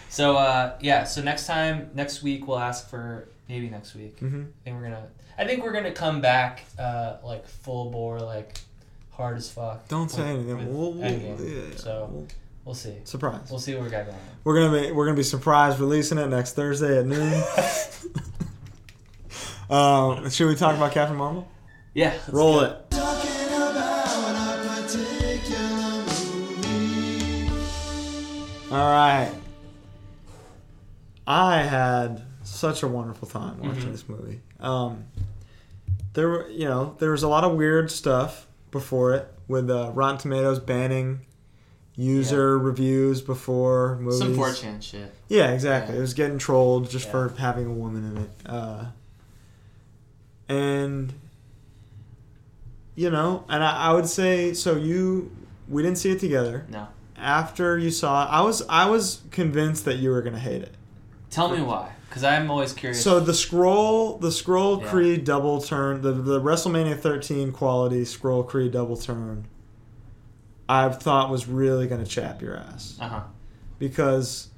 Speaker 9: so uh, yeah. So next time, next week, we'll ask for maybe next week.
Speaker 8: hmm
Speaker 9: I think we're gonna. I think we're gonna come back uh, like full bore, like hard as fuck.
Speaker 8: Don't say
Speaker 9: with-
Speaker 8: anything.
Speaker 9: with
Speaker 8: We'll, we'll,
Speaker 9: Endgame.
Speaker 8: yeah,
Speaker 9: So
Speaker 8: we'll-
Speaker 9: we'll see.
Speaker 8: surprise.
Speaker 9: We'll see what we got going.
Speaker 8: We're gonna be we're gonna be surprised releasing it next Thursday at noon. Um, should we talk about Captain Marvel?
Speaker 9: Yeah. let's
Speaker 8: Roll
Speaker 9: go.
Speaker 8: it. All right. I had such a wonderful time watching
Speaker 9: Mm-hmm.
Speaker 8: this movie. Um, there were, you know, there was a lot of weird stuff before it with uh, Rotten Tomatoes banning user reviews before movies.
Speaker 9: Some 4chan shit.
Speaker 8: Yeah, exactly.
Speaker 9: Yeah.
Speaker 8: It was getting trolled just
Speaker 9: Yeah.
Speaker 8: for having a woman in it. Uh, and you know, and I, I would say so. You, we didn't see it together.
Speaker 9: No.
Speaker 8: After you saw it, I was I was convinced that you were gonna hate it.
Speaker 9: Tell me why, because I'm always curious.
Speaker 8: So the scroll, the scroll
Speaker 9: Yeah.
Speaker 8: Cree double turn, the the WrestleMania 13 quality scroll Cree double turn, I thought was really gonna chap your ass.
Speaker 9: uh huh.
Speaker 8: because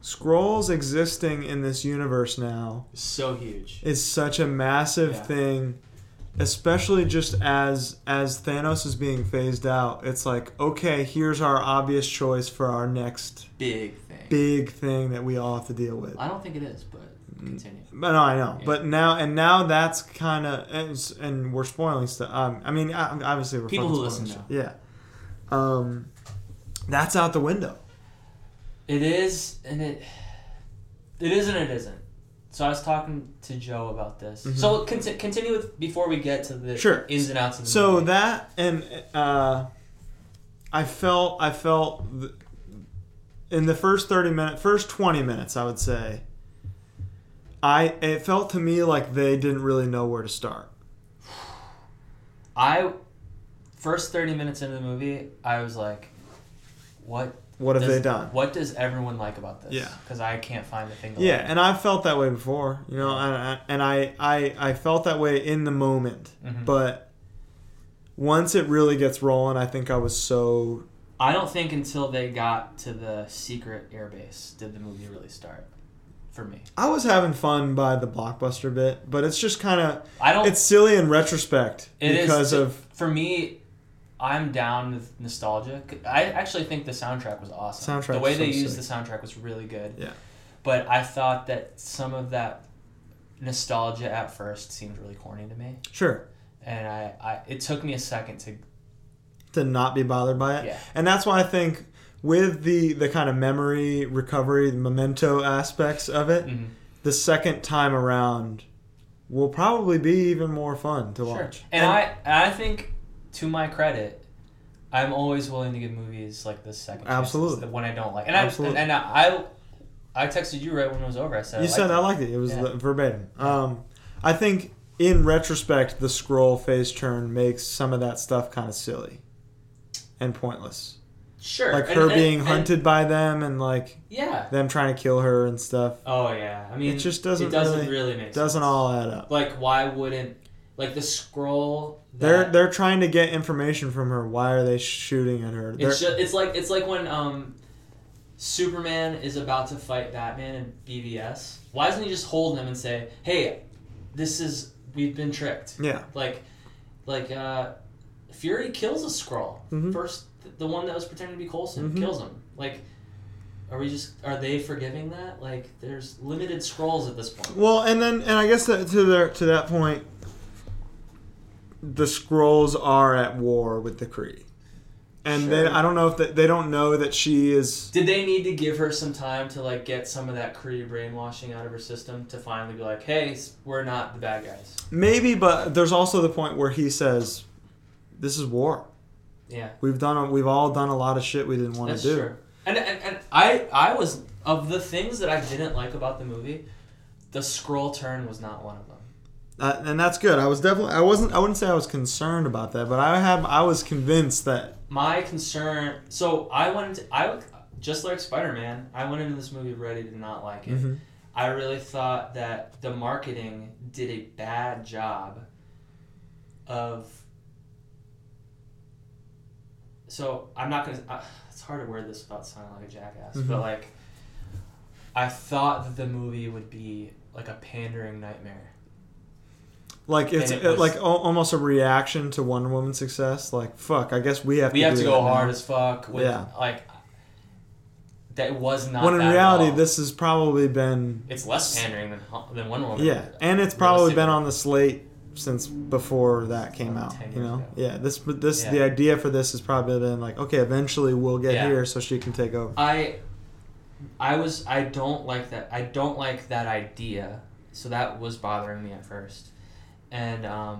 Speaker 8: scrolls existing in this universe now
Speaker 9: So huge.
Speaker 8: is such a massive
Speaker 9: Yeah.
Speaker 8: thing especially just as as Thanos is being phased out it's like okay here's our obvious choice for our next
Speaker 9: Big thing.
Speaker 8: big thing that we all have to deal with
Speaker 9: I don't think it is, but
Speaker 8: Mm.
Speaker 9: continue.
Speaker 8: but no, I know.
Speaker 9: Yeah.
Speaker 8: But now and now that's kind of and, s- and we're spoiling stuff. Um, I mean, I- obviously we're
Speaker 9: People
Speaker 8: fucking
Speaker 9: who
Speaker 8: spoiling
Speaker 9: listen
Speaker 8: shit. Yeah, um, that's out the window.
Speaker 9: It is, and it it is, and it isn't. So I was talking to Joe about this. So conti- continue with before we get to the
Speaker 8: Mm-hmm. Sure.
Speaker 9: ins and outs of the
Speaker 8: So
Speaker 9: movie.
Speaker 8: that and uh, I felt I felt th- in the first thirty minute, first twenty minutes, I would say. I it felt to me like they didn't really know where to start.
Speaker 9: I first thirty minutes into the movie, I was like, "What?
Speaker 8: What have
Speaker 9: does-
Speaker 8: they done?
Speaker 9: What does everyone like about this?
Speaker 8: Yeah.
Speaker 9: because I can't find the thing. To
Speaker 8: Yeah,
Speaker 9: like.
Speaker 8: and I felt that way before, you know, and I, and I, I, I felt that way in the moment,
Speaker 9: Mhm.
Speaker 8: but once it really gets rolling, I think I was so
Speaker 9: I don't think until they got to the secret airbase did the movie really start for me.
Speaker 8: I was having fun by the blockbuster bit, but it's just kind of
Speaker 9: I don't.
Speaker 8: it's silly in retrospect
Speaker 9: It is
Speaker 8: because
Speaker 9: di-
Speaker 8: of
Speaker 9: for me. I'm down with nostalgia. I actually think the soundtrack was awesome.
Speaker 8: Soundtrack
Speaker 9: the way
Speaker 8: was
Speaker 9: they
Speaker 8: so
Speaker 9: used
Speaker 8: sick.
Speaker 9: the soundtrack was really good.
Speaker 8: Yeah.
Speaker 9: But I thought that some of that nostalgia at first seemed really corny to me,
Speaker 8: sure
Speaker 9: and I, I it took me a second to
Speaker 8: to not be bothered by it,
Speaker 9: Yeah.
Speaker 8: and that's why I think with the the kind of memory recovery, the memento aspects of it,
Speaker 9: Mhm.
Speaker 8: the second time around will probably be even more fun to
Speaker 9: Sure.
Speaker 8: watch.
Speaker 9: And, I I think to my credit, I'm always willing to give movies like this second chances,
Speaker 8: Absolutely.
Speaker 9: when I don't like. And I
Speaker 8: Absolutely.
Speaker 9: and I I texted you right when it was over. I said
Speaker 8: You
Speaker 9: I
Speaker 8: said
Speaker 9: liked
Speaker 8: I
Speaker 9: it.
Speaker 8: liked it. It was
Speaker 9: Yeah.
Speaker 8: the- verbatim. Um, I think in retrospect, the scroll face turn makes some of that stuff kind of silly and pointless.
Speaker 9: sure
Speaker 8: Like
Speaker 9: And-
Speaker 8: her
Speaker 9: and-
Speaker 8: being
Speaker 9: and-
Speaker 8: hunted by them and like
Speaker 9: yeah.
Speaker 8: them trying to kill her and stuff
Speaker 9: Oh yeah. I mean,
Speaker 8: It just doesn't
Speaker 9: It doesn't
Speaker 8: really-
Speaker 9: really make
Speaker 8: doesn't
Speaker 9: sense.
Speaker 8: all add up.
Speaker 9: like why wouldn't like the scroll that,
Speaker 8: They're they're trying to get information from her. Why are they shooting at her? They're-
Speaker 9: it's just, it's like it's like when um Superman is about to fight Batman in BVS. Why doesn't he just hold him and say, "Hey, this is we've been tricked."
Speaker 8: yeah,
Speaker 9: like like uh fury kills a scroll
Speaker 8: Mhm.
Speaker 9: first th- the one that was pretending to be colson
Speaker 8: Mhm.
Speaker 9: kills him like are we just are they forgiving that like there's limited scrolls at this point
Speaker 8: Well, and then and I guess that to their to that point, the scrolls are at war with the Kree, and
Speaker 9: Sure.
Speaker 8: they I don't know if they, they don't know that she is.
Speaker 9: did they need to give her some time to like get some of that Kree brainwashing out of her system to finally be like, "Hey, s- we're not the bad guys."
Speaker 8: Maybe, but there's also the point where he says, "This is war.
Speaker 9: Yeah,
Speaker 8: We've done. a- We've all done a lot of shit we didn't want
Speaker 9: that's
Speaker 8: to do."
Speaker 9: true. And, and and I I was of the things that I didn't like about the movie, the scroll turn was not one of them.
Speaker 8: Uh, and that's good. I was definitely. I wasn't. I wouldn't say I was concerned about that, but I have. I was convinced that.
Speaker 9: my concern so i went into i just like spider-man i went into this movie ready to not like it
Speaker 8: Mhm.
Speaker 9: i really thought that the marketing did a bad job of so i'm not gonna uh, it's hard to word this without sounding like a jackass but
Speaker 8: Mhm.
Speaker 9: like i thought that the movie would be like a pandering nightmare
Speaker 8: Like it's
Speaker 9: And it was-
Speaker 8: like al- almost a reaction to Wonder Woman's success. Like fuck, I guess we have
Speaker 9: we
Speaker 8: to
Speaker 9: have
Speaker 8: do
Speaker 9: to
Speaker 8: that
Speaker 9: go
Speaker 8: now.
Speaker 9: hard as fuck with
Speaker 8: Yeah.
Speaker 9: like that was not.
Speaker 8: When in
Speaker 9: that at
Speaker 8: reality,
Speaker 9: all.
Speaker 8: this has probably been
Speaker 9: it's less pandering than Ho- than Wonder Woman.
Speaker 8: yeah, and it's probably been
Speaker 9: Realistically.
Speaker 8: on the slate since before that came out.
Speaker 9: 10
Speaker 8: You
Speaker 9: years
Speaker 8: know,
Speaker 9: ago.
Speaker 8: yeah. This but this the
Speaker 9: Yeah.
Speaker 8: idea for this has probably been like, okay, eventually we'll get
Speaker 9: Yeah.
Speaker 8: here, so she can take over.
Speaker 9: I I was I don't like that I don't like that idea. So that was bothering me at first. And um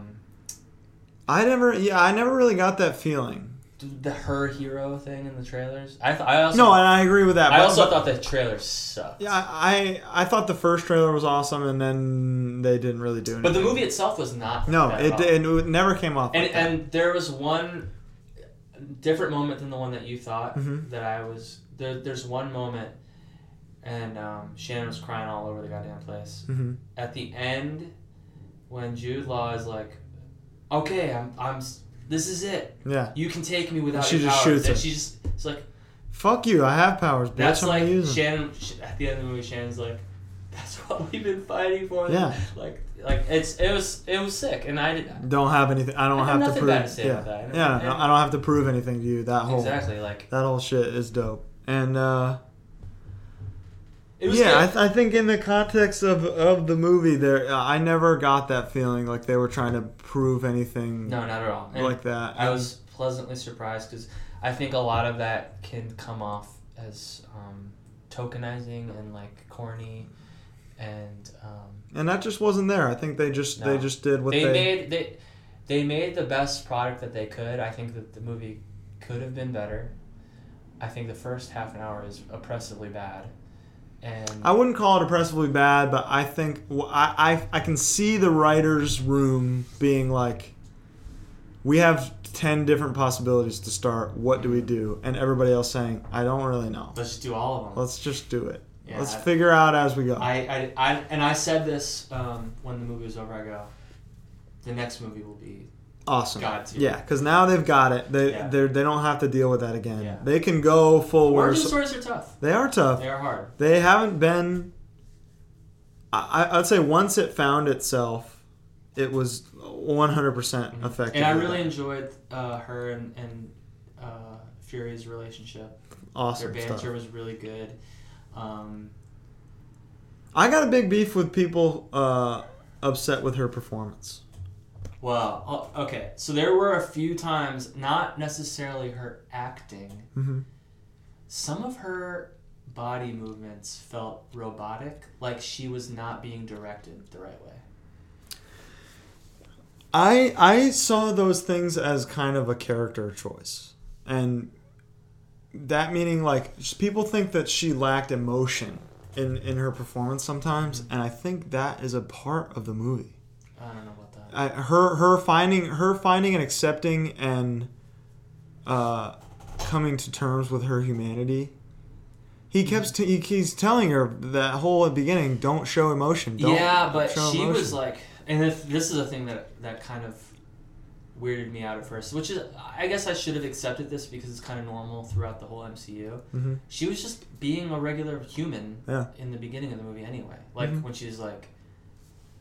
Speaker 8: I never, yeah, I never really got that feeling.
Speaker 9: the her hero thing in the trailers. I th- I also
Speaker 8: No, and I agree with that.
Speaker 9: I
Speaker 8: but-
Speaker 9: also
Speaker 8: but-
Speaker 9: thought the trailer sucked.
Speaker 8: Yeah, I I thought the first trailer was awesome, and then they didn't really do anything.
Speaker 9: But the movie itself was not.
Speaker 8: no,
Speaker 9: that
Speaker 8: it,
Speaker 9: well.
Speaker 8: it it never came off.
Speaker 9: And
Speaker 8: like that.
Speaker 9: and there was one different moment than the one that you thought
Speaker 8: Mhm.
Speaker 9: that I was there. There's one moment, and um, Shannon was crying all over the goddamn place.
Speaker 8: Mhm.
Speaker 9: at the end when Jude Law is like, "Okay, I'm, I'm, s- this is it.
Speaker 8: yeah,
Speaker 9: You can take me without
Speaker 8: She
Speaker 9: your
Speaker 8: just
Speaker 9: powers."
Speaker 8: shoots
Speaker 9: and
Speaker 8: him.
Speaker 9: she just, it's like
Speaker 8: fuck you. I have powers, bitch.
Speaker 9: that's
Speaker 8: I'm
Speaker 9: like
Speaker 8: gonna use them.
Speaker 9: Shannon sh- at the end of the movie. Shannon's like, "That's what we've been fighting for."
Speaker 8: Yeah.
Speaker 9: like, like it's it was it was sick, and I did
Speaker 8: Don't have anything. I don't
Speaker 9: I have
Speaker 8: have, to
Speaker 9: nothing
Speaker 8: prove.
Speaker 9: bad to say
Speaker 8: yeah,
Speaker 9: about that.
Speaker 8: yeah. no,
Speaker 9: And-
Speaker 8: I don't have to prove anything to you. That whole
Speaker 9: exactly like
Speaker 8: that whole shit is dope. And uh,
Speaker 9: it was
Speaker 8: yeah, I,
Speaker 9: good.
Speaker 8: th- I think in the context of, of the movie, there, uh, I never got that feeling like they were trying to prove anything
Speaker 9: no, not at all. And
Speaker 8: like that.
Speaker 9: I
Speaker 8: And-
Speaker 9: was pleasantly surprised because I think a lot of that can come off as um, tokenizing and like corny, and um,
Speaker 8: and that just wasn't there. I think they just they
Speaker 9: No.
Speaker 8: just did what
Speaker 9: they,
Speaker 8: they,
Speaker 9: made they they made the best product that they could. I think that the movie could have been better. I think the first half an hour is oppressively bad, and
Speaker 8: I wouldn't call it oppressively bad, but I think wh- I, I I can see the writers' room being like, we have ten different possibilities to start. What do we do? And everybody else saying, I don't really know.
Speaker 9: let's do all of them.
Speaker 8: Let's just do it.
Speaker 9: Yeah,
Speaker 8: Let's
Speaker 9: I-
Speaker 8: figure out as we go.
Speaker 9: I, I, I and I said this um, when the movie was over. I go, the next movie will be
Speaker 8: awesome.
Speaker 9: got to.
Speaker 8: Yeah, because now they've got it. They
Speaker 9: Yeah.
Speaker 8: they're- they don't have to deal with that again.
Speaker 9: Yeah.
Speaker 8: They can go full.
Speaker 9: origin
Speaker 8: Wars-
Speaker 9: stories are tough.
Speaker 8: They are tough.
Speaker 9: They are hard.
Speaker 8: They haven't been. I, I- I'd say once it found itself, it was 100% effective.
Speaker 9: Mm-hmm. And I really enjoyed uh, her and, and uh, Fury's relationship.
Speaker 8: awesome
Speaker 9: Their banter
Speaker 8: stuff.
Speaker 9: was really good. Um,
Speaker 8: I got a big beef with people uh, upset with her performance.
Speaker 9: well, o- okay. So there were a few times, not necessarily her acting,
Speaker 8: Mhm.
Speaker 9: some of her body movements felt robotic, like she was not being directed the right way.
Speaker 8: I I saw those things as kind of a character choice, and that meaning like just people think that she lacked emotion in in her performance sometimes, and I think that is a part of the movie.
Speaker 9: I don't know about that.
Speaker 8: I, her her finding her finding and accepting and uh, coming to terms with her humanity. He kept t- he, he's telling her that whole at the beginning, don't show emotion. Don't
Speaker 9: yeah, but
Speaker 8: show
Speaker 9: she was
Speaker 8: emotion."
Speaker 9: like, and if, this is a thing that that kind of weirded me out at first, which is, I guess I should have accepted this because it's kind of normal throughout the whole MCU.
Speaker 8: Mhm.
Speaker 9: She was just being a regular human
Speaker 8: Yeah. Mm-hmm.
Speaker 9: in the beginning of the movie, anyway. Like when she was like,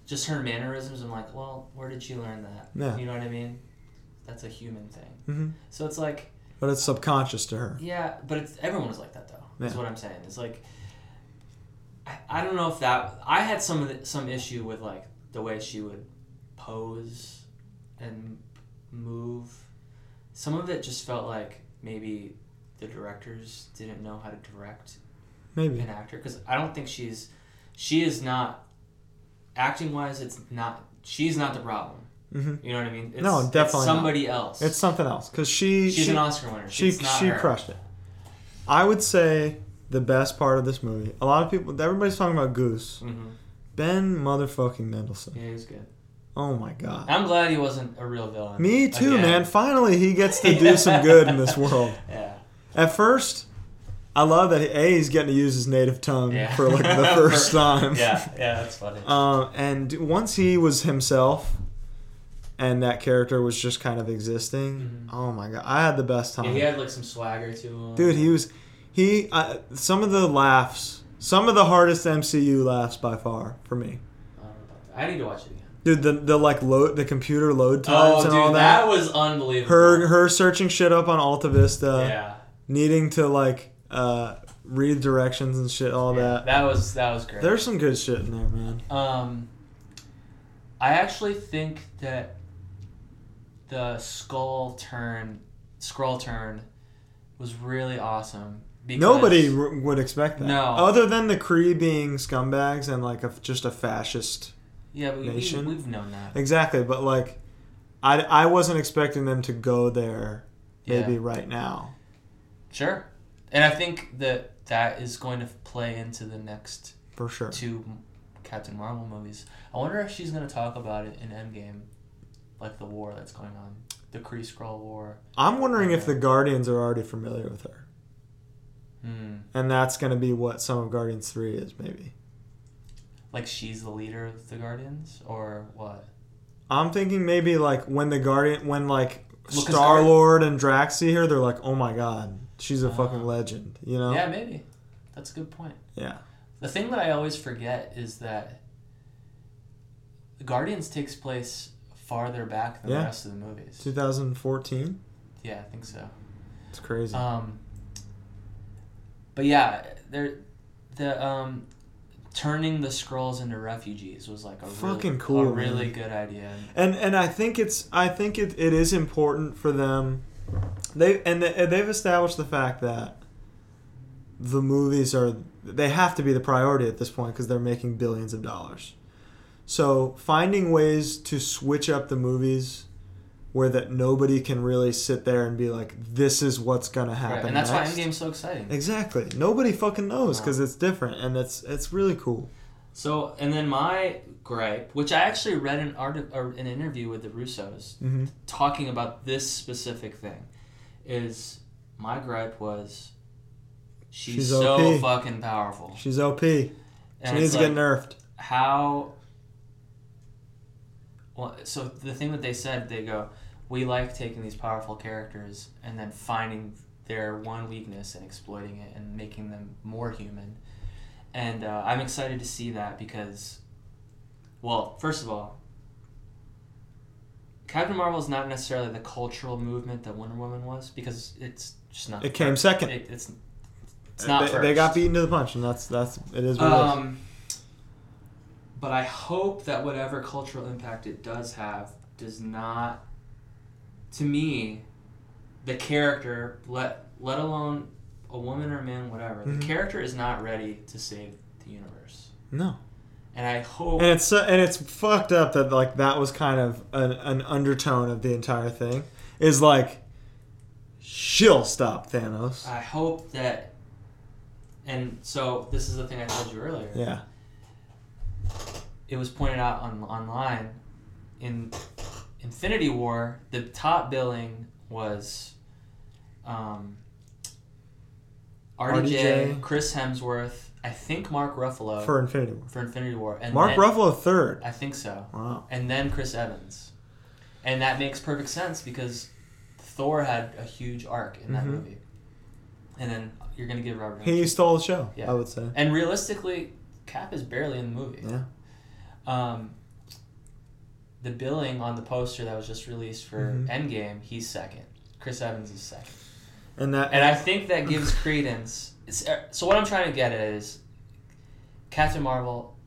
Speaker 9: just her mannerisms. I'm like, well, where did she learn that?
Speaker 8: Yeah.
Speaker 9: You know what I mean? That's a human thing.
Speaker 8: Mhm.
Speaker 9: So it's like,
Speaker 8: but it's subconscious to her.
Speaker 9: yeah, but it's, everyone was like that though. That's
Speaker 8: Yeah.
Speaker 9: what I'm saying. It's like I, I don't know if that I had some of the, some issue with like the way she would pose and move. Some of it just felt like maybe the directors didn't know how to direct
Speaker 8: Maybe.
Speaker 9: an actor because I don't think she's she is not acting wise. It's not she's not the problem.
Speaker 8: Mhm.
Speaker 9: You know what I mean? It's,
Speaker 8: No, definitely
Speaker 9: It's
Speaker 8: not.
Speaker 9: somebody else.
Speaker 8: It's something else because she
Speaker 9: she's
Speaker 8: she,
Speaker 9: an Oscar winner.
Speaker 8: she,
Speaker 9: It's not
Speaker 8: she
Speaker 9: her.
Speaker 8: crushed it. I would say the best part of this movie. A lot of people, everybody's talking about Goose.
Speaker 9: Mhm.
Speaker 8: Ben motherfucking Mendelsohn.
Speaker 9: Yeah, he was good.
Speaker 8: Oh my god.
Speaker 9: I'm glad he wasn't a real villain.
Speaker 8: Me too,
Speaker 9: Again.
Speaker 8: man. Finally, he gets to do some good in this world.
Speaker 9: Yeah.
Speaker 8: At first, I love that A he's getting to use his native tongue
Speaker 9: yeah.
Speaker 8: for like the first time.
Speaker 9: Yeah, yeah, that's funny.
Speaker 8: Um, and once he was himself, and that character was just kind of existing. Oh my god, I had the best time.
Speaker 9: Mm-hmm. yeah, he had like some swagger to him.
Speaker 8: Dude, he was he. Uh, some of the laughs, some of the hardest MCU laughs by far for me.
Speaker 9: I, don't know about that. I need to watch it again.
Speaker 8: Dude, the, the like load the computer load times
Speaker 9: Oh,
Speaker 8: and
Speaker 9: dude,
Speaker 8: all
Speaker 9: that.
Speaker 8: that.
Speaker 9: was unbelievable.
Speaker 8: uh, her her searching shit up on Alta Vista.
Speaker 9: yeah.
Speaker 8: needing to like uh, read directions and shit, all
Speaker 9: Yeah,
Speaker 8: that.
Speaker 9: that was that was great.
Speaker 8: There's some good shit in there, man.
Speaker 9: Um, I actually think that the skull turn, scroll turn, was really awesome. Because,
Speaker 8: Nobody w- would expect that.
Speaker 9: No.
Speaker 8: Other than the Cree being scumbags and like a, just a fascist.
Speaker 9: yeah, but we,
Speaker 8: nation.
Speaker 9: we've known that.
Speaker 8: Exactly, but like, I, I wasn't expecting them to go there maybe
Speaker 9: Yeah.
Speaker 8: right now.
Speaker 9: Sure, and I think that that is going to play into the next
Speaker 8: For sure.
Speaker 9: two Captain Marvel movies. I wonder if she's going to talk about it in Endgame, like the war that's going on, the Kree Skrull War.
Speaker 8: I'm wondering if the Guardians are already familiar with her.
Speaker 9: Hmm.
Speaker 8: And that's going to be what some of Guardians 3 is, maybe.
Speaker 9: Like she's the leader of the Guardians, or what?
Speaker 8: I'm thinking maybe like when the Guardian, when like
Speaker 9: Well, 'cause
Speaker 8: Star Lord and Drax see her, they're like, oh my god, she's a fucking
Speaker 9: Ah.
Speaker 8: legend, you know?
Speaker 9: Yeah, maybe. That's a good point.
Speaker 8: Yeah.
Speaker 9: The thing that I always forget is that the Guardians takes place farther back than
Speaker 8: Yeah.
Speaker 9: the rest of the movies.
Speaker 8: 2014?
Speaker 9: Yeah, I think so.
Speaker 8: It's crazy.
Speaker 9: Um, but yeah, there, the um, turning the scrolls into refugees was like a
Speaker 8: Fucking
Speaker 9: really,
Speaker 8: cool,
Speaker 9: a
Speaker 8: man.
Speaker 9: really good idea.
Speaker 8: and and I think it's I think it, it is important for them. They and they, and they've established the fact that the movies are they have to be the priority at this point because they're making billions of dollars. So finding ways to switch up the movies where that nobody can really sit there and be like, this is what's gonna happen.
Speaker 9: Right, and that's
Speaker 8: next.
Speaker 9: why Endgame's so exciting.
Speaker 8: Exactly. Nobody fucking knows
Speaker 9: No.
Speaker 8: because it's different and it's it's really cool.
Speaker 9: So, and then my gripe, which I actually read an art or an interview with the Russos
Speaker 8: Mm-hmm.
Speaker 9: talking about this specific thing, is my gripe was she's,
Speaker 8: She's
Speaker 9: so
Speaker 8: OP.
Speaker 9: fucking powerful.
Speaker 8: She's OP. She
Speaker 9: And
Speaker 8: needs
Speaker 9: it's
Speaker 8: to
Speaker 9: like,
Speaker 8: get nerfed.
Speaker 9: how well so the thing that they said they go we like taking these powerful characters and then finding their one weakness and exploiting it and making them more human and uh, i'm excited to see that because well first of all captain marvel is not necessarily the cultural movement that wonder woman was because it's just not
Speaker 8: It came second.
Speaker 9: it, it's it's not
Speaker 8: they,
Speaker 9: first.
Speaker 8: they got beaten to the punch, and that's that's it is what it is.
Speaker 9: Um, but I hope that whatever cultural impact it does have does not, to me, the character let let alone a woman or man, whatever.
Speaker 8: Mhm.
Speaker 9: The character is not ready to save the universe,
Speaker 8: No,
Speaker 9: and I hope
Speaker 8: and it's so- and it's fucked up that like that was kind of an, an undertone of the entire thing is like she'll stop Thanos.
Speaker 9: I hope that. And so this is the thing I told you earlier.
Speaker 8: yeah,
Speaker 9: it was pointed out on online in Infinity War, the top billing was um, RDJ,
Speaker 8: RDJ.
Speaker 9: Chris Hemsworth, I think Mark Ruffalo
Speaker 8: for Infinity War.
Speaker 9: for Infinity War, and
Speaker 8: Mark
Speaker 9: then-
Speaker 8: Ruffalo third.
Speaker 9: I think so,
Speaker 8: Wow.
Speaker 9: and then Chris Evans, and that makes perfect sense because Thor had a huge arc in that
Speaker 8: Mhm.
Speaker 9: movie, and then you're gonna give Robert.
Speaker 8: He stole the show,
Speaker 9: Yeah.
Speaker 8: I would say.
Speaker 9: and realistically, Cap is barely in the movie
Speaker 8: Yeah.
Speaker 9: um, the billing on the poster that was just released for
Speaker 8: Mhm.
Speaker 9: Endgame, he's second. Chris Evans is second,
Speaker 8: And that
Speaker 9: and I think that gives credence. It's, uh, so what I'm trying to get at is, Captain Marvel,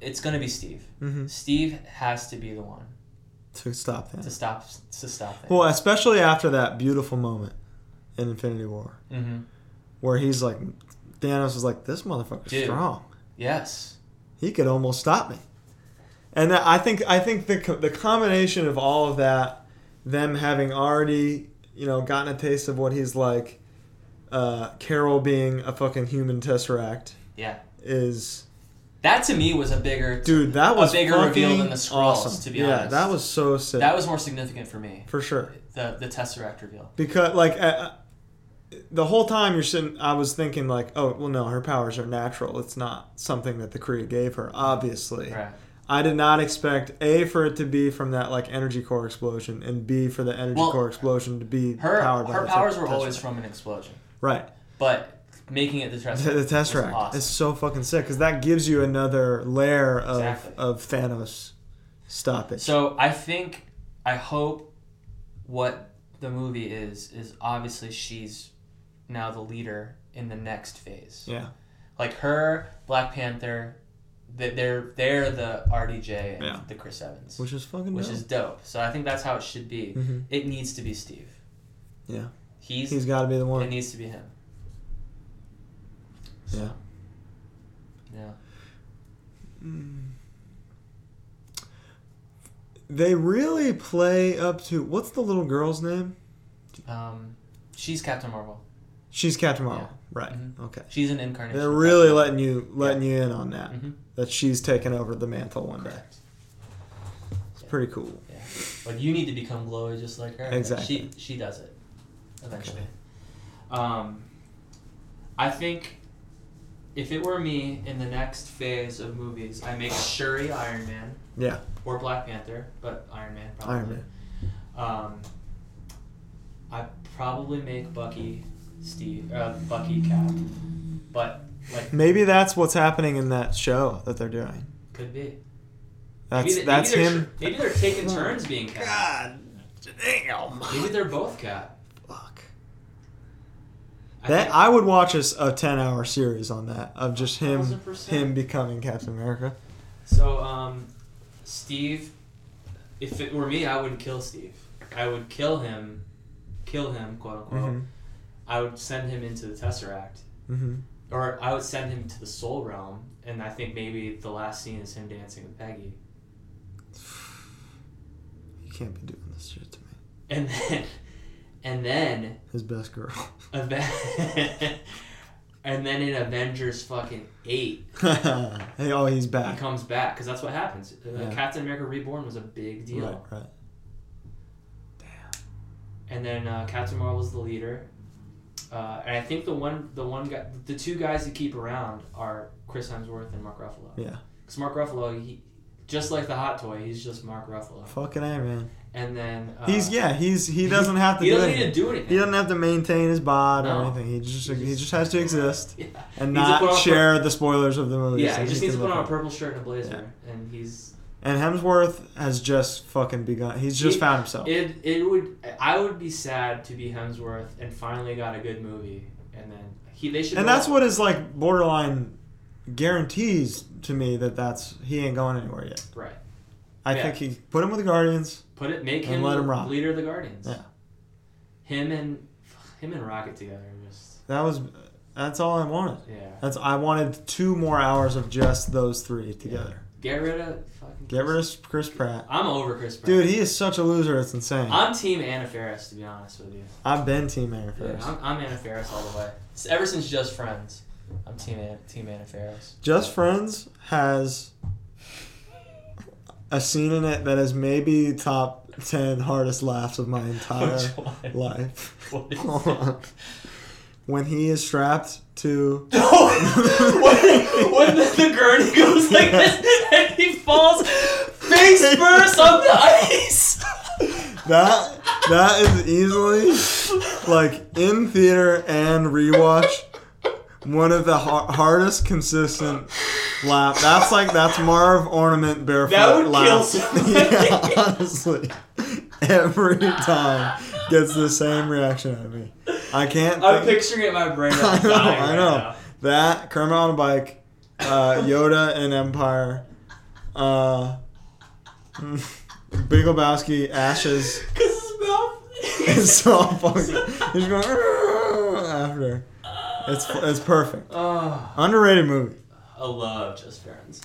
Speaker 9: it's gonna be Steve.
Speaker 8: Mhm.
Speaker 9: Steve has to be the one
Speaker 8: to stop
Speaker 9: to
Speaker 8: Thanos.
Speaker 9: stop to stop it.
Speaker 8: Well, especially after that beautiful moment in Infinity War
Speaker 9: mm-hmm.
Speaker 8: where he's like, Thanos was like, this motherfucker's
Speaker 9: Dude.
Speaker 8: strong.
Speaker 9: Yes.
Speaker 8: he could almost stop me. And that, I think I think the co- the combination of all of that, them having already you know gotten a taste of what he's like, uh, Carol being a fucking human tesseract
Speaker 9: Yeah.
Speaker 8: is
Speaker 9: That to me was a bigger
Speaker 8: dude that
Speaker 9: A
Speaker 8: was
Speaker 9: bigger reveal
Speaker 8: fucking
Speaker 9: than the Skrulls,
Speaker 8: awesome.
Speaker 9: to be
Speaker 8: yeah,
Speaker 9: honest.
Speaker 8: that was so sick.
Speaker 9: That was more significant for me.
Speaker 8: for sure
Speaker 9: The the Tesseract reveal.
Speaker 8: because like. Uh, the whole time you're sitting, I was thinking like, oh well, no, her powers are natural. It's not something that the Kree gave her, obviously.
Speaker 9: Right.
Speaker 8: I did not expect a for it to be from that like energy core explosion, and b for the energy
Speaker 9: Well,
Speaker 8: core explosion to be
Speaker 9: Her
Speaker 8: powered by
Speaker 9: her
Speaker 8: the
Speaker 9: powers
Speaker 8: Tesseract.
Speaker 9: were always from an explosion.
Speaker 8: right.
Speaker 9: but making it the test
Speaker 8: The, the Tesseract
Speaker 9: was
Speaker 8: is
Speaker 9: awesome.
Speaker 8: so fucking sick because that gives you another layer of
Speaker 9: Exactly.
Speaker 8: of Thanos. Stop it.
Speaker 9: so i think i hope what the movie is is obviously she's now the leader in the next phase.
Speaker 8: Yeah.
Speaker 9: Like her, Black Panther, th- they're they're the RDJ and
Speaker 8: Yeah.
Speaker 9: the Chris Evans,
Speaker 8: Which is fucking
Speaker 9: which
Speaker 8: dope.
Speaker 9: is dope. So I think that's how it should be.
Speaker 8: Mhm.
Speaker 9: It needs to be Steve.
Speaker 8: Yeah.
Speaker 9: He's,
Speaker 8: He's got to be the
Speaker 9: it
Speaker 8: one.
Speaker 9: needs to be him.
Speaker 8: Yeah.
Speaker 9: Yeah.
Speaker 8: They really play up to what's the little girl's name?
Speaker 9: Um, she's Captain Marvel.
Speaker 8: She's Captain Marvel,
Speaker 9: Yeah.
Speaker 8: right?
Speaker 9: Mhm.
Speaker 8: Okay.
Speaker 9: She's an incarnation.
Speaker 8: They're
Speaker 9: of
Speaker 8: really
Speaker 9: Captain
Speaker 8: letting you letting you in on that
Speaker 9: Marvel. Mhm.
Speaker 8: that she's taking over the mantle one day.
Speaker 9: Correct.
Speaker 8: It's pretty cool.
Speaker 9: But you need to become glowy just like her.
Speaker 8: Exactly.
Speaker 9: She she does it eventually. Um, I think if it were me in the next phase of movies, I make Shuri Iron Man
Speaker 8: Yeah,
Speaker 9: or Black Panther, but Iron Man probably.
Speaker 8: Iron Man.
Speaker 9: Um, I probably make Bucky Steve uh, Bucky Cap, but like
Speaker 8: Maybe that's what's happening in that show that they're doing.
Speaker 9: could be.
Speaker 8: That's
Speaker 9: maybe, they-
Speaker 8: that's
Speaker 9: maybe they're
Speaker 8: him.
Speaker 9: tr- Maybe they're taking turns being Cap.
Speaker 8: God damn.
Speaker 9: Maybe they're both Cap.
Speaker 8: Fuck.
Speaker 9: I
Speaker 8: That
Speaker 9: think-
Speaker 8: I would watch a, s- a ten hour series on that of just him
Speaker 9: 1000%.
Speaker 8: him becoming Captain America.
Speaker 9: So, um, Steve, if it were me, I would kill Steve. I would kill him, kill him, quote unquote.
Speaker 8: hmm
Speaker 9: I would send him into the Tesseract,
Speaker 8: hmm
Speaker 9: or I would send him to the Soul Realm, and I think maybe the last scene is him dancing with Peggy.
Speaker 8: You can't be doing this shit to me.
Speaker 9: And then, and then,
Speaker 8: His best girl.
Speaker 9: Aven- and then in Avengers fucking 8,
Speaker 8: hey, oh, he's
Speaker 9: he
Speaker 8: back.
Speaker 9: comes back, because that's what happens. Uh,
Speaker 8: Yeah.
Speaker 9: Captain America Reborn was a big deal.
Speaker 8: Right, right.
Speaker 9: and then uh, Captain Marvel's the leader. Uh, and I think the one, the one guy, the two guys to keep around are Chris Hemsworth and Mark Ruffalo.
Speaker 8: Yeah.
Speaker 9: Because Mark Ruffalo, he, just like the hot toy, he's just Mark Ruffalo.
Speaker 8: Fucking A, man.
Speaker 9: And then uh,
Speaker 8: He's yeah. He's he doesn't have to.
Speaker 9: He
Speaker 8: do
Speaker 9: doesn't
Speaker 8: anything.
Speaker 9: need to do anything.
Speaker 8: He doesn't have to maintain his bod or
Speaker 9: No.
Speaker 8: anything. He just he just has to exist
Speaker 9: Yeah,
Speaker 8: and
Speaker 9: He just put on
Speaker 8: not
Speaker 9: a
Speaker 8: share the spoilers of the movie.
Speaker 9: yeah
Speaker 8: so
Speaker 9: he just needs to
Speaker 8: can
Speaker 9: put
Speaker 8: look
Speaker 9: on a
Speaker 8: up.
Speaker 9: purple shirt and a blazer, and he's.
Speaker 8: And Hemsworth has just fucking begun. He's just
Speaker 9: He-
Speaker 8: found himself.
Speaker 9: It it would I would be sad to be Hemsworth and finally got a good movie, and then he they should.
Speaker 8: and that's what is like borderline guarantees to me that that's he ain't going anywhere yet.
Speaker 9: right.
Speaker 8: I
Speaker 9: Yeah.
Speaker 8: think he put him with the Guardians.
Speaker 9: Put it, make
Speaker 8: And
Speaker 9: him,
Speaker 8: let
Speaker 9: the
Speaker 8: him rock.
Speaker 9: leader of the Guardians.
Speaker 8: Yeah.
Speaker 9: Him and him and Rocket together are just
Speaker 8: That was that's all I wanted.
Speaker 9: yeah.
Speaker 8: That's I wanted two more hours of just those three together.
Speaker 9: Get rid of fucking.
Speaker 8: Get rid of Chris Pratt.
Speaker 9: I'm over Chris Brown.
Speaker 8: Dude, he is such a loser. It's insane.
Speaker 9: I'm Team Anna Faris to be honest with you.
Speaker 8: I've been Team Aaron
Speaker 9: Yeah,
Speaker 8: first.
Speaker 9: I'm, I'm Anna Faris all the way. S- Ever since Just Friends, I'm Team Anna, Team Anna Faris.
Speaker 8: Just Friends has a scene in it that is maybe top ten hardest laughs of my entire
Speaker 9: Which one?
Speaker 8: life.
Speaker 9: What is
Speaker 8: Hold on. When he is strapped to
Speaker 9: when when the, the gurney goes like this and he falls face first on the ice.
Speaker 8: that that is easily like in theater and rewatch one of the har- hardest consistent laugh. That's like that's Marv ornament barefoot
Speaker 9: That would kill
Speaker 8: laugh.
Speaker 9: somebody.
Speaker 8: yeah, honestly, every time gets the same reaction out of me. I can't.
Speaker 9: I'm
Speaker 8: think-
Speaker 9: picturing it in my brain.
Speaker 8: I
Speaker 9: I'm
Speaker 8: know.
Speaker 9: dying
Speaker 8: I
Speaker 9: right
Speaker 8: know.
Speaker 9: now.
Speaker 8: That Kermit on a bike, uh, Yoda and Empire, uh, Big Lebowski, Ashes.
Speaker 9: Cause his mouth.
Speaker 8: It's so fucking. He's going "Arrgh," after. It's it's perfect.
Speaker 9: Oh,
Speaker 8: Underrated movie.
Speaker 9: I love Just Friends.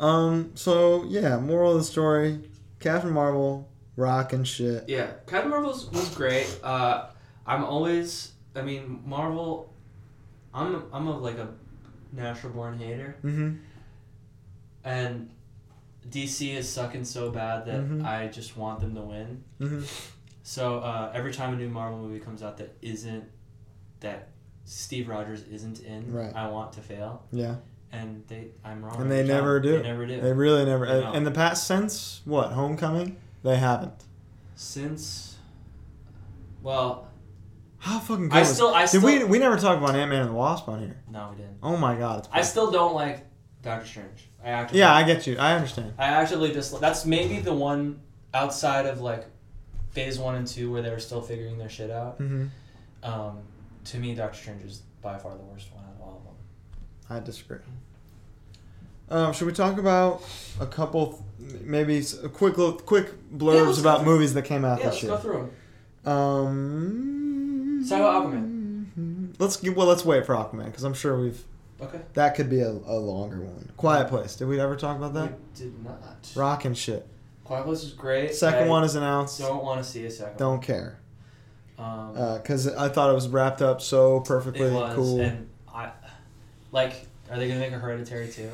Speaker 8: Um. So yeah, moral of the story: Captain Marvel, rock and shit.
Speaker 9: Yeah, Captain Marvel was, was great. Uh, I'm always, I mean, Marvel. I'm I'm a, like a natural born hater,
Speaker 8: Mm-hmm.
Speaker 9: and DC is sucking so bad that
Speaker 8: Mhm.
Speaker 9: I just want them to win.
Speaker 8: Mm-hmm.
Speaker 9: So uh, every time a new Marvel movie comes out that isn't that Steve Rogers isn't in,
Speaker 8: Right.
Speaker 9: I want to fail,
Speaker 8: Yeah.
Speaker 9: and they I'm wrong.
Speaker 8: And they
Speaker 9: every time.
Speaker 8: never do.
Speaker 9: They never do.
Speaker 8: They really never.
Speaker 9: I know.
Speaker 8: In the past, since what Homecoming, they haven't.
Speaker 9: Since, well,
Speaker 8: How fucking good.
Speaker 9: I
Speaker 8: was-
Speaker 9: still- I
Speaker 8: Did we
Speaker 9: still-
Speaker 8: we never talked about Ant Man and the Wasp on here?
Speaker 9: no, we didn't.
Speaker 8: Oh my god. It's
Speaker 9: I still don't like Doctor Strange. I actually
Speaker 8: yeah, I get you. I understand.
Speaker 9: I actually dislike. That's maybe the one outside of like phase one and two where they were still figuring their shit out.
Speaker 8: Mm-hmm.
Speaker 9: Um, to me, Doctor Strange is by far the worst one out of all of them.
Speaker 8: I disagree. Um, should we talk about a couple, maybe s- a quick little, quick
Speaker 9: Yeah,
Speaker 8: blurbs
Speaker 9: let's
Speaker 8: about
Speaker 9: go.
Speaker 8: movies that came out
Speaker 9: Yeah,
Speaker 8: this
Speaker 9: let's
Speaker 8: year?
Speaker 9: go through them.
Speaker 8: Um,
Speaker 9: So Aquaman.
Speaker 8: Let's g- well, let's wait for Aquaman because I'm sure we've
Speaker 9: Okay.
Speaker 8: that could be a, a longer one. Quiet Place. Did we ever talk about
Speaker 9: We
Speaker 8: that?
Speaker 9: did not.
Speaker 8: Rock and shit.
Speaker 9: Quiet Place is great.
Speaker 8: Second
Speaker 9: I
Speaker 8: one is announced. Don't,
Speaker 9: Don't want to see a second.
Speaker 8: care
Speaker 9: One. Um,
Speaker 8: because I thought it was wrapped up so perfectly
Speaker 9: it was,
Speaker 8: cool.
Speaker 9: and I, like, are they gonna make a Hereditary too?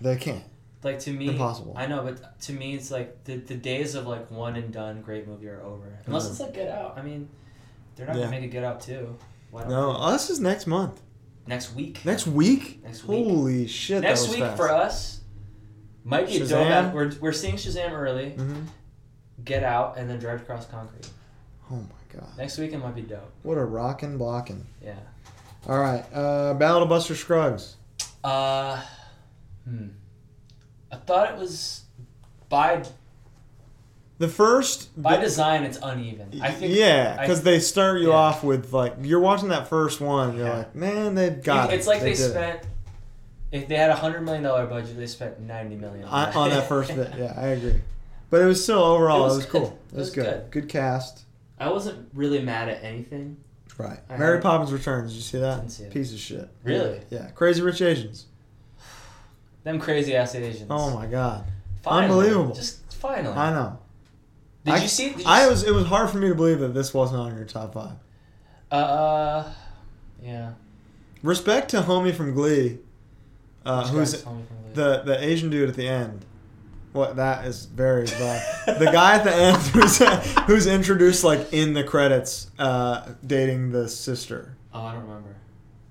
Speaker 8: they can't.
Speaker 9: Like to me,
Speaker 8: Impossible.
Speaker 9: I know, but to me, it's like the, the days of like one and done great movie are over. Unless it's like Get Out. I mean, they're not
Speaker 8: Yeah.
Speaker 9: gonna make a Get Out too. Why don't
Speaker 8: No,
Speaker 9: they?
Speaker 8: us is next month.
Speaker 9: Next week.
Speaker 8: Next week.
Speaker 9: Next week.
Speaker 8: Holy shit!
Speaker 9: Next
Speaker 8: that was
Speaker 9: week
Speaker 8: fast.
Speaker 9: for us might be a dope.
Speaker 8: Shazam?
Speaker 9: app- We're we're seeing Shazam early.
Speaker 8: Mhm.
Speaker 9: Get Out and then Drive Across Concrete.
Speaker 8: Oh my god!
Speaker 9: Next week it might be dope.
Speaker 8: What a rockin' blockin'.
Speaker 9: Yeah.
Speaker 8: All right, uh, Battle of Buster Scruggs.
Speaker 9: Uh, hmm. I thought it was by
Speaker 8: The first
Speaker 9: by design. It's uneven. I think.
Speaker 8: yeah,
Speaker 9: I-
Speaker 8: because they start you
Speaker 9: yeah.
Speaker 8: off with like you're watching that first one, you're
Speaker 9: Yeah.
Speaker 8: like, man, they've got it.
Speaker 9: It's like they,
Speaker 8: did it."
Speaker 9: spent. If they had a hundred million dollar budget, they spent ninety million
Speaker 8: I, on that first bit. Yeah, I agree. But it was still overall, it
Speaker 9: It was
Speaker 8: was,
Speaker 9: good.
Speaker 8: cool. It was, good. good. cast.
Speaker 9: I wasn't really mad at anything.
Speaker 8: Right.
Speaker 9: I
Speaker 8: Mary
Speaker 9: heard-
Speaker 8: Poppins Returns. Did you see that?
Speaker 9: Didn't see it.
Speaker 8: Piece of shit.
Speaker 9: Really?
Speaker 8: Yeah. Crazy Rich Asians.
Speaker 9: Them crazy ass Asians.
Speaker 8: Oh my god.
Speaker 9: Finally.
Speaker 8: unbelievable.
Speaker 9: Just finally.
Speaker 8: I know.
Speaker 9: Did
Speaker 8: I,
Speaker 9: you see? Did you
Speaker 8: I
Speaker 9: see-
Speaker 8: was. It was hard for me to believe that this wasn't on your top five.
Speaker 9: Uh, yeah.
Speaker 8: Uh, Respect to homie from Glee, uh,
Speaker 9: Which
Speaker 8: who's
Speaker 9: guy's homie from Glee?
Speaker 8: the the Asian dude at the end. What that is very bad. the guy at the end who's who's introduced like in the credits, uh, dating the sister.
Speaker 9: Oh, I don't remember.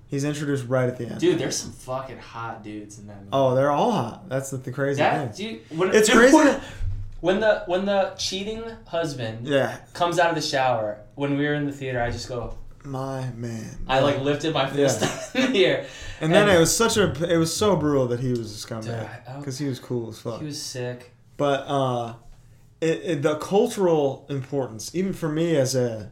Speaker 8: He's introduced right at the end.
Speaker 9: Dude, there's some fucking hot dudes in that movie.
Speaker 8: Oh, they're all hot. That's the, the crazy
Speaker 9: that
Speaker 8: thing.
Speaker 9: dude. When,
Speaker 8: It's
Speaker 9: dude,
Speaker 8: crazy.
Speaker 9: When, when the when the cheating husband
Speaker 8: yeah,
Speaker 9: comes out of the shower when we were in the theater, I just go.
Speaker 8: my man.
Speaker 9: I like lifted my fist in the air.
Speaker 8: and then
Speaker 9: and-
Speaker 8: it was such a it was so brutal that he was a scumbag
Speaker 9: Dude, I-
Speaker 8: because he was cool as fuck.
Speaker 9: He was sick.
Speaker 8: but uh, it, it, the cultural importance, even for me as a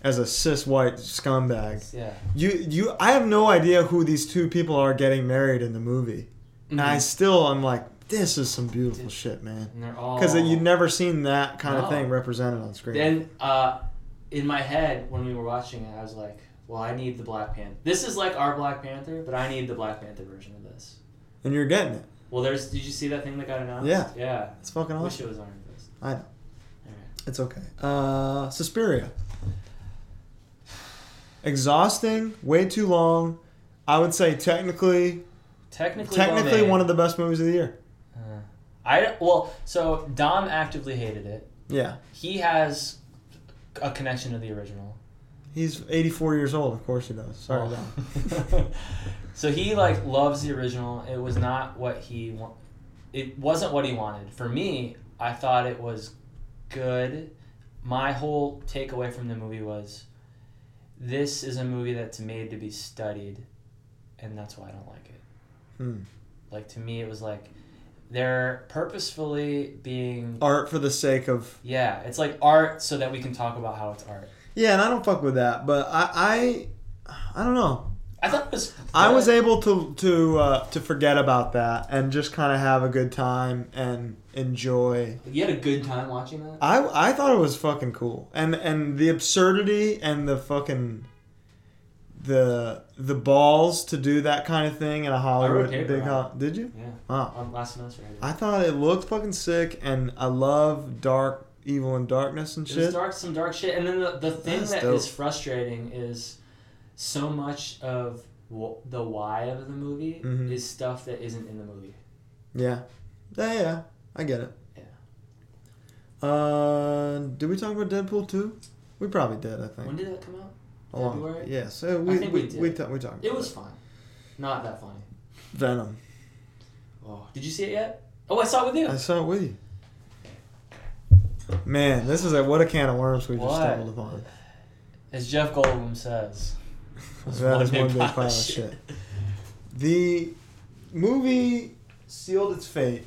Speaker 8: as a cis white scumbag,
Speaker 9: Yeah.
Speaker 8: you you I have no idea who these two people are getting married in the movie, and I still I'm like, this is some beautiful
Speaker 9: Mm-hmm. Dude.
Speaker 8: shit, man.
Speaker 9: And they're all
Speaker 8: Because you've never seen that kind
Speaker 9: No.
Speaker 8: of thing represented on screen.
Speaker 9: Then uh, in my head when we were watching it, I was like, "Well, I need the Black Panther. This is like our Black Panther, but I need the Black Panther version of this."
Speaker 8: and you're getting it.
Speaker 9: Well, there's. Did you see that thing that got announced?
Speaker 8: Yeah.
Speaker 9: Yeah.
Speaker 8: It's fucking
Speaker 9: I
Speaker 8: awesome.
Speaker 9: wish it was Iron Fist.
Speaker 8: I know.
Speaker 9: Alright.
Speaker 8: It's okay. Uh, Suspiria. Exhausting, way too long. I would say technically,
Speaker 9: Technically, Uh,
Speaker 8: technically one of the best movies of the year.
Speaker 9: I well, so Dom actively hated it.
Speaker 8: Yeah,
Speaker 9: He has a connection to the original.
Speaker 8: he's 84 years old. Of course he does. Sorry,
Speaker 9: Oh.
Speaker 8: Dom.
Speaker 9: so he like loves the original. It was not what he wa- it wasn't what he wanted. For me, I thought it was good. My whole takeaway from the movie was this is a movie that's made to be studied and that's why I don't like it.
Speaker 8: Hmm.
Speaker 9: Like to me it was like they're purposefully being
Speaker 8: Art for the sake of
Speaker 9: yeah, it's like art so that we can talk about how it's art.
Speaker 8: yeah, and I don't fuck with that, but I I, I don't know.
Speaker 9: I thought it was
Speaker 8: I was
Speaker 9: good.
Speaker 8: able to to uh, to forget about that and just kind of have a good time and enjoy
Speaker 9: you had a good time watching that?
Speaker 8: I I thought it was fucking cool, and and the absurdity and the fucking the the balls to do that kind of thing in a Hollywood
Speaker 9: paper
Speaker 8: big
Speaker 9: on
Speaker 8: ho- did you?
Speaker 9: Yeah.
Speaker 8: Wow,
Speaker 9: On last semester, I did.
Speaker 8: I thought it looked fucking sick, and I love dark evil and darkness and
Speaker 9: There's
Speaker 8: shit.
Speaker 9: dark, some dark shit, and then the, the thing that
Speaker 8: That's
Speaker 9: is
Speaker 8: dope.
Speaker 9: frustrating is so much of wh- the why of the movie
Speaker 8: Mhm.
Speaker 9: is stuff that isn't in the movie.
Speaker 8: Yeah, yeah, yeah, I get it.
Speaker 9: Yeah.
Speaker 8: Uh, did we talk about Deadpool two? We probably did. I think.
Speaker 9: When did that come out?
Speaker 8: Along-
Speaker 9: February?
Speaker 8: Yeah, so we
Speaker 9: I think
Speaker 8: we
Speaker 9: we did.
Speaker 8: we, ta- we talked.
Speaker 9: It
Speaker 8: about
Speaker 9: was fun, not that funny.
Speaker 8: Venom.
Speaker 9: Oh, did you see it yet? Oh, I saw it with you.
Speaker 8: I saw it with you. Man, this is a what a can of worms we just
Speaker 9: What?
Speaker 8: stumbled upon.
Speaker 9: As Jeff Goldblum says, It's
Speaker 8: That is one big pile of shit. The movie sealed its fate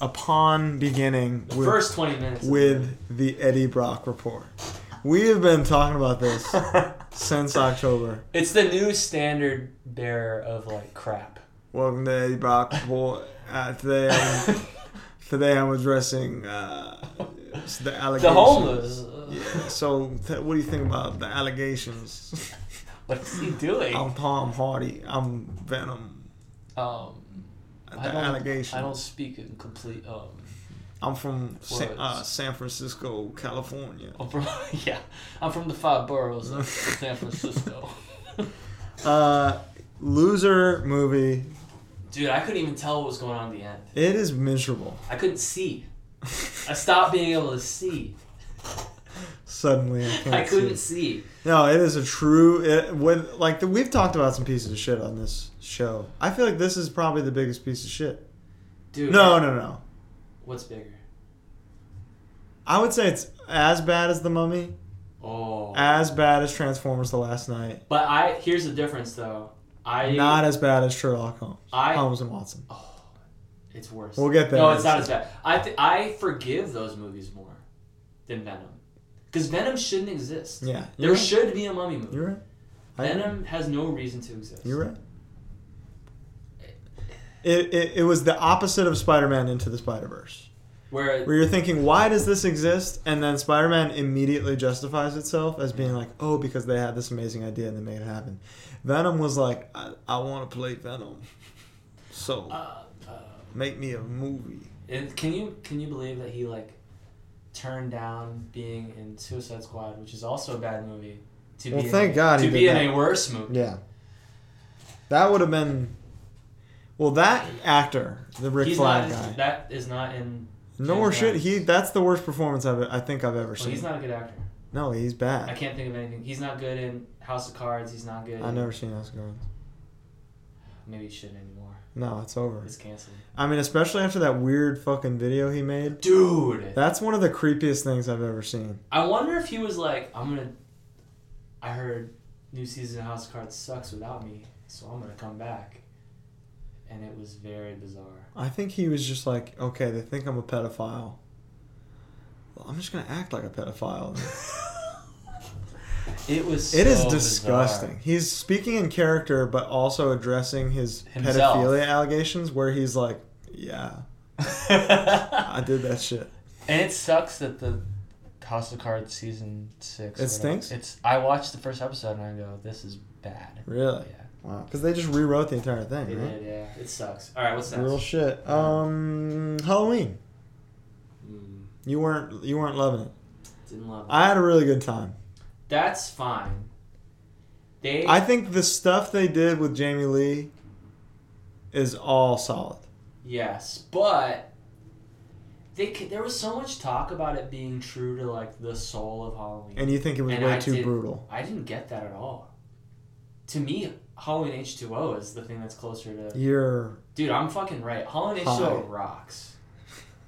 Speaker 8: upon beginning
Speaker 9: The
Speaker 8: with,
Speaker 9: first twenty minutes. of the movie.
Speaker 8: with the Eddie Brock report, We have been talking about this since October.
Speaker 9: It's the new standard bearer of like crap.
Speaker 8: Welcome to Eddie Brock. Well, uh, today, I'm, today I'm addressing uh, the allegations.
Speaker 9: The homeless. Ugh,
Speaker 8: Yeah, so, th- what do you think about the allegations?
Speaker 9: What is he doing?
Speaker 8: I'm Tom Hardy. I'm Venom.
Speaker 9: Um,
Speaker 8: The
Speaker 9: I don't.
Speaker 8: allegations.
Speaker 9: I don't speak in complete. Um,
Speaker 8: I'm from San,
Speaker 9: Words.
Speaker 8: uh, San Francisco, California.
Speaker 9: I'm from, yeah, I'm from the five boroughs of San Francisco. Oh.
Speaker 8: Uh, loser movie.
Speaker 9: Dude, I couldn't even tell what was going on at the end.
Speaker 8: It is miserable.
Speaker 9: I couldn't see. I stopped being able to see.
Speaker 8: Suddenly, I, can't
Speaker 9: I couldn't
Speaker 8: See.
Speaker 9: see.
Speaker 8: No, it is a true. It, when like the, we've talked about some pieces of shit on this show. I feel like this is probably the biggest piece of shit.
Speaker 9: Dude,
Speaker 8: No, no, no.
Speaker 9: What's bigger?
Speaker 8: I would say it's as bad as the Mummy,
Speaker 9: Oh.
Speaker 8: as bad as Transformers: The Last Night,
Speaker 9: But I here's the difference though. I
Speaker 8: not as bad as Sherlock Holmes,
Speaker 9: I- Oh.
Speaker 8: Holmes and Watson.
Speaker 9: It's worse.
Speaker 8: We'll get there.
Speaker 9: No, it's not as bad. I th- I forgive those movies more than Venom, because Venom shouldn't exist.
Speaker 8: Yeah,
Speaker 9: There
Speaker 8: you're right.
Speaker 9: should be a Mummy movie.
Speaker 8: You're right. I-
Speaker 9: Venom has no reason to exist.
Speaker 8: You're right. It, it, it was the opposite of Spider-Man into the Spider-Verse,
Speaker 9: Where
Speaker 8: where you're thinking, why does this exist? And then Spider-Man immediately justifies itself as being like, oh, because they had this amazing idea and they made it happen. Venom was like, I, I want to play Venom, so make me a movie.
Speaker 9: Uh, and can you can you believe that he like turned down being in Suicide Squad, which is also a bad movie, to
Speaker 8: Well,
Speaker 9: be
Speaker 8: thank
Speaker 9: in,
Speaker 8: God
Speaker 9: to
Speaker 8: he
Speaker 9: be
Speaker 8: did
Speaker 9: in
Speaker 8: that.
Speaker 9: a worse movie.
Speaker 8: Yeah, that would have been. Well, that actor, the Rick
Speaker 9: He's
Speaker 8: Flag
Speaker 9: not,
Speaker 8: guy,
Speaker 9: That is not in.
Speaker 8: nor
Speaker 9: James
Speaker 8: should
Speaker 9: Gunn.
Speaker 8: he. That's the worst performance I've, I think I've ever
Speaker 9: Well,
Speaker 8: seen.
Speaker 9: he's not a good actor.
Speaker 8: no, he's bad.
Speaker 9: I can't think of anything. He's not good in House of Cards. He's not good.
Speaker 8: I've
Speaker 9: in-
Speaker 8: never seen House of Cards.
Speaker 9: Maybe he shouldn't anymore.
Speaker 8: No, it's over.
Speaker 9: It's canceled.
Speaker 8: I mean, especially after that weird fucking video he made.
Speaker 9: Dude.
Speaker 8: That's one of the creepiest things I've ever seen.
Speaker 9: I wonder if he was like, I'm gonna. I heard new season of House of Cards sucks without me, so I'm gonna come back. And it was very bizarre.
Speaker 8: I think he was just like, okay, they think I'm a pedophile. Well, I'm just gonna act like a pedophile.
Speaker 9: It was.
Speaker 8: It is
Speaker 9: so
Speaker 8: disgusting.
Speaker 9: bizarre.
Speaker 8: He's speaking in character, but also addressing his
Speaker 9: Himself.
Speaker 8: pedophilia allegations, where he's like, "Yeah, I did that shit."
Speaker 9: and it sucks that the House of Cards season six. or
Speaker 8: It
Speaker 9: whatever-
Speaker 8: stinks?
Speaker 9: It's. I watched the first episode and I go, this is bad.
Speaker 8: Really?
Speaker 9: Yeah.
Speaker 8: Wow. Because they just rewrote the entire
Speaker 9: They
Speaker 8: thing, right?
Speaker 9: did, yeah. It sucks. All right, what's next?
Speaker 8: Real shit. Um, Halloween.
Speaker 9: Mm,
Speaker 8: You weren't you weren't loving it.
Speaker 9: didn't love it.
Speaker 8: I had a really good time.
Speaker 9: That's fine. They.
Speaker 8: I think the stuff they did with Jamie Lee is all solid.
Speaker 9: Yes, but they c- there was so much talk about it being true to like the soul of Halloween.
Speaker 8: And you think it was
Speaker 9: And
Speaker 8: way
Speaker 9: I
Speaker 8: too
Speaker 9: did-
Speaker 8: brutal.
Speaker 9: I didn't get that at all. To me, Halloween H two O is the thing that's closer to.
Speaker 8: You're
Speaker 9: Dude, I'm fucking right. Halloween H two O rocks,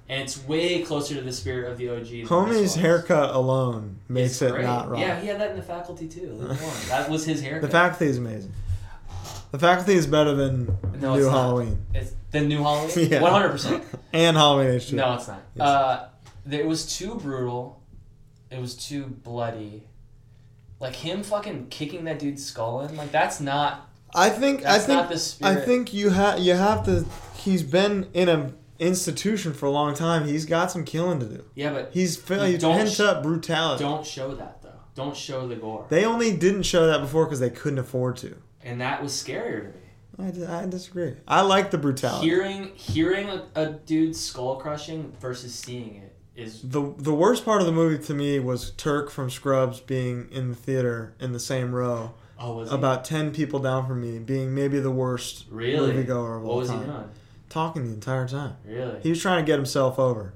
Speaker 9: and it's way closer to the spirit of the OG. than this
Speaker 8: homie's
Speaker 9: was.
Speaker 8: haircut alone makes
Speaker 9: It's
Speaker 8: it
Speaker 9: great.
Speaker 8: not wrong.
Speaker 9: Yeah, he had that in the faculty too. Look at one. that was his haircut.
Speaker 8: The faculty is amazing. The faculty is better than
Speaker 9: No,
Speaker 8: New
Speaker 9: it's not.
Speaker 8: Halloween
Speaker 9: it's the new Halloween.
Speaker 8: Yeah.
Speaker 9: One hundred percent.
Speaker 8: and Halloween H two.
Speaker 9: No, it's not.
Speaker 8: Yes.
Speaker 9: Uh, it was too brutal. It was too bloody. Like him fucking kicking that dude's skull in. Like that's not.
Speaker 8: I think I
Speaker 9: That's
Speaker 8: think
Speaker 9: not the
Speaker 8: I
Speaker 9: spirit.
Speaker 8: think you have you have to. He's been in a institution for a long time. He's got some killing to do.
Speaker 9: Yeah, but
Speaker 8: He's fe- he's
Speaker 9: don't
Speaker 8: pent
Speaker 9: sh-
Speaker 8: up brutality.
Speaker 9: don't show that though. Don't show the gore.
Speaker 8: They only didn't show that before because they couldn't afford to.
Speaker 9: and that was scarier to me.
Speaker 8: I, di- I disagree. I like the brutality.
Speaker 9: Hearing hearing a, a dude's skull crushing versus seeing it is
Speaker 8: the the worst part of the movie to me was Turk from Scrubs being in the theater in the same row,
Speaker 9: oh was he-
Speaker 8: about ten people down from me, being maybe the worst
Speaker 9: really
Speaker 8: moviegoer of all
Speaker 9: What was
Speaker 8: time.
Speaker 9: he doing?
Speaker 8: Talking the entire time.
Speaker 9: Really?
Speaker 8: He was trying to get himself over.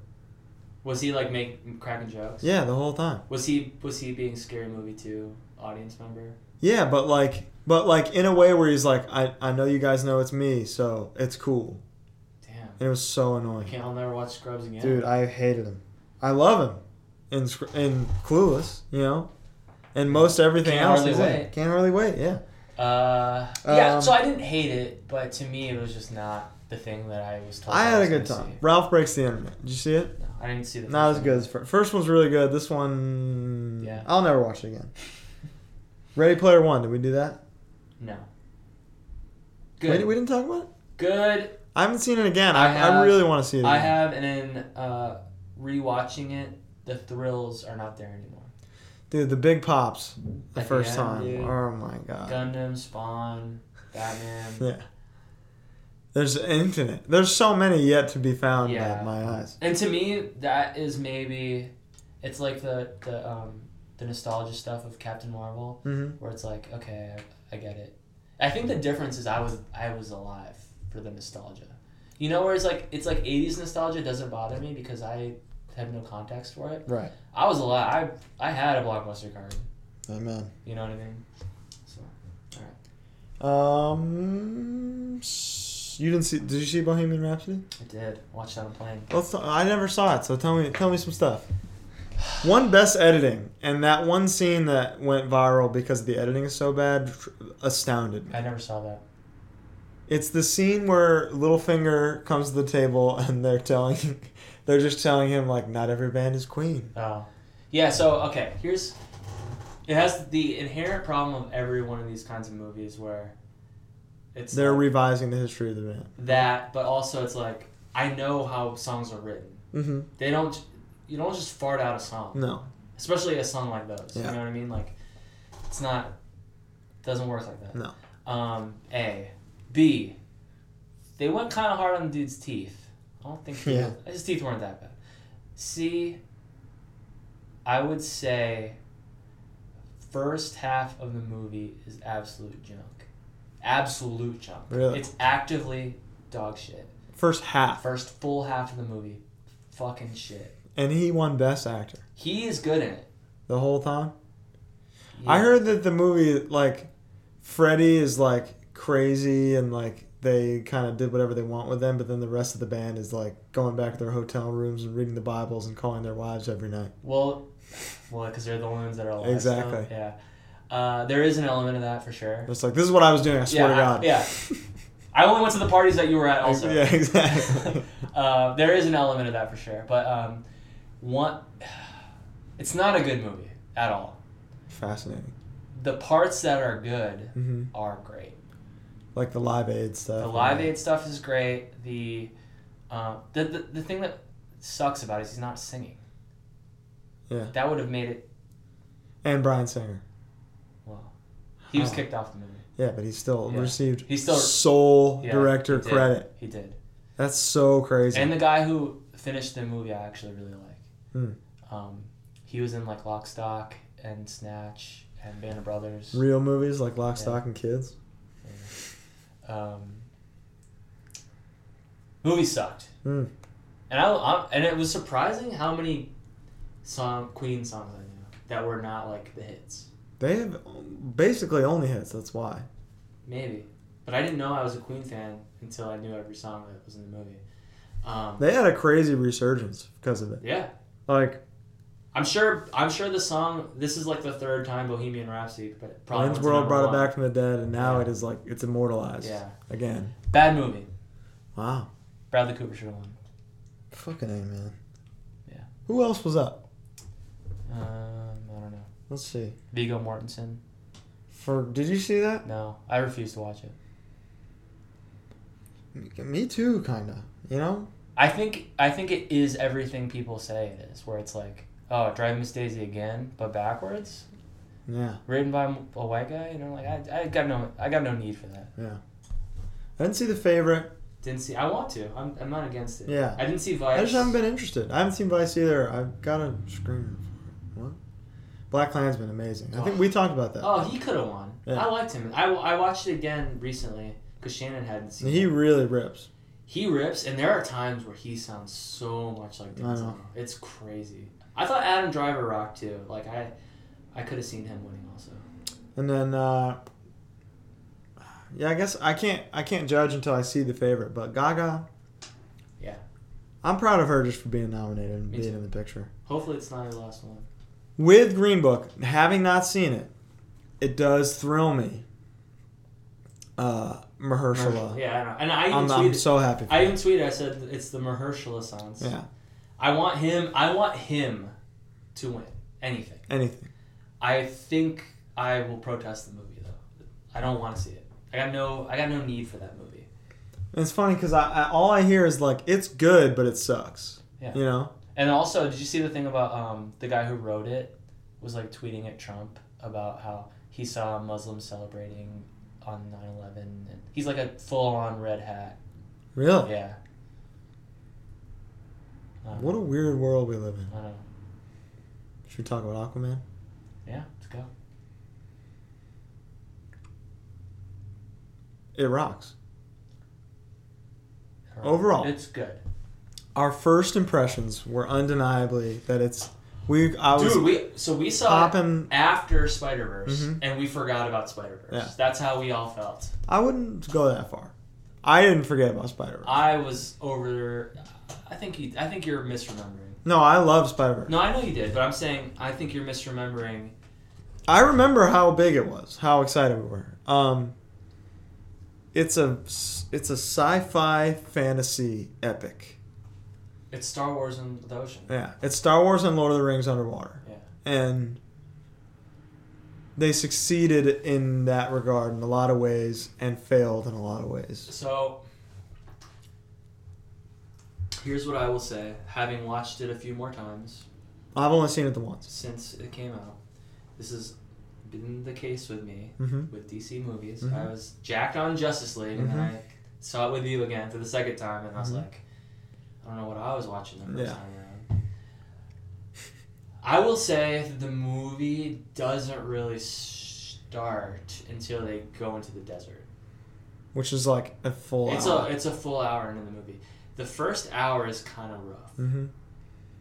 Speaker 9: was he like making cracking jokes?
Speaker 8: Yeah, the whole time.
Speaker 9: Was he was he being scary movie too? Audience member.
Speaker 8: Yeah, but like, but like in a way where he's like, I I know you guys know it's me, so it's cool.
Speaker 9: Damn.
Speaker 8: And it was so
Speaker 9: I
Speaker 8: annoying.
Speaker 9: can't. I'll never watch Scrubs again.
Speaker 8: Dude, I hated him. I love him. And Sc- and Clueless, you know, and most everything
Speaker 9: Can't
Speaker 8: else.
Speaker 9: hardly
Speaker 8: is in.
Speaker 9: wait.
Speaker 8: Can't hardly wait. Yeah.
Speaker 9: Uh, yeah.
Speaker 8: Um,
Speaker 9: so I didn't hate it, but to me, it was just not. the thing that I was told.
Speaker 8: I had a
Speaker 9: was
Speaker 8: good
Speaker 9: gonna
Speaker 8: time.
Speaker 9: see.
Speaker 8: Ralph breaks the internet. Did you see it?
Speaker 9: No, I didn't see the.
Speaker 8: Not
Speaker 9: first
Speaker 8: as
Speaker 9: one.
Speaker 8: good as first. First one's really good. This one,
Speaker 9: Yeah.
Speaker 8: I'll never watch it again. Ready Player One. Did we do that?
Speaker 9: No.
Speaker 8: We,
Speaker 9: Good.
Speaker 8: we didn't talk about it.
Speaker 9: good.
Speaker 8: I haven't seen it again. I, I,
Speaker 9: I have-
Speaker 8: really want to see it. Again.
Speaker 9: I have, and then uh, rewatching it, the thrills are not there anymore.
Speaker 8: dude. The big pops the
Speaker 9: At the
Speaker 8: first
Speaker 9: end,
Speaker 8: time.
Speaker 9: dude.
Speaker 8: Oh my god.
Speaker 9: Gundam, Spawn, Batman.
Speaker 8: Yeah. There's infinite. There's so many yet to be found
Speaker 9: Yeah.
Speaker 8: by my eyes.
Speaker 9: And to me, that is maybe it's like the the um, the nostalgia stuff of Captain Marvel,
Speaker 8: Mhm.
Speaker 9: where it's like, okay, I, I get it. I think the difference is I was I was alive for the nostalgia. You know, where it's like it's like '80s nostalgia doesn't bother me because I have no context for it.
Speaker 8: Right.
Speaker 9: I was alive. I I had a blockbuster card.
Speaker 8: Amen.
Speaker 9: You know what I mean? So
Speaker 8: Um, s- you didn't see? Did you see Bohemian Rhapsody?
Speaker 9: I did watch that on a plane.
Speaker 8: Let's. t- I never saw it, so tell me. Tell me some stuff. One best editing, and that one scene that went viral because the editing is so bad tr- astounded me.
Speaker 9: I never saw that.
Speaker 8: It's the scene where Littlefinger comes to the table and they're telling, they're just telling him like, not every band is Queen.
Speaker 9: Oh. Yeah, so okay, here's it has the inherent problem of every one of these kinds of movies where it's
Speaker 8: They're
Speaker 9: like
Speaker 8: revising the history of the band.
Speaker 9: that, but also it's like I know how songs are written.
Speaker 8: Mm-hmm.
Speaker 9: They don't you don't just fart out a song.
Speaker 8: No,
Speaker 9: Especially a song like those.
Speaker 8: Yeah.
Speaker 9: You know what I mean? Like it's not doesn't work like that.
Speaker 8: no.
Speaker 9: Um A. B. They went kinda hard on the dude's teeth. I don't think he-
Speaker 8: Yeah.
Speaker 9: his teeth weren't that bad. C I would say first half of the movie is absolute junk. Absolute junk.
Speaker 8: Really?
Speaker 9: It's actively dog shit.
Speaker 8: First half,
Speaker 9: First full half of the movie, fucking shit.
Speaker 8: and he won Best Actor
Speaker 9: He is good in it.
Speaker 8: the whole time.
Speaker 9: Yeah.
Speaker 8: I heard that the movie like Freddie is like crazy and like they kind of did whatever they want with them, but then the rest of the band is like going back to their hotel rooms and reading the Bibles and calling their wives every night.
Speaker 9: Well, well, because they're the only ones that are alive.
Speaker 8: Exactly.
Speaker 9: So, yeah. Uh, there is an element of that for sure.
Speaker 8: It's like this is what I was doing. I swear to
Speaker 9: yeah,
Speaker 8: God.
Speaker 9: I, yeah. I only went to the parties that you were at, also.
Speaker 8: Yeah, exactly.
Speaker 9: uh, there is an element of that for sure, but um, one, it's not a good movie at all.
Speaker 8: Fascinating.
Speaker 9: The parts that are good
Speaker 8: hmm
Speaker 9: are great.
Speaker 8: Like the Live Aid stuff.
Speaker 9: Mm-hmm. The Live Aid stuff is great. The, uh, the, the the thing that sucks about it is he's not singing.
Speaker 8: Yeah.
Speaker 9: That would have made it.
Speaker 8: and Brian Singer.
Speaker 9: Well, he was
Speaker 8: Oh.
Speaker 9: kicked off the movie.
Speaker 8: Yeah, but he still
Speaker 9: Yeah.
Speaker 8: received
Speaker 9: He still-
Speaker 8: sole
Speaker 9: Yeah,
Speaker 8: director
Speaker 9: he did.
Speaker 8: credit.
Speaker 9: He did.
Speaker 8: That's so crazy.
Speaker 9: And the guy who finished the movie, I actually really like.
Speaker 8: Hmm.
Speaker 9: Um, he was in like Lock, Stock, and Snatch, and Band of Brothers.
Speaker 8: Real movies like Lock,
Speaker 9: Yeah.
Speaker 8: Stock, and Kids.
Speaker 9: Um, movie sucked,
Speaker 8: Hmm.
Speaker 9: and I, I and it was surprising how many song Queen songs I knew that were not like the hits.
Speaker 8: They have basically only hits. That's why.
Speaker 9: Maybe, but I didn't know I was a Queen fan until I knew every song that was in the movie. Um,
Speaker 8: They had a crazy resurgence because of it.
Speaker 9: yeah,
Speaker 8: Like
Speaker 9: I'm sure. I'm sure the song. This is like the third time Bohemian Rhapsody, but probably
Speaker 8: Wayne's
Speaker 9: went to
Speaker 8: World
Speaker 9: number
Speaker 8: brought
Speaker 9: one.
Speaker 8: it back from the dead, and now
Speaker 9: Yeah.
Speaker 8: it is like it's immortalized.
Speaker 9: Yeah.
Speaker 8: Again.
Speaker 9: Bad movie.
Speaker 8: Wow.
Speaker 9: Bradley Cooper should have won.
Speaker 8: Fucking a man.
Speaker 9: Yeah.
Speaker 8: Who else was up?
Speaker 9: Um, I don't know.
Speaker 8: Let's see.
Speaker 9: Vigo Mortensen.
Speaker 8: For did you see that?
Speaker 9: No, I refuse to watch it.
Speaker 8: Me too, kinda. You know.
Speaker 9: I think I think it is everything people say it is. Where it's like, oh, Drive Miss Daisy again, but backwards,
Speaker 8: Yeah.
Speaker 9: written by a white guy. You know, like I, I got no I got no need for that.
Speaker 8: Yeah. I didn't see the favorite.
Speaker 9: Didn't see. I want to. I'm, I'm not against it.
Speaker 8: Yeah.
Speaker 9: I didn't see Vice.
Speaker 8: I just haven't been interested. I haven't seen Vice either. I've got a screen. What? Black Klansman, amazing. I think we talked about that.
Speaker 9: Oh, he could have won.
Speaker 8: Yeah.
Speaker 9: I liked him. I, I watched it again recently because Shannon hadn't seen.
Speaker 8: He
Speaker 9: it.
Speaker 8: really rips.
Speaker 9: He rips, and there are times where he sounds so much like
Speaker 8: I know.
Speaker 9: Denzel. It's crazy. I thought Adam Driver rocked too. Like I, I could have seen him winning also.
Speaker 8: And then, uh, yeah, I guess I can't I can't judge until I see the favorite. But Gaga,
Speaker 9: Yeah.
Speaker 8: I'm proud of her just for being nominated and
Speaker 9: Me
Speaker 8: being
Speaker 9: too.
Speaker 8: in the picture
Speaker 9: Hopefully, it's not his last one.
Speaker 8: with Green Book. Having not seen it, it does thrill me uh, Mahershala.
Speaker 9: Yeah, I know. And I even
Speaker 8: I'm, I'm
Speaker 9: tweeted.
Speaker 8: so happy. For
Speaker 9: I
Speaker 8: him.
Speaker 9: even tweeted. I said it's the Mahershala science.
Speaker 8: Yeah,
Speaker 9: I want him. I want him to win anything.
Speaker 8: anything.
Speaker 9: I think I will protest the movie though. I don't want to see it. I got no. I got no need for that movie.
Speaker 8: And it's funny because I, I all I hear is like it's good, but it sucks.
Speaker 9: Yeah.
Speaker 8: You know,
Speaker 9: And also, did you see the thing about um, the guy who wrote it was like tweeting at Trump about how he saw Muslims celebrating on 9/11 and he's like a full-on red hat.
Speaker 8: really.
Speaker 9: Yeah. I don't
Speaker 8: What a
Speaker 9: know.
Speaker 8: weird world we live in.
Speaker 9: I don't know.
Speaker 8: Should we talk about Aquaman?
Speaker 9: Yeah, let's go.
Speaker 8: It rocks.
Speaker 9: All
Speaker 8: Overall.
Speaker 9: it's good.
Speaker 8: Our first impressions were undeniably that it's we. I was
Speaker 9: Dude, we so we saw
Speaker 8: Poppin'-
Speaker 9: it after Spider Verse,
Speaker 8: Mhm.
Speaker 9: and we forgot about Spider Verse.
Speaker 8: Yeah.
Speaker 9: That's how we all felt.
Speaker 8: I wouldn't go that far. I didn't forget about Spider Verse.
Speaker 9: I was over. I think you. I think you're misremembering.
Speaker 8: No, I love Spider Verse.
Speaker 9: No, I know you did, but I'm saying I think you're misremembering.
Speaker 8: I remember how big it was, how excited we were. Um, it's a it's a sci-fi fantasy epic.
Speaker 9: It's Star Wars and the ocean.
Speaker 8: Yeah, it's Star Wars and Lord of the Rings underwater,
Speaker 9: Yeah.
Speaker 8: and they succeeded in that regard in a lot of ways and failed in a lot of ways.
Speaker 9: So here's what I will say, having watched it a few more times
Speaker 8: I've only seen it the once.
Speaker 9: since it came out. This has been the case with me
Speaker 8: Mhm.
Speaker 9: with DC movies.
Speaker 8: Mhm.
Speaker 9: I was jacked on Justice League,
Speaker 8: Mm-hmm.
Speaker 9: and then I saw it with you again for the second time, and I was
Speaker 8: Mhm.
Speaker 9: like, I don't know what I was watching the first
Speaker 8: Yeah.
Speaker 9: time around. I will say that the movie doesn't really start until they go into the desert.
Speaker 8: which is like a full
Speaker 9: It's
Speaker 8: hour.
Speaker 9: a it's a full hour into the movie. The first hour is kind of rough.
Speaker 8: hmm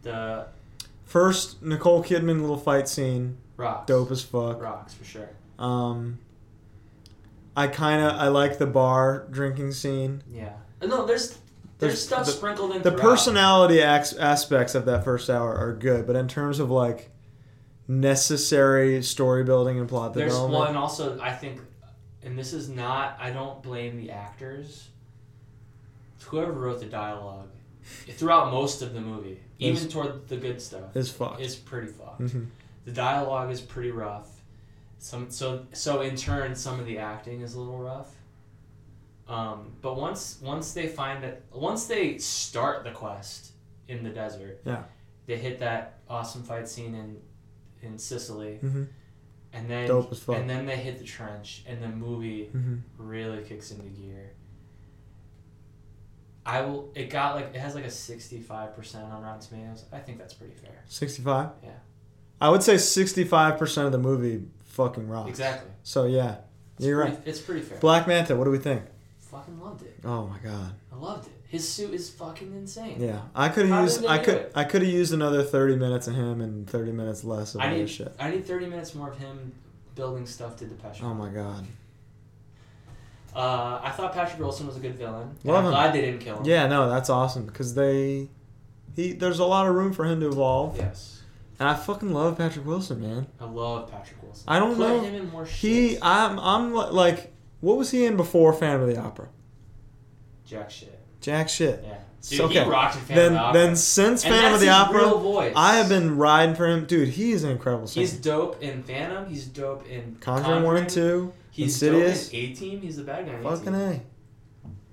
Speaker 9: The
Speaker 8: First, Nicole Kidman little fight scene,
Speaker 9: rocks,
Speaker 8: dope as fuck.
Speaker 9: rocks for sure.
Speaker 8: Um, I kind of I like the bar drinking scene.
Speaker 9: Yeah, Uh, no, there's there's,
Speaker 8: There's
Speaker 9: stuff
Speaker 8: the-
Speaker 9: sprinkled in
Speaker 8: The
Speaker 9: throughout.
Speaker 8: personality as- aspects of that first hour are good, but in terms of like necessary story building and plot
Speaker 9: There's
Speaker 8: development,
Speaker 9: one also I think, and this is not I don't blame the actors. Whoever wrote the dialogue throughout most of the movie, even toward the good stuff,
Speaker 8: is fucked.
Speaker 9: is pretty fucked.
Speaker 8: Mhm.
Speaker 9: The dialogue is pretty rough. Some so so in turn some of the acting is a little rough. Um, but once once they find that once they start the quest in the desert,
Speaker 8: Yeah.
Speaker 9: they hit that awesome fight scene in in Sicily,
Speaker 8: Mhm.
Speaker 9: and then
Speaker 8: Dope as fuck.
Speaker 9: and then they hit the trench, and the movie
Speaker 8: Mhm.
Speaker 9: really kicks into gear. I will. It got like it has like a sixty five percent on Rotten Tomatoes. I think that's pretty fair.
Speaker 8: 65.
Speaker 9: Yeah.
Speaker 8: I would say 65 percent of the movie fucking rocks.
Speaker 9: Exactly.
Speaker 8: So yeah,
Speaker 9: It's
Speaker 8: you're
Speaker 9: pretty,
Speaker 8: right.
Speaker 9: It's pretty fair.
Speaker 8: Black Manta. What do we think?
Speaker 9: fucking loved it.
Speaker 8: Oh my god.
Speaker 9: I loved it. His suit is fucking insane.
Speaker 8: Yeah, I could have
Speaker 9: How
Speaker 8: used.
Speaker 9: did they
Speaker 8: I
Speaker 9: do
Speaker 8: could.
Speaker 9: it?
Speaker 8: I could have used another thirty minutes of him and thirty minutes less of
Speaker 9: I
Speaker 8: other
Speaker 9: need
Speaker 8: shit.
Speaker 9: I need thirty minutes more of him building stuff to Depeche.
Speaker 8: Oh
Speaker 9: Mode.
Speaker 8: my god.
Speaker 9: Uh, I thought Patrick Wilson was a good villain. and
Speaker 8: Love
Speaker 9: I'm
Speaker 8: him.
Speaker 9: glad they didn't kill him.
Speaker 8: Yeah, no, that's awesome because they, he, there's a lot of room for him to evolve,
Speaker 9: Yes.
Speaker 8: and I fucking love Patrick Wilson, man.
Speaker 9: I love Patrick Wilson.
Speaker 8: I don't
Speaker 9: Put
Speaker 8: know.
Speaker 9: him in more
Speaker 8: He,
Speaker 9: shit.
Speaker 8: I'm, I'm li- like, what was he in before Phantom of the Opera?
Speaker 9: Jack shit.
Speaker 8: Jack shit.
Speaker 9: Yeah.
Speaker 8: So,
Speaker 9: Dude, he rocked in Phantom
Speaker 8: then,
Speaker 9: of the Opera.
Speaker 8: then since
Speaker 9: And
Speaker 8: Phantom of
Speaker 9: that's
Speaker 8: the
Speaker 9: his
Speaker 8: Opera,
Speaker 9: real voice.
Speaker 8: I have been riding for him, dude. He is an incredible singer.
Speaker 9: He's dope in Phantom. He's dope in
Speaker 8: Conjuring, one and two,
Speaker 9: He's
Speaker 8: Insidious.
Speaker 9: dope in A Team. He's the bad guy. in
Speaker 8: Fucking
Speaker 9: A.
Speaker 8: a.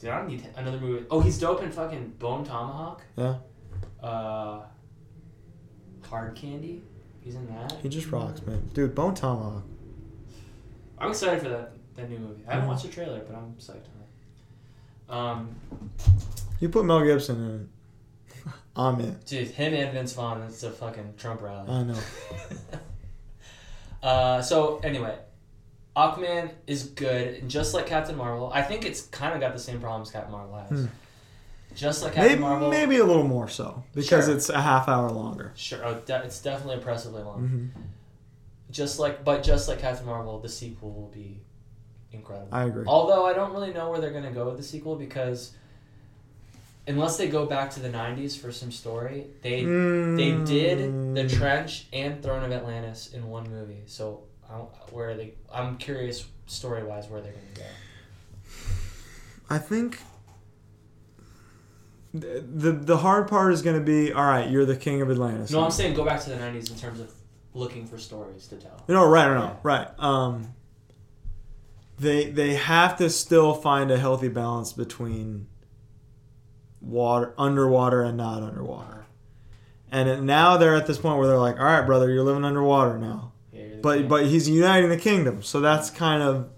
Speaker 9: Dude, I don't need another movie. Oh, he's dope in fucking Bone Tomahawk.
Speaker 8: Yeah,
Speaker 9: Uh, Hard Candy. He's in that.
Speaker 8: he just rocks, man. Dude, Bone Tomahawk.
Speaker 9: I'm excited for that that new movie. I haven't
Speaker 8: Mhm.
Speaker 9: watched the trailer, but I'm psyched on it. Um,
Speaker 8: You put Mel Gibson in it. I'm in.
Speaker 9: dude, him and Vince Vaughn. It's a fucking Trump
Speaker 8: I
Speaker 9: rally.
Speaker 8: know.
Speaker 9: uh, so anyway, Aquaman is good, and just like Captain Marvel. I think it's kind of got the same problems Captain Marvel has.
Speaker 8: Hmm.
Speaker 9: Just like Captain
Speaker 8: Maybe,
Speaker 9: Marvel.
Speaker 8: maybe a little more so because
Speaker 9: Sure.
Speaker 8: it's a half hour longer.
Speaker 9: Sure, oh, de- it's definitely impressively long.
Speaker 8: hmm
Speaker 9: Just like, but just like Captain Marvel, the sequel will be incredible.
Speaker 8: I agree.
Speaker 9: Although I don't really know where they're gonna go with the sequel because unless they go back to the '90s for some story, they they did the
Speaker 8: Mm.
Speaker 9: trench and Throne of Atlantis in one movie. So I don't- where are they? I'm curious story wise where they're gonna go.
Speaker 8: I think th- the the hard part is going to be all right. You're the king of Atlantis.
Speaker 9: No, I'm saying go back to the '90s in terms of looking for stories to tell.
Speaker 8: No, right, no, no, right. Um, they they have to still find a healthy balance between water, underwater, and not underwater. And it, now they're at this point where they're like, "All right, brother, you're living underwater now."
Speaker 9: Yeah, you're the
Speaker 8: But
Speaker 9: king.
Speaker 8: but he's uniting the kingdom, so that's kind of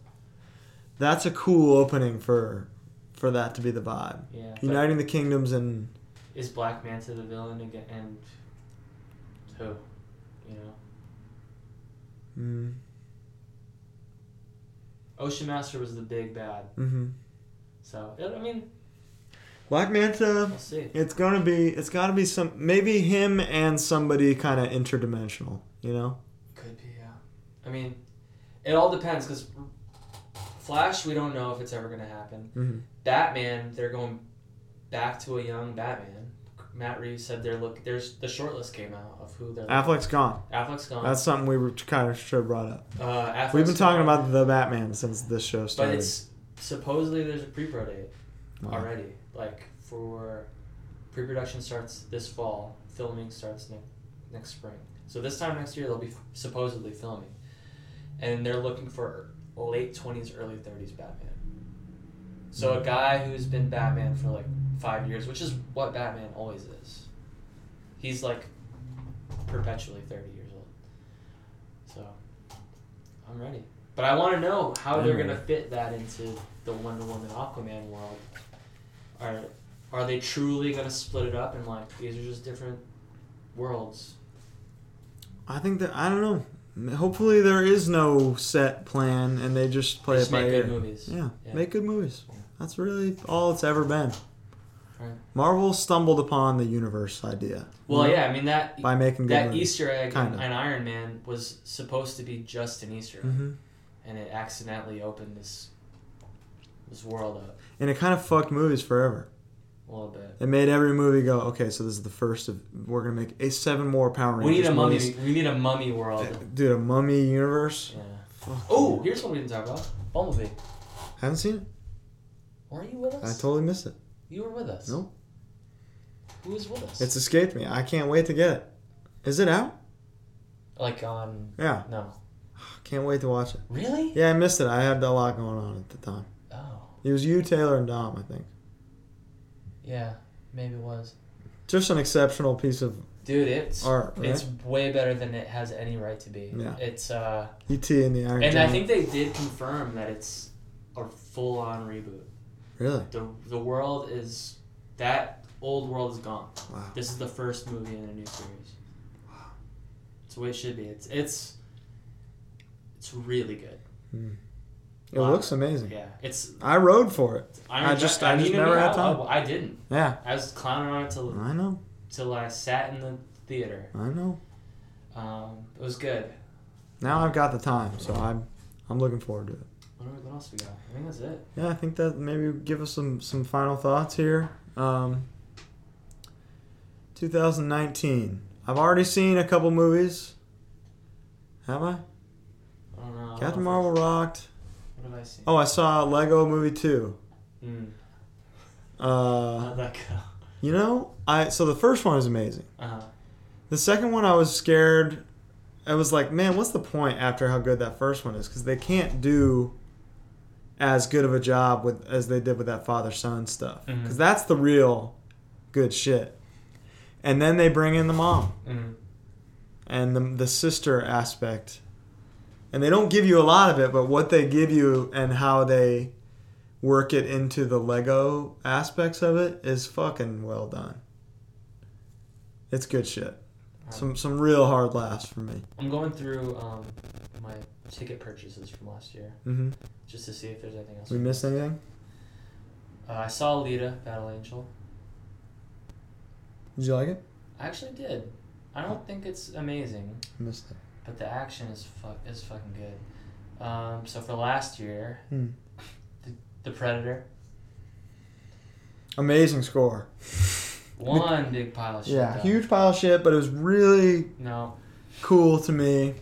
Speaker 8: that's a cool opening for for that to be the vibe.
Speaker 9: yeah, but
Speaker 8: Uniting the kingdoms and
Speaker 9: is Black Manta the villain again? And who? You know,
Speaker 8: mm,
Speaker 9: Ocean Master was the big bad.
Speaker 8: hmm
Speaker 9: So I mean,
Speaker 8: Black Manta.
Speaker 9: we'll see.
Speaker 8: It's gonna be. It's gotta be some. Maybe him and somebody kind of interdimensional. You know.
Speaker 9: Could be, yeah. I mean, it all depends because Flash, we don't know if it's ever going to happen.
Speaker 8: Mhm.
Speaker 9: Batman, they're going back to a young Batman. Matt Reeves said they're look. There's the short list came out of who they're.
Speaker 8: Affleck's gone.
Speaker 9: Affleck's gone.
Speaker 8: Ah, That's something we were kind of should have brought up.
Speaker 9: uh, Affleck's
Speaker 8: We've been talking
Speaker 9: gone.
Speaker 8: about the Batman since this show
Speaker 9: But
Speaker 8: started.
Speaker 9: it's supposedly there's a pre-pro date
Speaker 8: Wow.
Speaker 9: already. Like for pre-production starts this fall, filming starts next next spring. So this time next year they'll be f- supposedly filming, and they're looking for late twenties, early thirties Batman. So a guy who's been Batman for like five years, which is what Batman always is. He's like perpetually thirty years old. So I'm ready. But I want to know how
Speaker 8: I'm
Speaker 9: they're
Speaker 8: ready.
Speaker 9: gonna fit that into the Wonder Woman Aquaman world. Are are they truly gonna split it up and like these are just different worlds?
Speaker 8: I think that I don't know. M- Hopefully there is no set plan and they just play
Speaker 9: Just
Speaker 8: it by
Speaker 9: make good
Speaker 8: ear.
Speaker 9: movies.
Speaker 8: Yeah,
Speaker 9: Yeah.
Speaker 8: make good movies.
Speaker 9: Yeah.
Speaker 8: That's really all it's ever been.
Speaker 9: Right.
Speaker 8: Marvel stumbled upon the universe idea
Speaker 9: Well, yeah, I mean that
Speaker 8: by making good
Speaker 9: that
Speaker 8: movies.
Speaker 9: Easter egg
Speaker 8: Kinda.
Speaker 9: in Iron Man was supposed to be just an Easter egg,
Speaker 8: Mhm.
Speaker 9: and it accidentally opened this this world up
Speaker 8: And it kind of fucked movies forever.
Speaker 9: a little bit.
Speaker 8: It made every movie go, okay, so this is the first of we're gonna make a seven more Power Rangers.
Speaker 9: We need a mummy.
Speaker 8: movies." Uh,
Speaker 9: We need a mummy world.
Speaker 8: Dude, a mummy universe.
Speaker 9: Yeah.
Speaker 8: Fuck.
Speaker 9: Oh, here's what we didn't talk about. Bumblebee.
Speaker 8: haven't seen it.
Speaker 9: Were you with
Speaker 8: I
Speaker 9: us?
Speaker 8: totally missed it.
Speaker 9: you were with us.
Speaker 8: No.
Speaker 9: Who was with us?
Speaker 8: It's escaped me. I can't wait to get it. Is it out?
Speaker 9: like on.
Speaker 8: Yeah,
Speaker 9: No.
Speaker 8: can't wait to watch it.
Speaker 9: Really?
Speaker 8: Yeah, I missed it. I had a lot going on at the time.
Speaker 9: Oh.
Speaker 8: It was you, Taylor, and Dom. I think
Speaker 9: Yeah. Maybe it was.
Speaker 8: just an exceptional piece of
Speaker 9: Dude, it's
Speaker 8: art. Right?
Speaker 9: it's way better than it has any right to be.
Speaker 8: Yeah.
Speaker 9: It's uh.
Speaker 8: ET E and the Iron.
Speaker 9: And I
Speaker 8: Giant.
Speaker 9: think they did confirm that it's a full on reboot.
Speaker 8: really,
Speaker 9: The the world is that old world is gone.
Speaker 8: wow,
Speaker 9: This is the first movie in a new series. Wow. It's the way it should be. It's it's it's really good.
Speaker 8: it looks amazing.
Speaker 9: Yeah. It's
Speaker 8: I rode for it.
Speaker 9: Iron
Speaker 8: I
Speaker 9: Gi-
Speaker 8: just- I just
Speaker 9: mean, to
Speaker 8: never
Speaker 9: me,
Speaker 8: had
Speaker 9: I-
Speaker 8: time.
Speaker 9: I, I didn't.
Speaker 8: Yeah,
Speaker 9: I was clowning on it till
Speaker 8: I know,
Speaker 9: till I sat in the theater.
Speaker 8: I know.
Speaker 9: Um, it was good.
Speaker 8: Now I've got the time, so I'm I'm looking forward to it.
Speaker 9: What, are- what else we got? I think that's it.
Speaker 8: Yeah, I think that maybe give us some some final thoughts here. Um, 2019. I've already seen a couple movies. Have I?
Speaker 9: I don't know. I don't
Speaker 8: Captain
Speaker 9: know if
Speaker 8: Marvel rocked.
Speaker 9: I- What have I seen?
Speaker 8: Oh, I saw Lego Movie 2.
Speaker 9: Mm,
Speaker 8: Uh,
Speaker 9: how'd that go?
Speaker 8: you know, I so the first one is amazing.
Speaker 9: Uh-huh.
Speaker 8: The second one I was scared. I was like, man, what's the point after how good that first one is? Because they can't do as good of a job with as they did with that father son stuff. Because
Speaker 9: Mhm.
Speaker 8: that's the real good shit. And then they bring in the mom
Speaker 9: Mm.
Speaker 8: and the, the sister aspect. And they don't give you a lot of it, but what they give you and how they work it into the Lego aspects of it is fucking well done. It's good shit. Some some real hard laughs for me.
Speaker 9: I'm going through um, my ticket purchases from last year
Speaker 8: Mm-hmm.
Speaker 9: just to see if there's anything else.
Speaker 8: We missed anything?
Speaker 9: Uh, I saw Alita, Battle Angel.
Speaker 8: Did you like it?
Speaker 9: I actually did. I don't think it's amazing,
Speaker 8: I missed it.
Speaker 9: but the action is fuck is fucking good. Um, so for last year,
Speaker 8: Hmm.
Speaker 9: the, the Predator,
Speaker 8: Amazing score.
Speaker 9: one big pile of shit.
Speaker 8: Yeah,
Speaker 9: though.
Speaker 8: huge pile of shit, but it was really
Speaker 9: No,
Speaker 8: cool to me.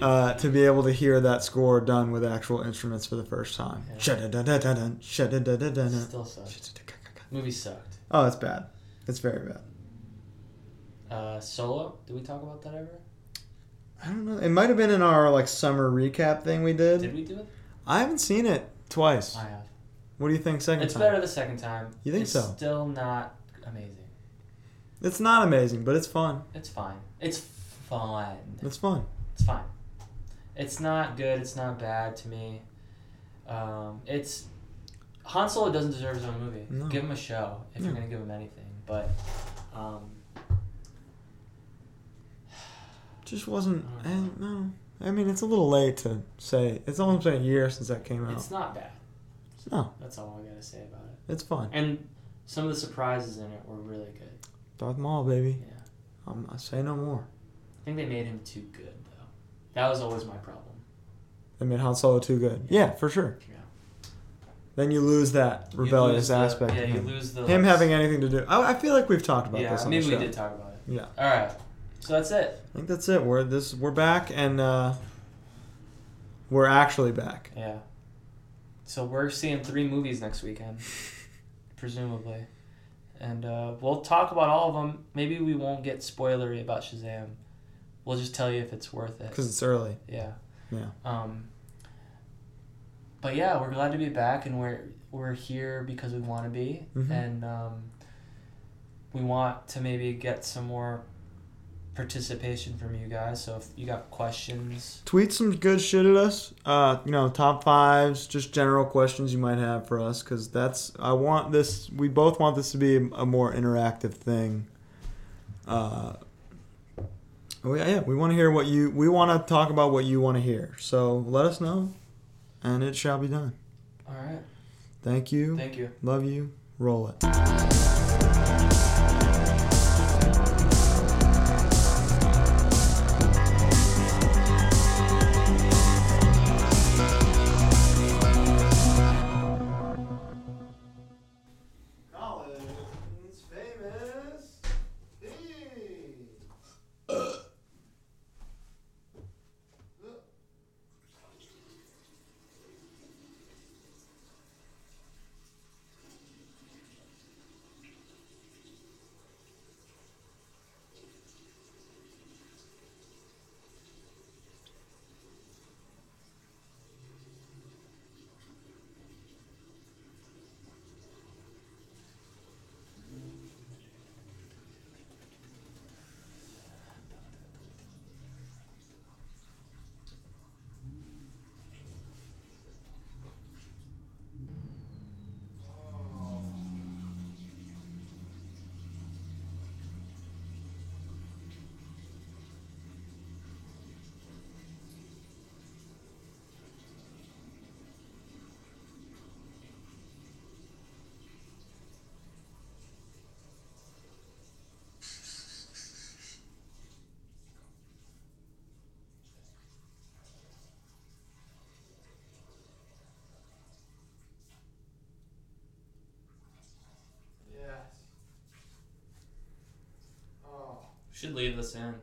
Speaker 8: uh, to be able to hear that score done with actual instruments for the first time.
Speaker 9: Yeah.
Speaker 8: Sha-da-da-da-da-dun, sha-da-da-da-dun.
Speaker 9: Still sucked.
Speaker 8: Sha-da-da-ka-ka-ka.
Speaker 9: Movie sucked.
Speaker 8: Oh, it's bad. It's very bad.
Speaker 9: Uh, Solo. Did we talk about that ever?
Speaker 8: I don't know. It might have been in our like summer recap thing we did.
Speaker 9: Did we do it?
Speaker 8: I haven't seen it twice.
Speaker 9: I have.
Speaker 8: What do you think? Second
Speaker 9: It's
Speaker 8: time.
Speaker 9: better the second time.
Speaker 8: You think
Speaker 9: it's
Speaker 8: so?
Speaker 9: Still not amazing.
Speaker 8: It's not amazing, but it's fun.
Speaker 9: It's fine. It's fun.
Speaker 8: It's fun.
Speaker 9: It's fine. It's not good. It's not bad to me. Um, it's Han Solo doesn't deserve his own movie.
Speaker 8: No.
Speaker 9: Give him a show if you're
Speaker 8: No.
Speaker 9: gonna give him anything. But um,
Speaker 8: Just wasn't. I
Speaker 9: I
Speaker 8: don't
Speaker 9: don't
Speaker 8: know. I mean, it's a little late to say. It's almost been a year since that came out.
Speaker 9: it's not bad.
Speaker 8: no,
Speaker 9: That's all I gotta say about it.
Speaker 8: it's fun.
Speaker 9: And some of the surprises in it were really good.
Speaker 8: Darth Maul, baby.
Speaker 9: Yeah,
Speaker 8: I'm, I say no more.
Speaker 9: I think they made him too good though. That was always my problem.
Speaker 8: They made Han Solo too good. Yeah, for sure.
Speaker 9: Yeah.
Speaker 8: Then you lose that
Speaker 9: You
Speaker 8: rebellious
Speaker 9: lose the-
Speaker 8: aspect.
Speaker 9: Yeah,
Speaker 8: of
Speaker 9: you
Speaker 8: him.
Speaker 9: lose the
Speaker 8: him
Speaker 9: like,
Speaker 8: having anything to do. I, I feel like we've talked about
Speaker 9: Yeah,
Speaker 8: this on
Speaker 9: maybe
Speaker 8: the
Speaker 9: we
Speaker 8: show.
Speaker 9: did talk about it.
Speaker 8: Yeah.
Speaker 9: All right. So that's it.
Speaker 8: I think that's it. We're this. We're back, and uh, we're actually back.
Speaker 9: Yeah. So we're seeing three movies next weekend, presumably, and uh, we'll talk about all of them. Maybe we won't get spoilery about Shazam. We'll just tell you if it's worth it.
Speaker 8: Because it's early.
Speaker 9: Yeah.
Speaker 8: Yeah.
Speaker 9: Um. But yeah, we're glad to be back, and we're we're here because we want to be,
Speaker 8: Mhm.
Speaker 9: and um, we want to maybe get some more participation from you guys. So if you got questions,
Speaker 8: Tweet some good shit at us. Uh, you know, top fives, just general questions you might have for us. Because that's I want this. We both want this to be a, a more interactive thing. Uh, we, yeah, we want to hear what you. We want to talk about what you want to hear. So let us know, and it shall be done.
Speaker 9: all right.
Speaker 8: Thank you.
Speaker 9: Thank you.
Speaker 8: Love you. Roll it. Collins famous
Speaker 9: Should leave this in.